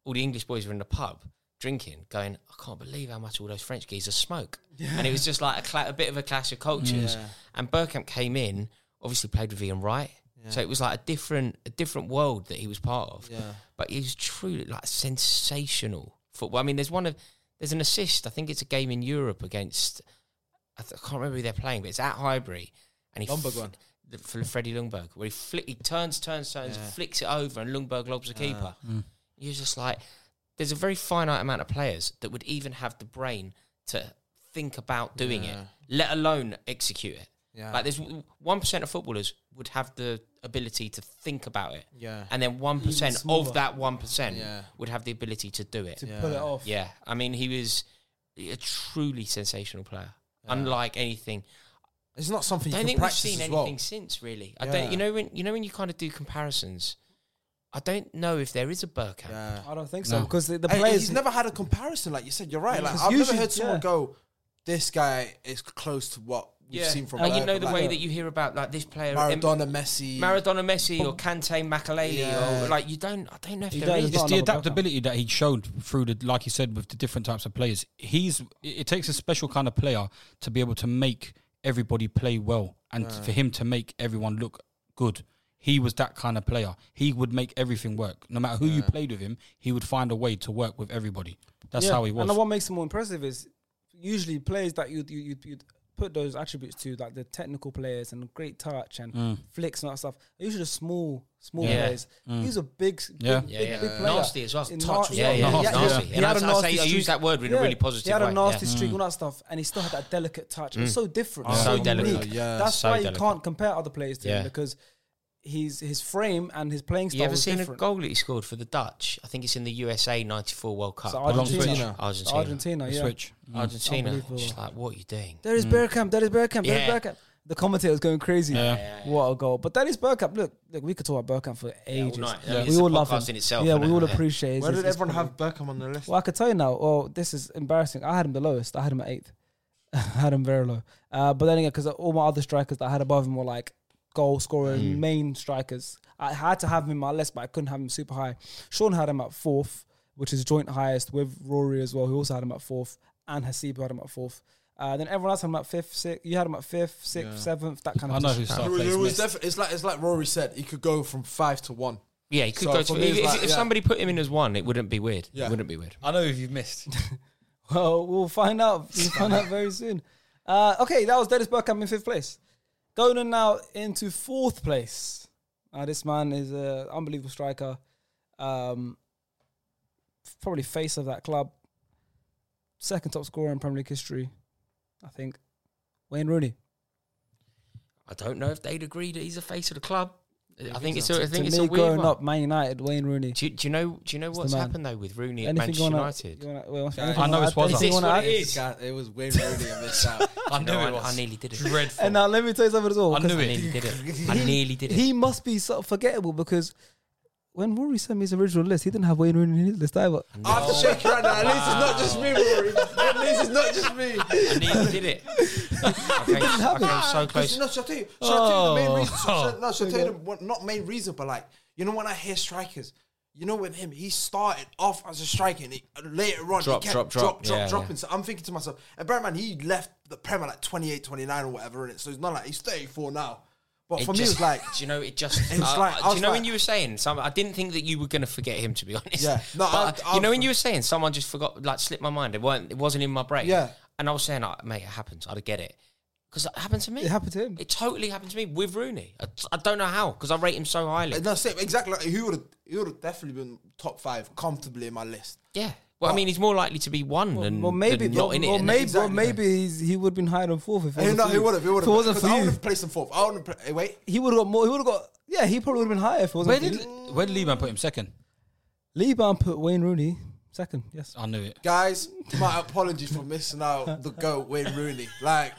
"All the English boys were in the pub drinking, going, I can't believe how much all those French geezers smoke." And it was just like a, cla a bit of a clash of cultures. And Burkamp came in, obviously played with Ian Wright, so it was like a different a different world that he was part of.
Yeah.
But he was truly like sensational football. I mean, there's one of there's an assist. I think it's a game in Europe against I, th- I can't remember who they're playing, but it's at Highbury, and he
Lundberg
fl-
one.
the- for Freddie Lundberg, where he flick, he turns, turns, turns, flicks it over, and Lundberg lobs the keeper. You're just like, there's a very finite amount of players that would even have the brain to think about doing it, let alone execute it.
Yeah.
Like there's one percent of footballers would have the ability to think about it.
Yeah.
And then one percent
smaller.
of that one percent
Yeah.
would have the ability to do it.
to pull it off.
Yeah, I mean, he was a truly sensational player, unlike anything.
It's not something you
I don't
can
think we've
practice
seen
as
anything
well.
since, really. I
Yeah.
don't. You know when you know when you kind of do comparisons. I don't know if there is a Burkamp.
Yeah.
I don't think so
No.
because the, the
Hey,
players.
he's never had a comparison, like you said. You're right. Like
'Cause
I've never
usually-
heard someone
yeah.
go, "This guy is close to what we've seen from."
and you
Bergkamp,"
know the
like
way that you hear about like this player, em-
Maradona, Messi,
Maradona, Messi, or Kante, Makaleli,
Yeah.
or like you don't. I don't know if
You
there
don't-
is.
not
it's
another
the
Bergkamp.
adaptability that he showed through the like you said with the different types of players he's it it takes a special kind of player to be able to make everybody play well and for him to make everyone look good he was that kind of player he would make everything work no matter who you played with him he would find a way to work with everybody that's
Yeah,
how he was
And what makes him more impressive is usually players that you'd, you you'd, you'd put those attributes to, like the technical players and great touch and flicks and that stuff. are Usually the small, small
Yeah.
players. He's a big, s- big,
Yeah.
big,
Yeah,
big
yeah.
player.
Nasty as well.
In
Touch
na-
as well. Yeah,
yeah,
he-
nasty.
he had
And I-
a
I say-
nasty
I use
streak.
that word in a really positive
He had a
way,
nasty
yeah.
streak, all that stuff, and he still had that delicate touch. It's so different.
Oh,
it's
so
so,
delicate.
unique.
Yeah.
That's
So
why you
delicate.
can't compare other players to
Yeah.
him because he's his frame and his playing style
You ever
is
seen
different.
a goal that he scored for the Dutch? I think it's in the USA '94 World Cup.
So
Argentina.
Argentina.
Argentina.
Argentina, yeah.
switch Mm.
Argentina.
Unbelievable.
Just like, what are you doing?
There is Bergkamp. There is Bergkamp. There is
Yeah.
Bergkamp. The commentator's going crazy.
Yeah.
What a goal! But that is Bergkamp. Look, look, we could talk about Bergkamp for ages.
night. I mean, it's
We
a
all love
podcast
him.
in itself,
yeah,
isn't
we
it?
all
Yeah.
appreciate. it.
Where
It's-
did
it's
everyone
probably-
have Beckham on the list?
Well, I could tell you now. Oh, this is embarrassing. I had him the lowest. I had him at eighth. [LAUGHS] I had him very low. Uh, but then again, because all my other strikers that I had above him were like goal scorers,
Mm.
main strikers. I had to have him in my list, but I couldn't have him super high. Sean had him at fourth, which is joint highest with Rory as well, who also had him at fourth, and Hasib who had him at fourth. Uh, then everyone else had him at fifth, sixth. You had him at fifth, sixth, seventh, that kind
I
of.
know
position.
who
It
started
was- it
plays
was
missed.
defi- it's like it's like Rory said. He could go from five to one.
Yeah, he could
So
go
for
to.
me,
If,
it's like-
if
yeah.
somebody put him in as one, it wouldn't be weird.
Yeah.
It wouldn't be weird.
I know if you've missed
Well, we'll find out.
[LAUGHS]
We'll find out very soon. Uh, okay, that was Dennis Bergkamp in fifth place. Going on now into fourth place. Uh, this man is an unbelievable striker. Um, probably face of that club. Second top scorer in Premier League history, I think. Wayne Rooney.
I don't know if they'd agree that he's a face of the club. I think it's. A, I think
to
it's
me,
a weird
growing
one.
up, Man United, Wayne Rooney.
Do, you- do you know? Do you know what's
man.
happened though with Rooney at
you
Manchester
wanna-
[LAUGHS]
United?
you wanna- well, anything
I
you wanna
know it's
add?
Wazza.
Anything you
Is this
wanna
what
add?
it is?
God, it was way really a
[LAUGHS]
miss out.
I knew
No,
it was
I, I nearly did it.
dreadful
And now let me tell you something as well.
I
'cause
knew
I
it
nearly did it. I nearly did it.
he must be so forgettable because when Rory sent me his original list, he didn't have Wayne Rooney in his list either.
I have to shake your hand. At least it's not just me, Rory.
[LAUGHS]
At least it's not just me.
I nearly
[LAUGHS]
did it. okay, okay, I'm so close. Oh.
No, shall I tell you? Shall I tell you the main reason? shall- no, shall I tell you the, what, not main reason, but like you know when I hear strikers, you know with him, he started off as a striker, and he, uh, later on
Drop,
he kept
drop, drop.
drop,
Yeah,
dropping. So I'm thinking to myself, and bear in mind he left the Premier like 28, 29 or whatever in it, so it's not like he's 34 now. But
It
for me,
just-
it's like
[LAUGHS] do you know, it just.
It's
I-
like-
I-
I
do you
was
know when
like-
you were saying some? I didn't think that you were going to forget him, to be [LAUGHS] honest.
Yeah. No,
But,
I- I-
you know when you were saying someone just forgot, like slipped my mind. It weren't. It wasn't in my brain.
Yeah.
And I was saying, like, mate, it happens. I get it because it happened to me.
It happened to him.
It totally happened to me with Rooney. I, I don't know how because I rate him so highly.
no, same, exactly. Like, [LAUGHS] he would have, he would have definitely been top five comfortably in my list.
Yeah. Well, I mean, he's more likely to be one than,
well, maybe,
than not in it.
well,
isn't
maybe,
it?
well, maybe he's, he would have been higher than fourth if it
Hey,
wasn't
no,
for
he
you.
would have. He would
If it wasn't
have.
for
I would
you,
have placed him fourth. I would have. Hey, wait.
he would have got more. He would have got. Yeah, he probably would have been higher if it
where
wasn't.
did
for
where did Lehman put him second
Lee Ban put Wayne Rooney second? Yes,
I knew it
guys, my apology for missing out the goat Wayne Rooney. Like,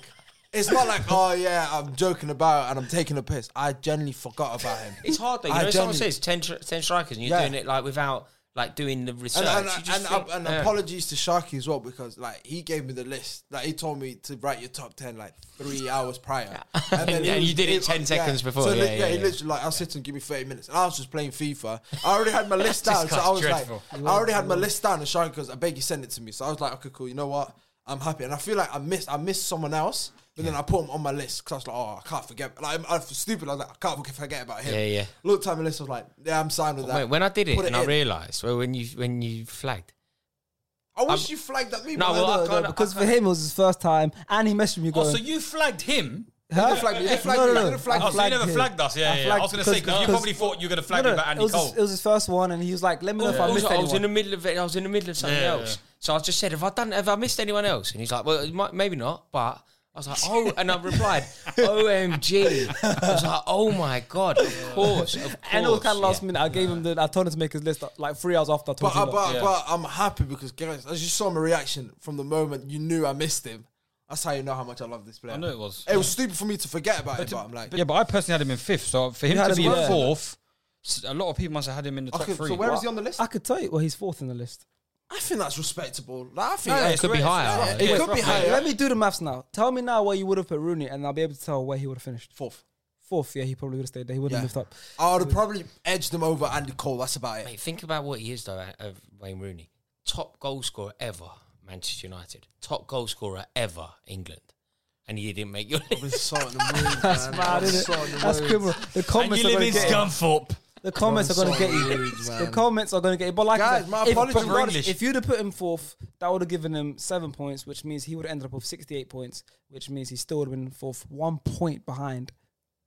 it's not like, oh yeah, I'm joking about it and I'm taking a piss. I genuinely forgot about him.
It's hard though. You
I
know, someone
genuinely-
says 10, tr- 10 strikers and you're
Yeah.
doing it like without like doing the research.
And, and,
You
and,
just think,
and
yeah.
apologies to Sharky as well because like he gave me the list. Like he told me to write your top ten like three hours prior,
[LAUGHS] And
he
you did it 10
yeah.
seconds before.
So li-
Yeah, yeah,
he
yeah.
literally like I will sit and give me thirty minutes. And I was just playing FIFA. I already
[LAUGHS]
had my list down, so I was
dreadful.
like, I already had my list down. And Sharky goes, "I beg you, send it to me." So I was like, "Okay, cool. You know what? I'm happy." And I feel like I missed I missed someone else. But then I put him on my list because I was like, oh, I can't forget. Like, I'm, I'm stupid. I was like, I can't forget about him.
Yeah, yeah.
Looked at my list, I was like, yeah, I'm signed with that.
Wait, when I did it
Put
and I
in.
realised, well, when you when you flagged,
I wish you flagged at me. but
No,
I
well, I
don't-
No,
kinda-
because
I
for him it was his first time, and he messaged me
oh
going,
so you flagged him
huh?
didn't flag me, you didn't flag
No,
me,
no,
you
no.
didn't flag
Oh, so you
flagged
never
him.
flagged us, yeah, yeah, yeah. I
flagged-
was gonna say, 'cause you probably thought you were gonna flag me about
it
Andy
was his-
Cole.
It was his first one, and he was like, "Let me know if I
Also,
missed
I was in the
anyone."
middle of it. I was in the middle of something
Yeah,
else. So I just said, "Have I done? Have I missed anyone else?" And he's like, "Well, it might, maybe not." But I was like, "Oh," and
[LAUGHS]
I replied, "OMG!" I was like, "Oh my god, of course, of course."
[LAUGHS] And it was kind of last
Yeah.
minute. I gave him the. I told him to make his list like three hours after. I [LAUGHS] told
But,
you
uh,
lot.
but,
Yeah.
but I'm happy because guys, as you saw my reaction from the moment you knew I missed him, that's how you know how much I love this player.
I know it was.
It was stupid for me to forget about it, but I'm like,
yeah, but I personally had him in fifth. So for him
You had
to
him
be
in
in
fifth.
fourth, s- a lot of people must have had him in the top
okay,
three.
so where is he on the list?
I could tell you. Well, he's fourth in the list.
I think that's respectable. Like, I think
No, it could be higher.
It
Yeah.
could be
Yeah.
higher.
Let me do the maths now. Tell me now where you would have put Rooney, and I'll be able to tell where he would have finished.
fourth.
Fourth, yeah, he probably would have stayed there. He would
Yeah.
have moved up.
I would have probably edged him over Andy Cole. That's about it.
Mate, think about what he is though. uh, Of Wayne Rooney, top goal scorer ever, Manchester United, top goal scorer ever, England, and he didn't make your
[LAUGHS]
I've been
list.
so in the mood,
That's
man.
mad,
I'm
isn't
so in
it?
the
That's
mood.
criminal. The comments are going to get you.
Scunthorpe.
The comments are going to
Sorry,
get you.
words,
The
man.
comments are going to get you. But like, I
Guys,
said,
my
if,
apologies
but
for
regardless,
English.
if you'd have put him fourth, that would have given him seven points, which means he would have ended up with sixty-eight points, which means he still would have been fourth, one point behind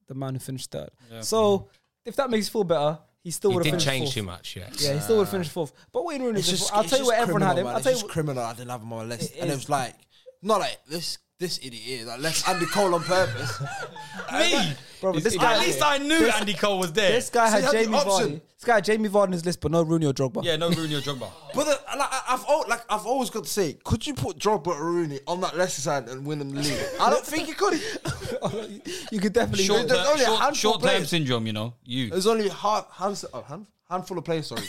the man who finished third. So if that makes you feel better, he still
He
would have
didn't
finished
change
fourth.
too much. Yeah.
Yeah, he still would have finished fourth. But Wayne Rooney,
It's
just,
just,
I'll
it's
tell you
just
where everyone
criminal,
had him.
man.
I'll
It's
tell you.
just criminal. I didn't have him on my list,
It
and it
is.
was like, not like this. This idiot here that
[LAUGHS]
left Andy Cole on purpose.
Me.
Bro, this guy,
I knew Andy Cole was there.
this guy
See,
had
that's the
Jamie Vardy.
option.
This guy had Jamie Vardy on his list, but no Rooney or Drogba.
Yeah, no Rooney
[LAUGHS]
or Drogba.
But the, like, I- I've al- like I've always got to say, could you put Drogba or Rooney on that Leicester side and win them the league? I don't think you could.
[LAUGHS] you could definitely.
Short,
There's
term,
only a handful
short,
of
short term
players.
syndrome, you know. You.
There's only half hands, oh, hand, handful of players. Sorry,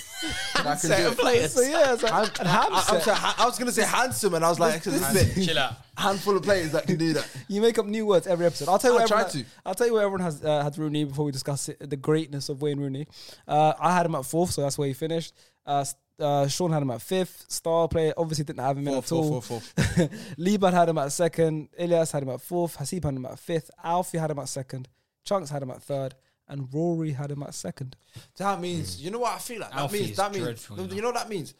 that I can do it.
So yeah, it's like,
I'm,
and
I, I'm
Hamsat.
sorry, ha- I was gonna say handsome, and I was like, this is it.
Chill out.
handful of players that can do that.
You make up new words every episode. I'll tell you.
I
what
try
everyone,
to.
I'll tell you what everyone has uh, had Rooney before we discuss it, the greatness of Wayne Rooney. Uh, I had him at fourth, so that's where he finished. Uh, S- uh, Sean had him at fifth. Star player obviously didn't have him in at all.
four, four.
[LAUGHS] Liban had him at second. Ilias had him at fourth. Hasib had him at fifth. Alfie had him at second. Chunks had him at third. And Rory had him at second.
That
Mm.
means you know what I feel like. That
Alfie
means
is
that means
dreadful, you know.
you know what that means.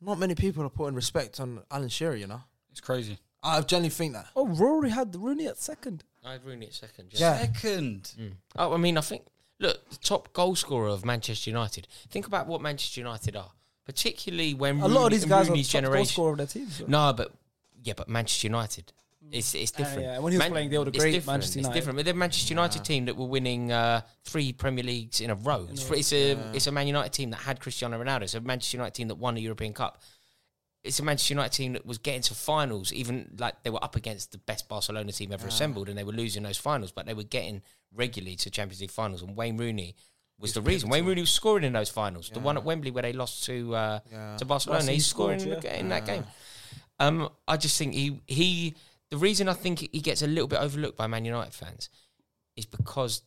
Not many people are putting respect on Alan Shearer. You know,
It's crazy.
I genuinely think that.
Oh, Rory had Rooney at second.
I had Rooney at second. yeah.
Second.
Mm.
Oh, I mean, I think look, the top goal scorer of Manchester United. Think about what Manchester United are, particularly when
A lot of these guys
Rooney's
are top goal
generation.
scorer of their teams. though.
No, but yeah, but Manchester United. It's, it's different.
Uh, yeah, when he was playing, they were the great
different,
Manchester United.
It's different. But the Manchester United team that were winning uh, three Premier Leagues in a row. It's, fr- it's a it's a Man United team that had Cristiano Ronaldo. It's a Manchester United team that won a European Cup. It's a Manchester United team that was getting to finals, even like they were up against the best Barcelona team ever assembled, and they were losing those finals, but they were getting regularly to Champions League finals. And Wayne Rooney was the reason. Wayne Rooney was scoring in those finals. The one at Wembley where they lost to uh, to Barcelona,
Barca, he
he's scoring
scored,
in, the, ga- in that game. Um, I just think he he the reason I think he gets a little bit overlooked by Man United fans is because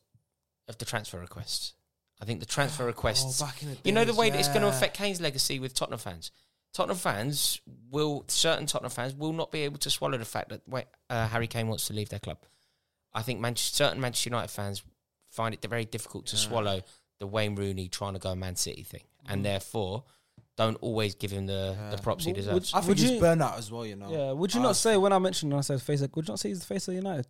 of the transfer requests. I think the transfer requests.
Oh, back in the
you know the
days,
way that it's going to
yeah.
affect Kane's legacy with Tottenham fans. Tottenham fans will certain Tottenham fans will not be able to swallow the fact that wait, uh, Harry Kane wants to leave their club. I think Manchester, certain Manchester United fans find it very difficult to swallow the Wayne Rooney trying to go Man City thing, and
Mm.
therefore don't always give him the, the props he
Would-
deserves.
I think
Would
he's
you-
burnout as well. You know.
Yeah, would you
Ah,
not say when I mentioned when I said face, like, would you not say he's the face of United?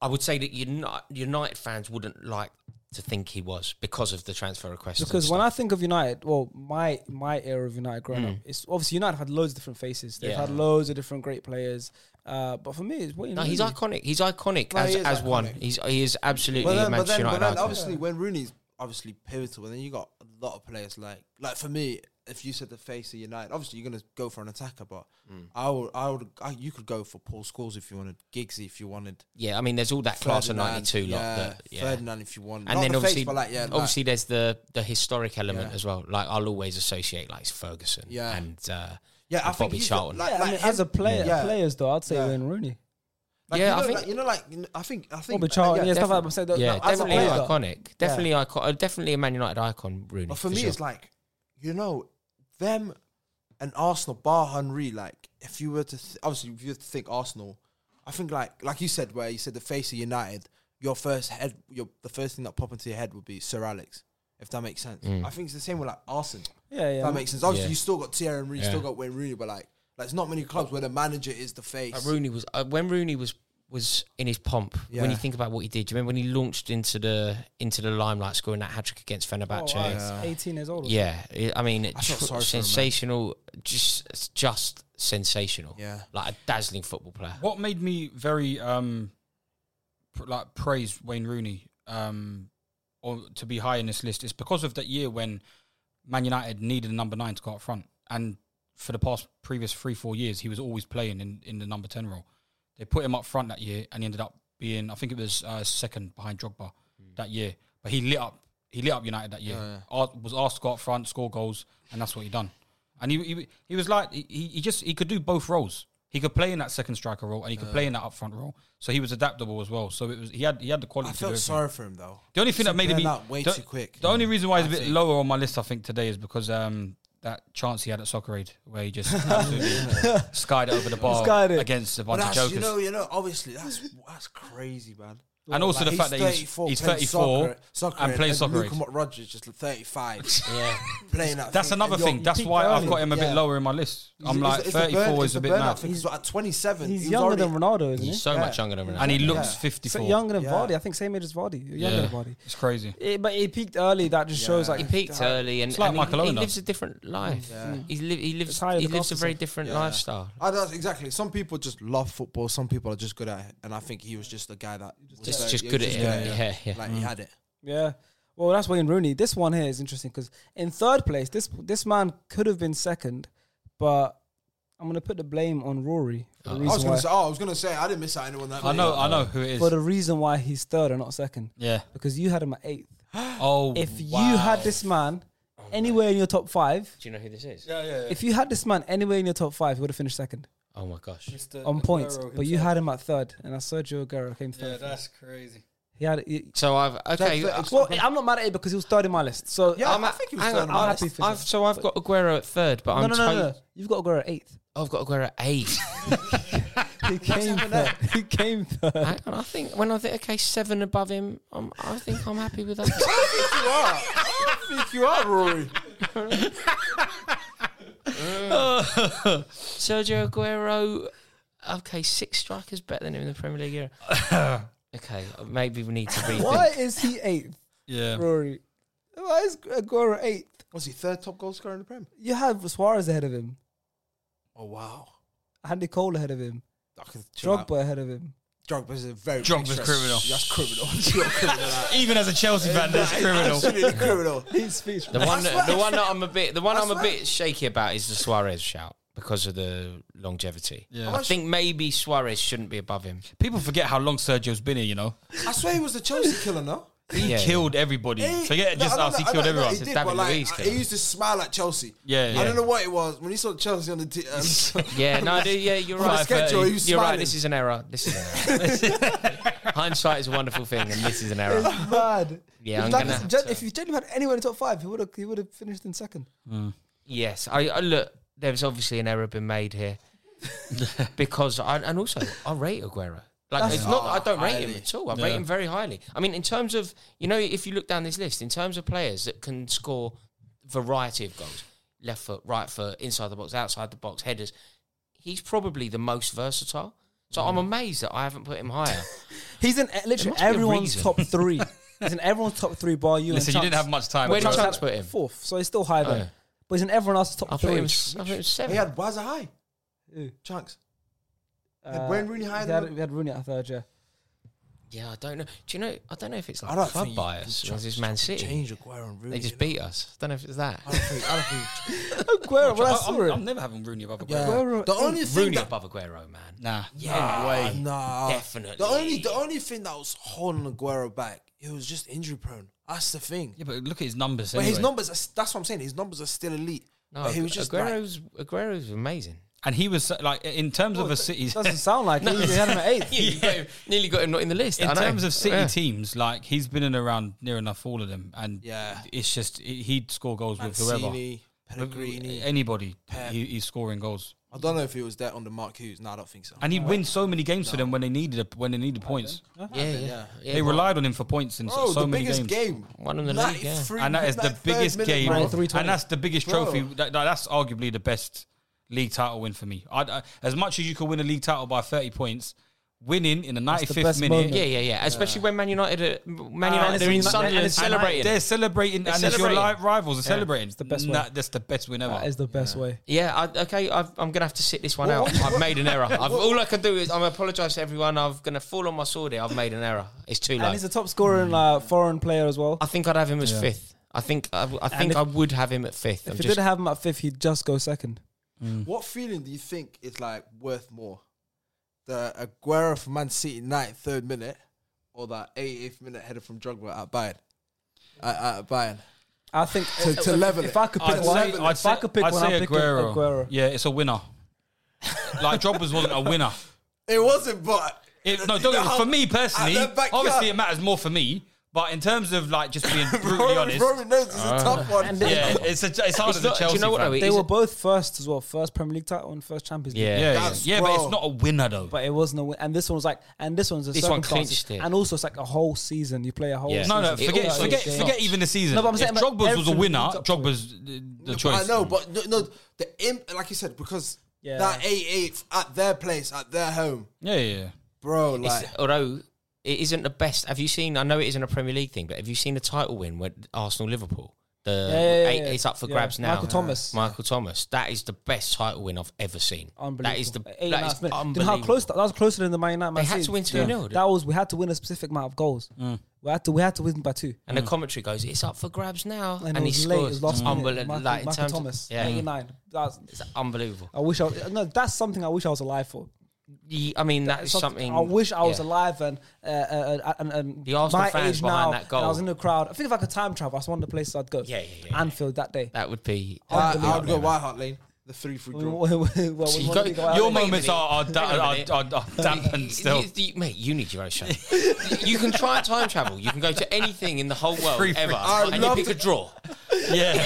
I would say that United, United fans wouldn't like to think he was because of the transfer request.
Because when I think of United, well, my my era of United growing
Mm.
up, it's obviously United had loads of different faces. They've
Yeah.
had loads of different great players. Uh, but for me, it's Wayne
no, he's
Rooney.
iconic. He's iconic
No,
as,
he is
as one.
iconic.
He's he is absolutely
But
a
then, but
Manchester
then, but
United.
then
icon.
obviously when Rooney's obviously pivotal, and then you got a lot of players like like for me, if you said the face of United, obviously you're gonna go for an attacker, but
Mm.
I would I would I, you could go for Paul Scholes if you wanted, Giggsy if you wanted,
yeah, I mean, there's all that class of
Ferdinand,
'92 lot.
yeah,
That, yeah.
Ferdinand if you wanted,
and
Not
then
the
obviously,
face, but like yeah, like-
obviously there's the the historic element
Yeah.
as well. Like I'll always associate like Ferguson
Yeah.
and uh,
yeah, I
and Bobby
think he's the-
Charlton.
like-
Yeah, I
like
mean,
him-
as a player,
yeah.
players though, I'd say
Yeah.
Wayne Rooney.
Like,
Yeah,
you
I
know,
think-
like, you know, like you know, I think I think
Bobby Charlton,
like,
yeah, stuff
definitely.
like that. I'm saying, though,
yeah,
no, as a
definitely
player,
iconic. Definitely icon. Definitely a Man United icon. Rooney.
But for me,
sure.
it's like, you know, them and Arsenal, bar Henry, like, if you were to, th- obviously, if you were to think Arsenal, I think, like, like you said, where you said the face of United, your first head, your the first thing that popped into your head would be Sir Alex, if that makes sense. I think it's the same with, like, Arsenal.
Yeah, yeah.
If that makes sense. Obviously,
Mm. Yeah.
you still got Thierry Henry, you still got Wayne Rooney, but, like, like, there's not many clubs where the manager is the face.
Like Rooney was uh, when Rooney was was in his pomp when
Yeah.
you think about what he did. Do you remember when he launched into the into the limelight, scoring that hat trick against Fenerbahce?
Oh, I was 18 years old. or
Yeah, I- I mean,
I felt
tr-
sorry for him, man.
sensational, just it's just sensational.
Yeah.
like a dazzling football player.
What made me very um pr- like praise Wayne Rooney um or to be high in this list is because of that year when Man United needed a number nine to go up front, and for the past previous three four years he was always playing in in the number ten role. They put him up front that year, and he ended up being I think it was uh, second behind Drogba
Hmm.
that year. But he lit up he lit up United that year. Ar- was asked to go up front, score goals, and that's what he done. And he he, he was like he, he just he could do both roles. He could play in that second striker role, and he could play in that up front role. So he was adaptable as well. So it was he had he had the quality.
I
to
felt
do everything.
sorry for him though.
The only thing that made
They're
me
not way
the,
too quick.
The only reason why he's a
I
bit
think.
lower on my list, I think, today is because um, that chance he had at Soccer Aid where
[LAUGHS]
he just absolutely skied it over the bar
Skied it.
against a
But
bunch of
that's,
jokers.
you know, you know, obviously that's that's crazy, man.
and also the
Like,
fact that he's
34
he's
playing
34
soccer, soccer
and playing Soccer Aid.
Luka Rodgers just 35. yeah, playing that.
That's
thing,
another
and you're-
thing. That's
peak
why I've
early.
got him a bit
Yeah.
lower in my list. I'm
It's-
like
it's the
34
burn-
is
it's
a
the
bit
burnout
mad.
thing. He's at 27.
He's
he was
younger
already-
than Ronaldo, isn't he?
He's so much younger than Ronaldo.
And he looks
Yeah.
54.
So younger than
Yeah.
Vardy. I think same age as Vardy. You're Younger
Yeah.
than Vardy.
It's crazy.
It, but he peaked early. That just shows
Yeah.
like
he peaked early, and,
It's like
and
Michael
he, he
Owen
lives
does.
a different life. He, li- he lives
how he
he
look
lives a
after
very
himself.
different
Yeah.
lifestyle.
I know, exactly. Some people just love football. Some people are just good at it, and I think he was just a guy that was
Just-
very-
just
yeah,
good at it, yeah, yeah, yeah.
Like he had it.
Yeah. Well, that's Wayne Rooney. This one here is interesting because in third place, this this man could have been second, but I'm gonna put the blame on Rory for the
I was
reason
gonna
why
say. Oh, I was gonna say. I didn't miss out anyone that.
I
day.
know. I know who it
for
is.
uh,
the reason why he's third and not second
Yeah.
because you had him at eighth.
Oh.
If
wow.
you had this man anywhere in your top five,
Do you know who this is?
if you had this man anywhere in your top five, he would have finished second
Oh my gosh!
on points. But you had him at third, and that's Sergio Aguero came third.
crazy.
he had. He,
So I've okay.
that-
I-
well, I'm not mad at it because he was third in my list. So
Yeah,
I'm
I
at-
think he was
hang
third
on,
on my
I've-
list.
I've, so I've got Aguero at third, but
no,
I'm
no, no, no, no. You've got Aguero at
[LAUGHS]
eighth.
I've got Aguero at eighth. [LAUGHS]
He came third. He came third.
[LAUGHS]
Hang on, I think when I think okay, seven above him, I'm, I think I'm happy with that.
I think you are. [LAUGHS] I think you are, Rory.
[LAUGHS] Sergio Aguero, okay, six strikers better than him in the Premier League era. okay, maybe we need to rethink.
Why is he eighth,
Yeah.
Rory? Why is Aguero eighth?
Was he third top goal scorer in the Prem?
You have Suarez ahead of him,
Oh wow.
Andy Cole ahead of him,
I could chill out.
Drogba ahead of him.
Drogba's a very
Drogba's
that's-
criminal.
That's criminal. [LAUGHS] You're criminal. that.
Even as a Chelsea fan,
[LAUGHS]
that's [LAUGHS] criminal.
Absolutely
[LAUGHS]
criminal.
He's speechless. [LAUGHS]
The one,
That's right.
that, the one that I'm a bit, the one
That's
I'm a
right.
bit shaky about is the Suarez shout because of the longevity.
Yeah.
I think maybe Suarez shouldn't be above him.
People forget how long Sergio's been here. You know,
I swear he was the Chelsea killer, no?
he
Yeah.
killed everybody.
He-
Forget
no,
just
I know
us. He
that- I
killed
know that
everyone.
He, did,
David
but like,
Luiz
I-
killed
he used to smile at Chelsea.
Yeah, yeah.
I don't know what it was when he saw Chelsea on the. T- um,
[LAUGHS] Yeah, no, I do, yeah, you're
On the
right.
schedule, he was
you're right.
smiling.
This is an error. This is
[LAUGHS]
an error. Hindsight is [LAUGHS] a wonderful thing, and this is an error.
Bad.
Yeah,
if,
I'm
that
gonna
is-
have
gen- if you genuinely had anyone in the top five, he would have he would have finished in second.
Yes, I, I look. There's obviously an error been
[LAUGHS]
made here because I and also I rate Aguero. Like
That's-
it's not. that I don't rate him
highly.
at all. I rate him very highly. I mean, in terms of you know, if you look down this list, in terms of players that can score variety of goals, left foot, right foot, inside the box, outside the box, headers, he's probably the most versatile. So
Mm.
I'm amazed that I haven't put him higher.
He's in uh,
There
literally
must be a
everyone's
reason. [LAUGHS]
top three. He's in everyone's top three bar you. and
Listen, you didn't
Chance.
have much time.
Where
to
did
go.
Chance put him?
fourth, so he's still high there.
yeah.
But he's in everyone else's top
I thought
three.
it was. I thought it was
he
seven.
had Waza high.
Who?
Chunks.
Uh,
Wayne Rooney higher
he
than
had,
him?
we had Rooney at third, yeah.
Yeah, I don't know. Do you know? I don't know if it's
I
like
don't
club
think
bias. Or is this Man City?
Change Aguero and Rooney.
They just beat us. don't know if it's that.
I don't think. I don't
[LAUGHS]
think.
Aguero, when I
I,
saw
am
it,
never having Rooney above
Yeah.
Aguero.
Aguero
the
eight.
only thing
Rooney
that, Ah,
above Aguero, man.
Nah.
Yeah. way.
Nah,
Definitely.
The only the only thing that was holding Aguero back, it was just injury prone. That's the thing.
Yeah, but look at his numbers.
but
Anyway.
his numbers, are, that's what I'm saying. His numbers are still elite.
No,
but he was just like,
Aguero's
[LAUGHS]
Aguero's amazing.
and he was like, in terms of a City,
[LAUGHS]
[LAUGHS]
doesn't sound like it. He had him at eighth.
[LAUGHS] Yeah, nearly got him not in the list.
in
I know.
terms of City
Yeah.
teams, like he's been in around near enough all of them, and
Yeah.
it's just he- he'd score goals with whoever,
Mancini,
With-
Pellegrini.
anybody. He, he's scoring goals,
I don't know if he was there under Mark Hughes. No, I don't think so.
and he wins so many games for them when they needed when they needed points.
yeah, yeah, Yeah,
they
well,
relied on him for points in so,
Bro,
so
Oh, the
many
biggest
games.
game.
One in the league, yeah.
93
and that is the
third
biggest
minute,
game,
bro.
Right, three
and that's the biggest
Bro.
trophy. That, that- that's uh, arguably the best league title win for me. I'd, I, as much as you could win a league title by thirty points, winning in the
That's the
95th
best
minute.
moment.
Yeah, yeah, yeah. Especially when Man United, are, Man
Uh,
Ah,
United,
and it's
they're in
United-
Sunderland
and
And
it's
celebrating.
They're celebrating,
They're
and it's your
celebrating.
live rivals are celebrating. It's
the best
Nah,
way.
that's the best win ever.
[LAUGHS] That is the best way.
Yeah, I, okay. I've, I'm gonna have to sit this one out. I've made
[LAUGHS]
an error. I've, all I can do is I'm apologise to everyone. I'm gonna fall on my sword here. I've made an error. It's too
And
late.
he's a top scorer and uh, foreign player as well.
I think I'd have him as fifth. I think I, I think
if-
I would have him at fifth. I'm
If you
just-
didn't have him at fifth, he'd just go second.
What feeling do you think is like worth more? The Aguero from Man City ninth, third minute, or that 88th minute header from Drogba at Bayern? At, at Bayern.
I think
To- to level
If
it.
I could pick one,
I'd say, I'd
if I
say,
could pick
I'd
one,
say
I'm picking
Aguero.
Aguero.
Yeah, it's a winner. like Droppers wasn't a winner.
It wasn't, but
It, no,
[LAUGHS]
don't,
How-
for me personally,
at their backyard.
obviously it matters more for me. But in terms of like
[LAUGHS]
just being brutally
Rory,
honest,
Rory knows it's a
Uh,
tough one.
yeah, it's a, it's hard
It's
as a
not- do you
Chelsea
know what,
fan.
though? It-
They
Is
were both first as well, first Premier League title and first Champions League.
yeah,
Yeah, yeah,
That's
yeah but it's
wrong.
not a winner though.
But it wasn't a win, and this one's like, and this one's a
This one
circumstances.
clinched it.
and also it's like a whole season. You play a whole.
Yeah.
no, no,
It
forget,
also
forget,
is-
forget even the season.
No, but I'm
if
saying, like,
Drogba's was a
everything
winner,
leads up to it.
Drogba's the, the
I
choice.
know, but no, no the imp, like you said, because
Yeah.
that 88th at their place, at their home,
yeah, yeah, yeah.
bro,
it's-
like.
although it isn't the best. Have you seen? I know it isn't a Premier League thing, but have you seen the title win with Arsenal Liverpool? The
Yeah, yeah, yeah,
eight,
yeah.
it's up for
Yeah.
grabs now.
Michael Thomas.
Michael Thomas. That is the best title win I've ever seen.
Unbelievable.
That is the
Eight and
that
a
is
half minutes. Do you know
unbelievable.
how close that, that was closer than the Man United. Man
They had
City.
to win 2-0, didn't Mm.
That was we had to win a specific amount of goals. We had to we had to win by two.
And the commentary goes, "It's up for grabs now,"
And,
and,
it
he
was late. It
scores.
was last minute.
Unbelievable.
Michael,
Like, in
Michael
terms of-
Thomas,
yeah,
eighty nine. That's
it's unbelievable.
I wish I was, no. That's something I wish I was alive for.
Ye- I mean, that is something.
I wish I was
yeah.
alive and uh, uh, and, and
The Arsenal
my
fans
age now.
behind that
and I was
goal.
in the crowd. I think if I could time travel, that's one of the places I'd go.
Yeah, yeah, yeah.
Anfield that [LAUGHS] day.
That would be.
I, I would go White Hart Lane, the 3 3
We- we-
draw.
we- we- well, we
[LAUGHS]
wanted
You got-
to go out there.
Your
Hang on a
moments are are,
minute.
da-
Hang on a
are,
minute.
are, [LAUGHS] are dampened still.
You, you- mate, you need your own show. [LAUGHS] you can try and time travel. You can go to anything in the whole world
Free, free.
ever,
I'd
and you
love
pick
to-
a draw.
Yeah,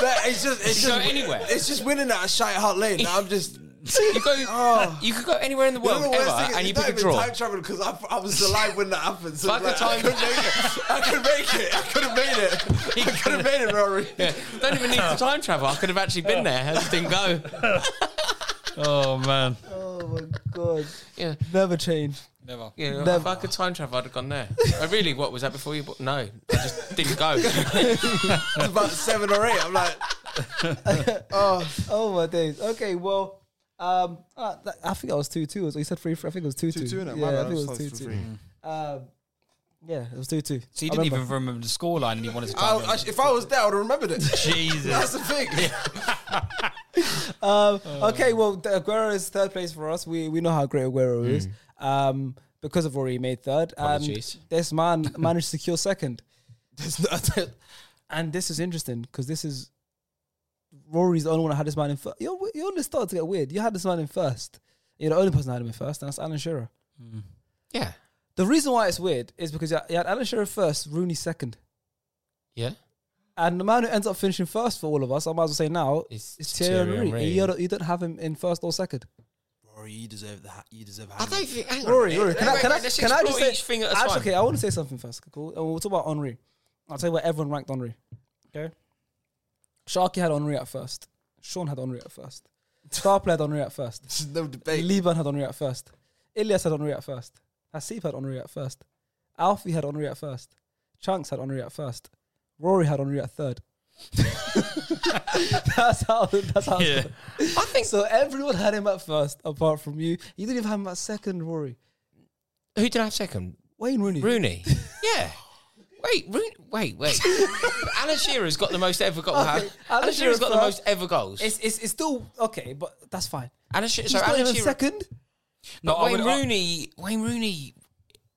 That- it's just, it's
You
just,
go anywhere.
It's just winning at a shite Hart Lane. I'm just.
[LAUGHS]
[LAUGHS] oh.
You go. You could go anywhere in the world
You know the worst thing
ever,
is
and you
it's not
pick a
even
draw.
Time travel because I, I was alive when that happened. So
Fuck the
like,
time.
I couldn't make it. I could make it. I could have made
[LAUGHS]
it. I could have made it, Rory.
Yeah. Don't even need to time travel. I could have actually been there. I just didn't go.
Oh man.
Oh my god!
Yeah.
Never change.
Never.
Yeah,
Never.
if I could time travel, I'd have gone there. I really, what was that before you? Bought? No, I just didn't go.
It was about seven or eight. I'm like,
Oh my days. Okay, well, um, uh, that, I think that was two two. You said three. three. I think it was two two.
two, innit?
yeah,
My
I
bad,
think
I
it was
was
two
close to
two.
three.
Um, yeah, it was two two.
So you didn't even remember the scoreline and you wanted to
I,
time
I,
it.
if I was there, I would have remembered it. [LAUGHS] That's
Jesus.
the thing.
Um, okay, well, the Aguero is third place for us. We we know how great Aguero
Hmm.
is. Um, because of Rory he made third, and
Apologies.
this
[LAUGHS]
man managed to secure second. There's no- and this is interesting because this is Rory's the only one that had this man in first. Your your list started to get weird. You had this man in first. You're the only person that had him in first, and that's Alan Shearer.
Hmm. Yeah,
The reason why it's weird is because you had- you had Alan Shearer first, Rooney second.
yeah.
And the man who ends up finishing first for all of us, I might as well say now,
It's
is Thierry
Thierry
Henry.
Henry.
You, don't, you don't have him in first or second.
Rory, you deserve that. You deserve.
I don't think. Hang
Rory,
on a minute.
Rory, can
Wait,
I,
wait,
can I,
let's
can I just
explore
say
each thing at a
Actually,
time?
okay, I want to say something first, cool? And we'll talk about Henri. I'll tell you where everyone ranked Henri. Okay. Sharky had Henri at first. Sean had Henri at first. Star player had Henri at first.
There's no debate.
Liban had Henri at first. Ilias had Henri at first. Hasib had Henri at first. Alfie had Henri at first. Chunks had Henri at first. Rory had Henri at third. [LAUGHS] that's how. That's how.
Yeah.
I think
So everyone had him at first, apart from you. You didn't even have him at second, Rory.
who did I have second?
Wayne Rooney.
Rooney. yeah. Wait, Rooney, wait, wait. Alan Shearer's got the most ever goals.
Okay,
Alan,
Alan
Shearer's got the
Shearer
most ever goals.
It's, it's it's still okay, but that's fine.
Alan Shearer,
He's
so
not
Alan
even
Shearer,
second.
No, I
Wayne
would- I-
Rooney. Wayne Rooney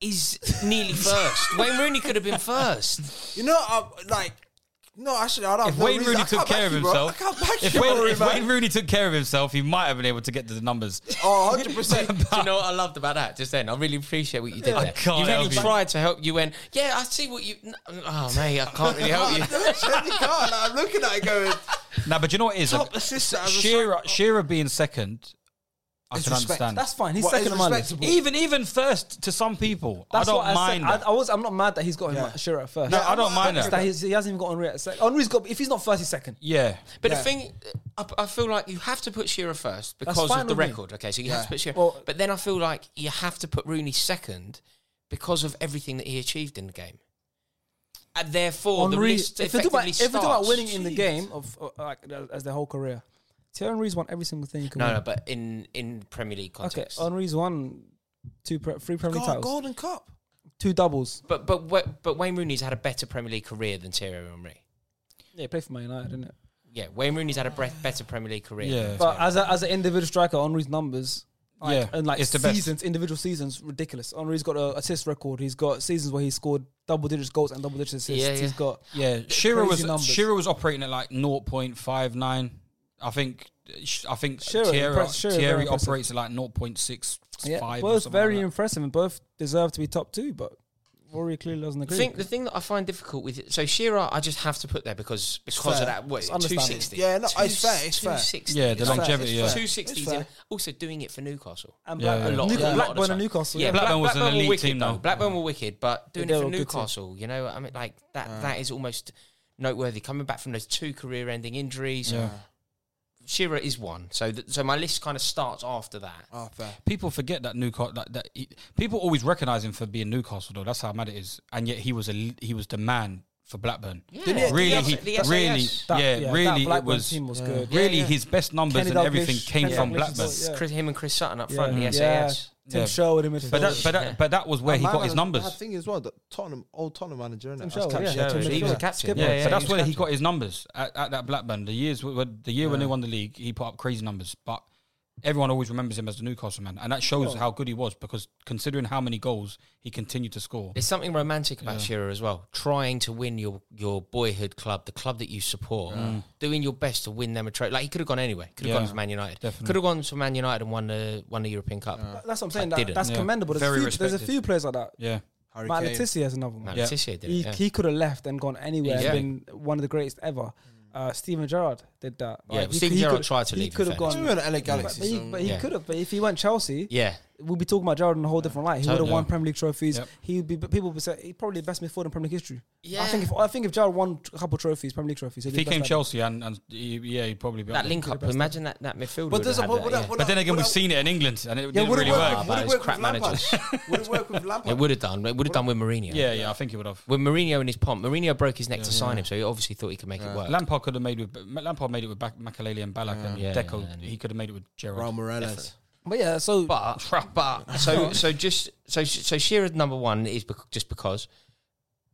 is nearly first. Wayne Rooney could have been first.
You know, I'm like. No, actually, I don't.
If
no
Wayne
reason.
Rooney
I can't
took care
back
of
you, bro.
himself,
I can't back
if
you,
Wayne-
Rory,
if
man.
Wayne Rooney took care of himself, he might have been able to get to the numbers.
Oh, 100 percent.
Do you know what I loved about that? Just then, I really appreciate what you did.
I
there.
can't
you really
help you.
tried to help. You went, yeah, I see what you. n- Oh mate, I can't really help
[LAUGHS]
you.
I'm looking at it going.
Now, but you know what it is?
Top assist. I was
Shearer, Shearer being second, I
It's
can
respect.
understand.
That's fine. He's
What
second
is
on my list.
respectable?
even even first to some people.
That's
I don't
what I
mind.
Said.
that.
I, I was. I'm not mad that he's got him
Yeah.
at Shearer at first.
No, I don't
I'm-
mind
It's
that.
that he's, he hasn't even got Henri at second. Henri's got. If he's not first, he's second.
yeah,
But the thing, I, I feel like you have to put Shearer first because
fine
of the
with me.
record. Okay, so you have to put Shearer.
Well-
but then I feel like you have to put Rooney second because of everything that he achieved in the game. And therefore, the
Henri.
list
If you talk about,
effectively
if you talk about
starts-
winning in the game of uh, like uh, as their whole career, Thierry Henry's won every single thing. He can
No,
win.
no, but in in Premier League
Okay,
context.
Henri's won two, pre- three Premier League
Go-
titles,
Golden Cup.
two doubles.
But but Wa- but Wayne Rooney's had a better Premier League career than Thierry Henry.
Yeah, he played for Man United, didn't it?
Yeah, Wayne Rooney's had a bre- better Premier League career.
Yeah.
than
But
Thierry.
as a, as an individual striker, Henri's numbers. Like,
Yeah,
and like
it's the best.
seasons, individual seasons, ridiculous. Henri's got a assist record. He's got seasons where he scored double digits goals and double digit assists.
Yeah, yeah.
He's got
yeah. Shearer
crazy
was
numbers.
Shearer was operating at like 0.59. I think I think
Shearer,
Thierry,
impress- Shearer, very
Thierry
impressive.
operates at like 0.65.
Yeah,
or
both
something
very
like that.
impressive and both deserve to be top two, but Rory clearly doesn't
the
agree.
thing, the thing that I find difficult with it, so Shearer, I just have to put there because because
fair.
of that. What,
understandable.
two sixty?
Yeah, no, it's fair, it's fair.
Yeah, the longevity, yeah.
Two sixties.
fair.
and Also doing it for Newcastle.
and
Yeah,
Black-
yeah. A
lot,
Newca-
yeah. lot of the
Blackburn
time.
and Newcastle.
Yeah,
Yeah,
Blackburn was an
were
elite
wicked,
team,
though.
though.
Blackburn were wicked, but doing
they
it
were
for
a good team.
Newcastle, you know, I mean, like that. that is almost noteworthy. Coming back from those two career-ending injuries,
Yeah.
Shearer is one. So, th- so my list kind of starts after that.
Oh, fair.
People forget that Newcastle. That, that he- people always recognise him for being Newcastle, though. That's how mad it is. And yet he was a he was the man for Blackburn.
Didn't he-
Really,
didn't he
he,
have the SAS?
really,
That-
yeah,
yeah, that
really, it
Blackburn
was,
team was good.
Really,
Yeah, yeah.
his best numbers
Kenny
and
Dalglish-
everything came
Kenny
from
Dalglish
Blackburn.
as well, yeah.
Chris, him and Chris Sutton up
Yeah.
front,
Yeah.
the SAS.
Tim
Yeah.
Sherwood in midfield.
But that, but that, but that was where he
Man
got
was-
his
I
numbers.
think as well that Tottenham, old Tottenham manager,
Tim
isn't
Sherwood, yeah, Tim
Sherwood, he was a
Sherwood.
captain.
Skipper.
Yeah,
yeah,
so
he
that's
was
where he
captain.
got his numbers at, at that Blackburn. The years wh- wh- the year when they won the league, he put up crazy numbers. But everyone always remembers him as the Newcastle man, and that shows how good he was because considering how many goals he continued to score.
There's something romantic about Shearer as well. Trying to win your, your boyhood club, the club that you support, doing your best to win them a trophy. Like he could have gone anywhere. Could have
Yeah.
gone to Man United.
Definitely.
Could have gone to Man United and won the won the European Cup.
that's what I'm saying.
But
That,
didn't.
that's
Yeah.
commendable. There's,
Very
a few, there's a
respected.
few players like that.
Yeah,
Harry
Matt
Kane.
Letizia is another one.
Man,
Yeah.
this year did it,
He,
yeah.
he could have left and gone anywhere
Yeah.
and been one of the greatest ever. Uh, Steven Gerrard did that.
Yeah,
Like, he
Steven
could- he
Gerrard
could-
tried to
He
leave, in
could have
fairness.
gone.
We were at LA
But
Galaxy.
he,
so-
but he
Yeah.
could have. But if he went Chelsea,
yeah.
we'll be talking about Gerrard in a whole different light. He would
Totally.
have won Premier League trophies.
Yep.
He would be but people would say he's probably the best midfielder in Premier League history. I
Yeah.
think if I think if Gerrard won a couple trophies, Premier League trophies, he'd
if
be
he
the
came
best player.
Chelsea and, and he, yeah, he'd probably be. up
That
there.
link up. Imagine that that midfield.
But
But,
there's
had
a- but
that,
what-
yeah.
what-
But then again,
would
we've
I-
seen it in England, and it
Yeah,
didn't
would it
really
work-
work.
Ah,
would
but
it
it's
work
crap
with Lampard? Would it work with Lampard?
it would have done. It would have done with Mourinho.
yeah, yeah, I think he would have.
With Mourinho in his pomp, Mourinho broke his neck to sign him, so he obviously thought he could make it work.
Lampard could have made with Lampard made it with Bac- Makaleli and Balak and
Yeah,
Deco.
yeah, and-
he could have made it with Gerrard.
Raul Morales.
But yeah, so
But [LAUGHS] but so so just so so Shearer number one is bec- just because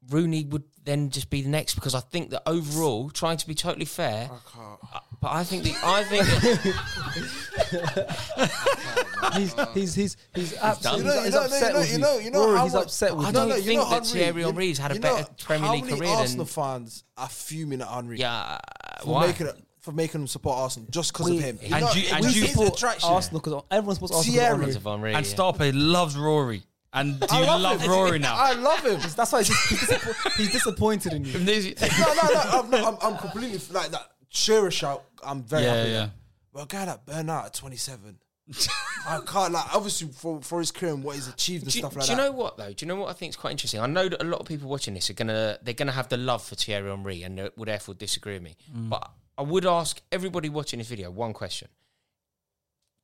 Rooney would then just be the next because I think that overall trying to be totally fair, uh, but I think the I think
he's he's he's he's
You
absolutely
know, you
he's
know,
upset
you know,
with
you
me.
know, you know
Rory,
how
he's
much-
upset with
I
me.
don't
No, no,
think
you know
that
Henry-
Thierry
you-
Henry's had a
you know
better Premier
how
League
many
career than-
Arsenal fans are fuming at Henry
yeah uh,
for
why
making it, for making him support Arsenal just because of
We-
him.
And
know,
you-
it
and
was
you-
his
support
attraction.
Arsenal because everyone's supposed to Arsenal.
Thierry.
because
Of
of Henry.
Henry,
And
yeah.
Starpe loves Rory, and do you
I
love,
love him.
Rory now?
[LAUGHS] I love him.
That's why he's, just, he's, disappo- he's disappointed in you.
no, no, no. I'm, not, I'm, I'm completely f- like that. Shearer shout. I'm very
Yeah,
happy.
yeah.
Yeah. But a guy that burned out at 27. I can't like obviously for, for his career and what he's achieved and
Do you,
stuff like
do you
that.
know what though? Do you know what I think is quite interesting? I know that a lot of people watching this are gonna they're gonna have the love for Thierry Henry and they would therefore disagree with me.
Mm.
But I would ask everybody watching this video one question: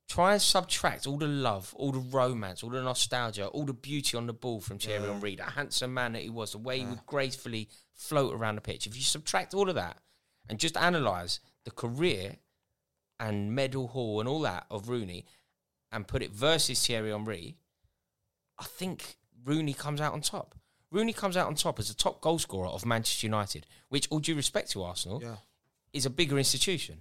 Try and subtract all the love, all the romance, all the nostalgia, all the beauty on the ball from Thierry Henry, the handsome man that he was, the way he would gracefully float around the pitch. If you subtract all of that and just analyze the career and medal haul and all that of Rooney, and put it versus Thierry Henry. I think Rooney comes out on top. Rooney comes out on top as the top goal scorer of Manchester United, which, all due respect to Arsenal,
Yeah,
is a bigger institution.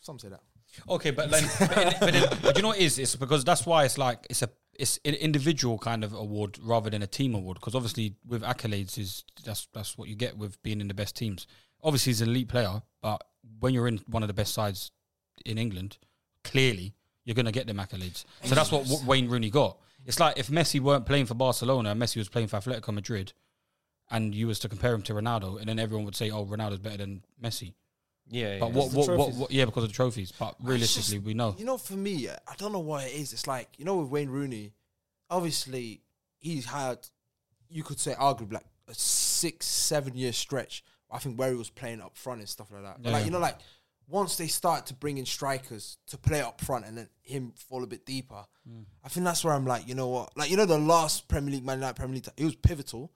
some say that.
Okay, but then, but, in- but, in- but you know what it is? It's because that's why it's like it's a it's an individual kind of award rather than a team award. Because obviously with accolades is that's that's what you get with being in the best teams. Obviously he's an elite player, but when you're in one of the best sides in England, clearly you're going to get them accolades. So that's what w- Wayne Rooney got. It's like if Messi weren't playing for Barcelona, and Messi was playing for Atletico Madrid, and you was to compare him to Ronaldo, and then everyone would say, "Oh, Ronaldo's better than Messi."
Yeah,
But what,
yeah.
the
what, what,
trophies.
what? Yeah, because of the trophies. But
It's
realistically,
just-
we know.
You know, for me, I don't know what it is. It's like you know, with Wayne Rooney, obviously he's had, you could say, arguably like a six, seven year stretch. I think where he was playing up front and stuff like that. But
Yeah.
like you know, like once they start to bring in strikers to play up front and then him fall a bit deeper,
Mm.
I think that's where I'm like, you know what? Like you know, the last Premier League Man United Premier League, he was pivotal.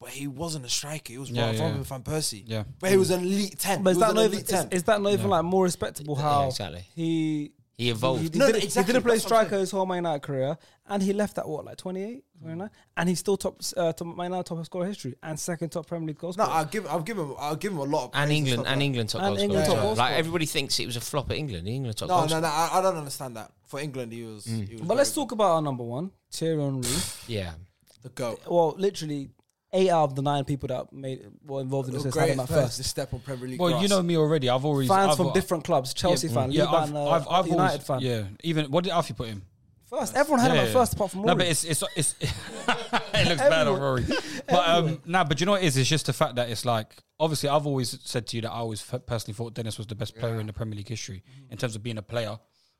But he wasn't a striker. He was
Yeah,
Ron
yeah.
Van Persie.
Yeah.
but he was an elite ten.
But is
he was
that
an
not even,
elite
is,
10.
is that not even like more respectable? How
exactly.
he
He
Oh.
evolved.
He, he
No,
did,
no, exactly,
he didn't play
that's what I'm
striker his whole Man United career, and he left at what like 28, 29? and he's still top uh, top Man United top scorer history and second top Premier League goal
No,
scorer.
I'll give, I'll give him, I'll give him a lot of praise
and England
stuff
and
like-
England top
And
goal
England
scorer.
top
goal
Like
scorer.
everybody thinks it was a flop at England. The England top
No,
goal
no,
scorer.
no, I, I don't understand that. For England, he was,
Mm.
he was
but let's
very
talk about our number one, Thierry Henry.
[SIGHS]
Yeah,
good. the goat.
well, literally eight out of the nine people that made were involved in
The
this list had
greatest
him at
player to
first.
step on Premier League.
Well, you
grass.
know me already. I've always
Fans
I've,
from
uh,
different clubs, Chelsea
mm,
fan,
yeah,
Liban,
I've,
uh,
I've, I've
United
always,
fan.
Yeah, even what did Alfie put him?
First, everyone had him
Yeah,
at
yeah.
first, apart from
No,
Rory.
but it's it's,
[LAUGHS]
it's [LAUGHS] it looks bad on
Everyone.
Rory.
[LAUGHS]
But um, nah, but you know what it is? It's just the fact that it's like obviously I've always said to you that I always f- personally thought Dennis was the best player in the Premier League history in terms of being a player,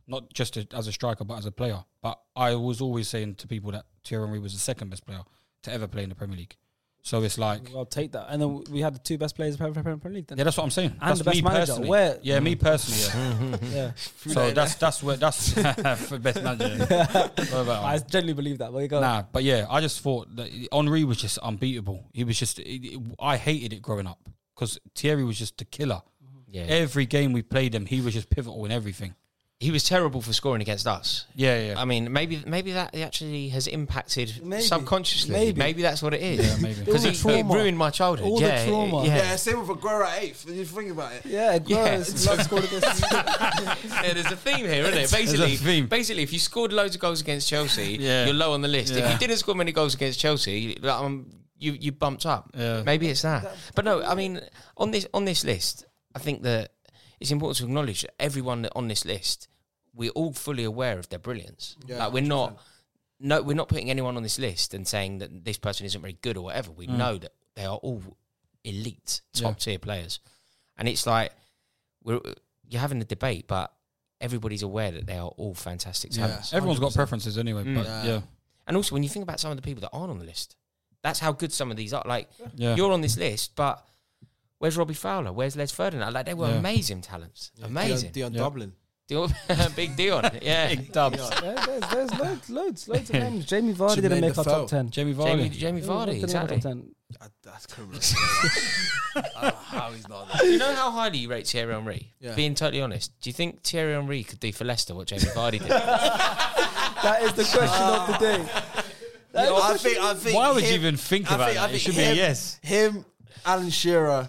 not just a, as a striker but as a player. But I was always saying to people that Thierry Henry was the second best player to ever play in the Premier League. So it's like
I'll take that. And then we had the two best players in Premier Premier League. Then.
yeah, that's what I'm saying.
And
that's
the best
me
manager.
personally.
Where-
yeah, me personally. Yeah.
[LAUGHS] yeah.
so that's that's where that's [LAUGHS] for best
[LAUGHS]
manager. What about-
I genuinely believe that. But you go.
Nah, but yeah, I just thought that Henri was just unbeatable. He was just, it- it- I hated it growing up because Thierry was just the killer.
yeah.
Every game we played him, he was just pivotal in everything.
he was terrible for scoring against us.
Yeah, yeah, yeah.
I mean, maybe maybe that actually has impacted
Maybe.
subconsciously. Maybe.
Maybe.
that's what it is.
Yeah, maybe.
because
All
it,
the trauma.
ruined my childhood.
All the
yeah,
trauma.
Yeah,
Yeah, same with Aguero at eighth. You think about it.
Yeah, it
Yeah. [LAUGHS]
grows. Love scored against
Yeah, there's a theme here, isn't it? Basically,
a theme.
basically, if you scored loads of goals against Chelsea,
Yeah.
you're low on the list. If
Yeah.
you didn't score many goals against Chelsea, you- um, you you bumped up.
Yeah.
Maybe it's that. But no, I mean, on this on this list, I think that it's important to acknowledge that everyone on this list, we're all fully aware of their brilliance. like we're not, no, we're not putting anyone on this list and saying that this person isn't very good or whatever. We
Mm.
know that they are all elite, top tier players, and it's like we're you're having a debate, but everybody's aware that they are all fantastic talents.
Everyone's got preferences anyway, but
Mm.
Nah.
yeah,
And also, when you think about some of the people that aren't on the list, that's how good some of these are. Like,
Yeah.
you're on this list, but where's Robbie Fowler? Where's Les Ferdinand? Like, they were
Yeah.
amazing talents. Amazing.
Dion, Dion
Yeah.
Dublin.
Dion- [LAUGHS]
[LAUGHS]
Big Dion. Yeah.
dubs. [LAUGHS]
Yeah, there's, there's loads, loads, loads of
[LAUGHS]
names. Jamie Vardy
Jermaine
didn't make our
Defoe.
top ten.
Jamie
Jamie,
Vardy.
Jamie Vardy,
Didn't make our
exactly.
top 10.
I, Ah, that's criminal. [LAUGHS] I don't know how he's not there.
You know how highly you rate Thierry Henry?
Yeah.
Being totally honest, do you think Thierry Henry could do for Leicester what Jamie
[LAUGHS]
Vardy did?
That is the question of the day. [LAUGHS] That
No,
is
I
the
think, I think
Why would you
him-
even think
I
about
think- I
that? It
think
should be
him,
a yes.
Him, Alan Shearer.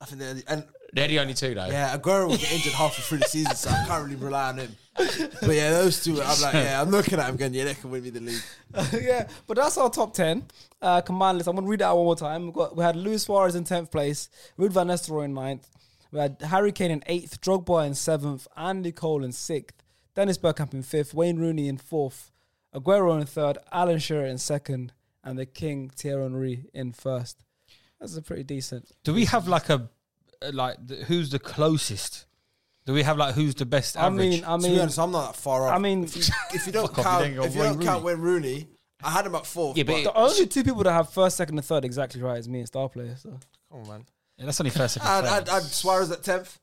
I think they're the, and
They're the only two, though.
yeah, Aguero was injured halfway through the season, so I can't really rely on him. But yeah, those two, I'm like, yeah, I'm looking at him going, yeah, they can win me the league.
yeah, but that's our top ten uh, command list. I'm gonna read it out one more time. We got we had Luis Suarez in tenth place, Ruud van Nistelrooy in ninth. We had Harry Kane in eighth, Drogba in seventh, Andy Cole in sixth, Dennis Bergkamp in fifth, Wayne Rooney in fourth, Aguero in third, Alan Shearer in second, and the King Thierry Henry in first. That's a pretty decent.
Do we have like a, uh, like, th- who's the closest? Do we have like who's the best
I
average?
mean, I
to be
mean,
honest, I'm not that far off.
I mean,
if you don't
off, you
count,
don't go
if you
Wayne
don't count Wayne Rooney, I had him at fourth.
Yeah, but
but
it-
the only two people that have first, second, and third exactly right is me and Star Player. So
come on, man.
Yeah, that's only first. second,
I had, I
third.
had, I had Suarez at tenth.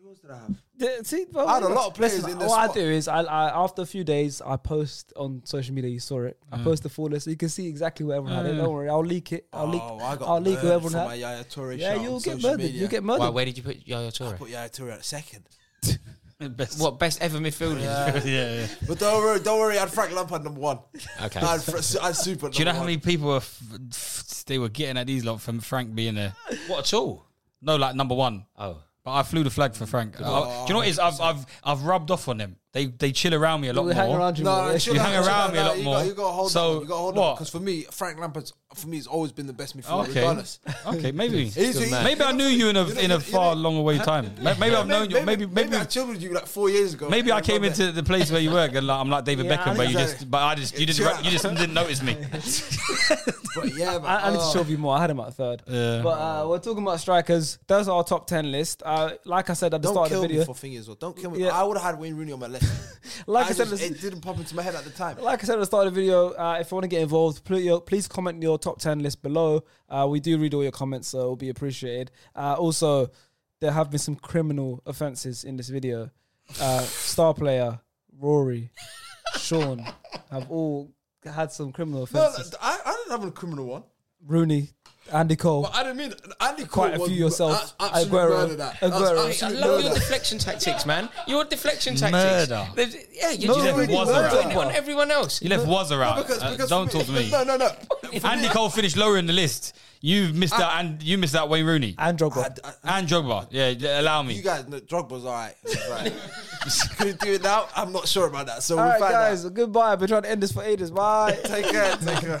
Who else did I have?
Yeah, See, well,
I had a lot of players in this
What
spot.
I do is, I, I after a few days, I post on social media. You saw it.
Mm.
I post the full list, so you can see exactly what everyone had. It. Don't worry, I'll leak it. I'll leak.
Oh, I got
I'll leak
murdered
who everyone
for my
had.
Yaya Toure
Yeah,
shout
you'll
on
get
social
murdered.
media.
You get
Why,
murdered.
where did you put Yaya Toure?
Put Yaya Toure at second.
[LAUGHS] best.
What, best ever midfielder?
yeah, yeah.
But don't worry, don't worry. I had Frank Lampard number one.
Okay.
I had, Fr- I had Super.
Do you know
number
how
one.
many people were f- f- they were getting at these lot from Frank being there?
What at all?
No, like number one.
Oh.
But I flew the flag for Frank. Uh, do you know what it is? I've, I've I've rubbed off on them. They they chill around me a lot
We
more.
hang around you
No,
more.
no, chill
You
out,
hang
chill
around
out,
me a
no,
lot
you
more.
Got, you got to hold
So,
on. You got to hold
what? Oh,
Because for me, Frank Lampard's for me has always been the best midfielder,
Okay.
regardless.
Okay, maybe.
He's- he's-
Maybe I knew you in a
You know-
in a
you know-
far long away time. Ma- Maybe I've known you. Maybe maybe
I chilled with you like four years ago.
maybe I came
remember
into the place where you work and like, I'm like David
Yeah,
Beckham, but you
exactly.
just but I just you
Chill out.
didn't you just didn't notice me.
But
[LAUGHS]
yeah,
[LAUGHS]
man.
I, I need to
oh.
show you more. I had him at third.
Yeah.
But uh, we're talking about strikers. That's our top 10 list. Uh, like I said at the
Don't
start of
kill
the video.
me for fingers. Well. Don't kill me.
Yeah.
I would have had Wayne Rooney on my
[LAUGHS]
list.
Like I said,
just-
this-
it didn't pop into my head at the time.
like I said at the start of the video, uh, if you want to get involved, please, please comment your top 10 list below. Uh, we do read all your comments, so it'll be appreciated. Uh, also, there have been some criminal offenses in this video. Uh, star player, Rory, Sean have all had some criminal
No, no,
offenses.
I, I didn't have a criminal one.
Rooney, Andy Cole.
But I didn't mean Andy Cole
Quite a
was
few yourself.
a- Absolute
Aguero.
murder that. That's
Aguero.
I
absolute
love your
murder.
deflection tactics, man. Your deflection tactics.
Murder.
There's- Yeah, you're
No,
just
no,
everyone,
no, no, no.
everyone, everyone else.
You left Wazza out.
Because,
Uh,
because
don't
for
talk to
[LAUGHS]
me.
No, no, no.
Andy Cole finished lower in the list. You missed out and you missed out Wayne Rooney
and
I,
Drogba.
I,
and Jogba. Yeah, d- allow me.
you guys, no, Drogba's all right. He's all right.
[LAUGHS]
Could he do it now? I'm not sure about that. So
All right,
we'll find
guys,
out.
goodbye. I've been trying to end this for ages. Bye.
Take care. Take care.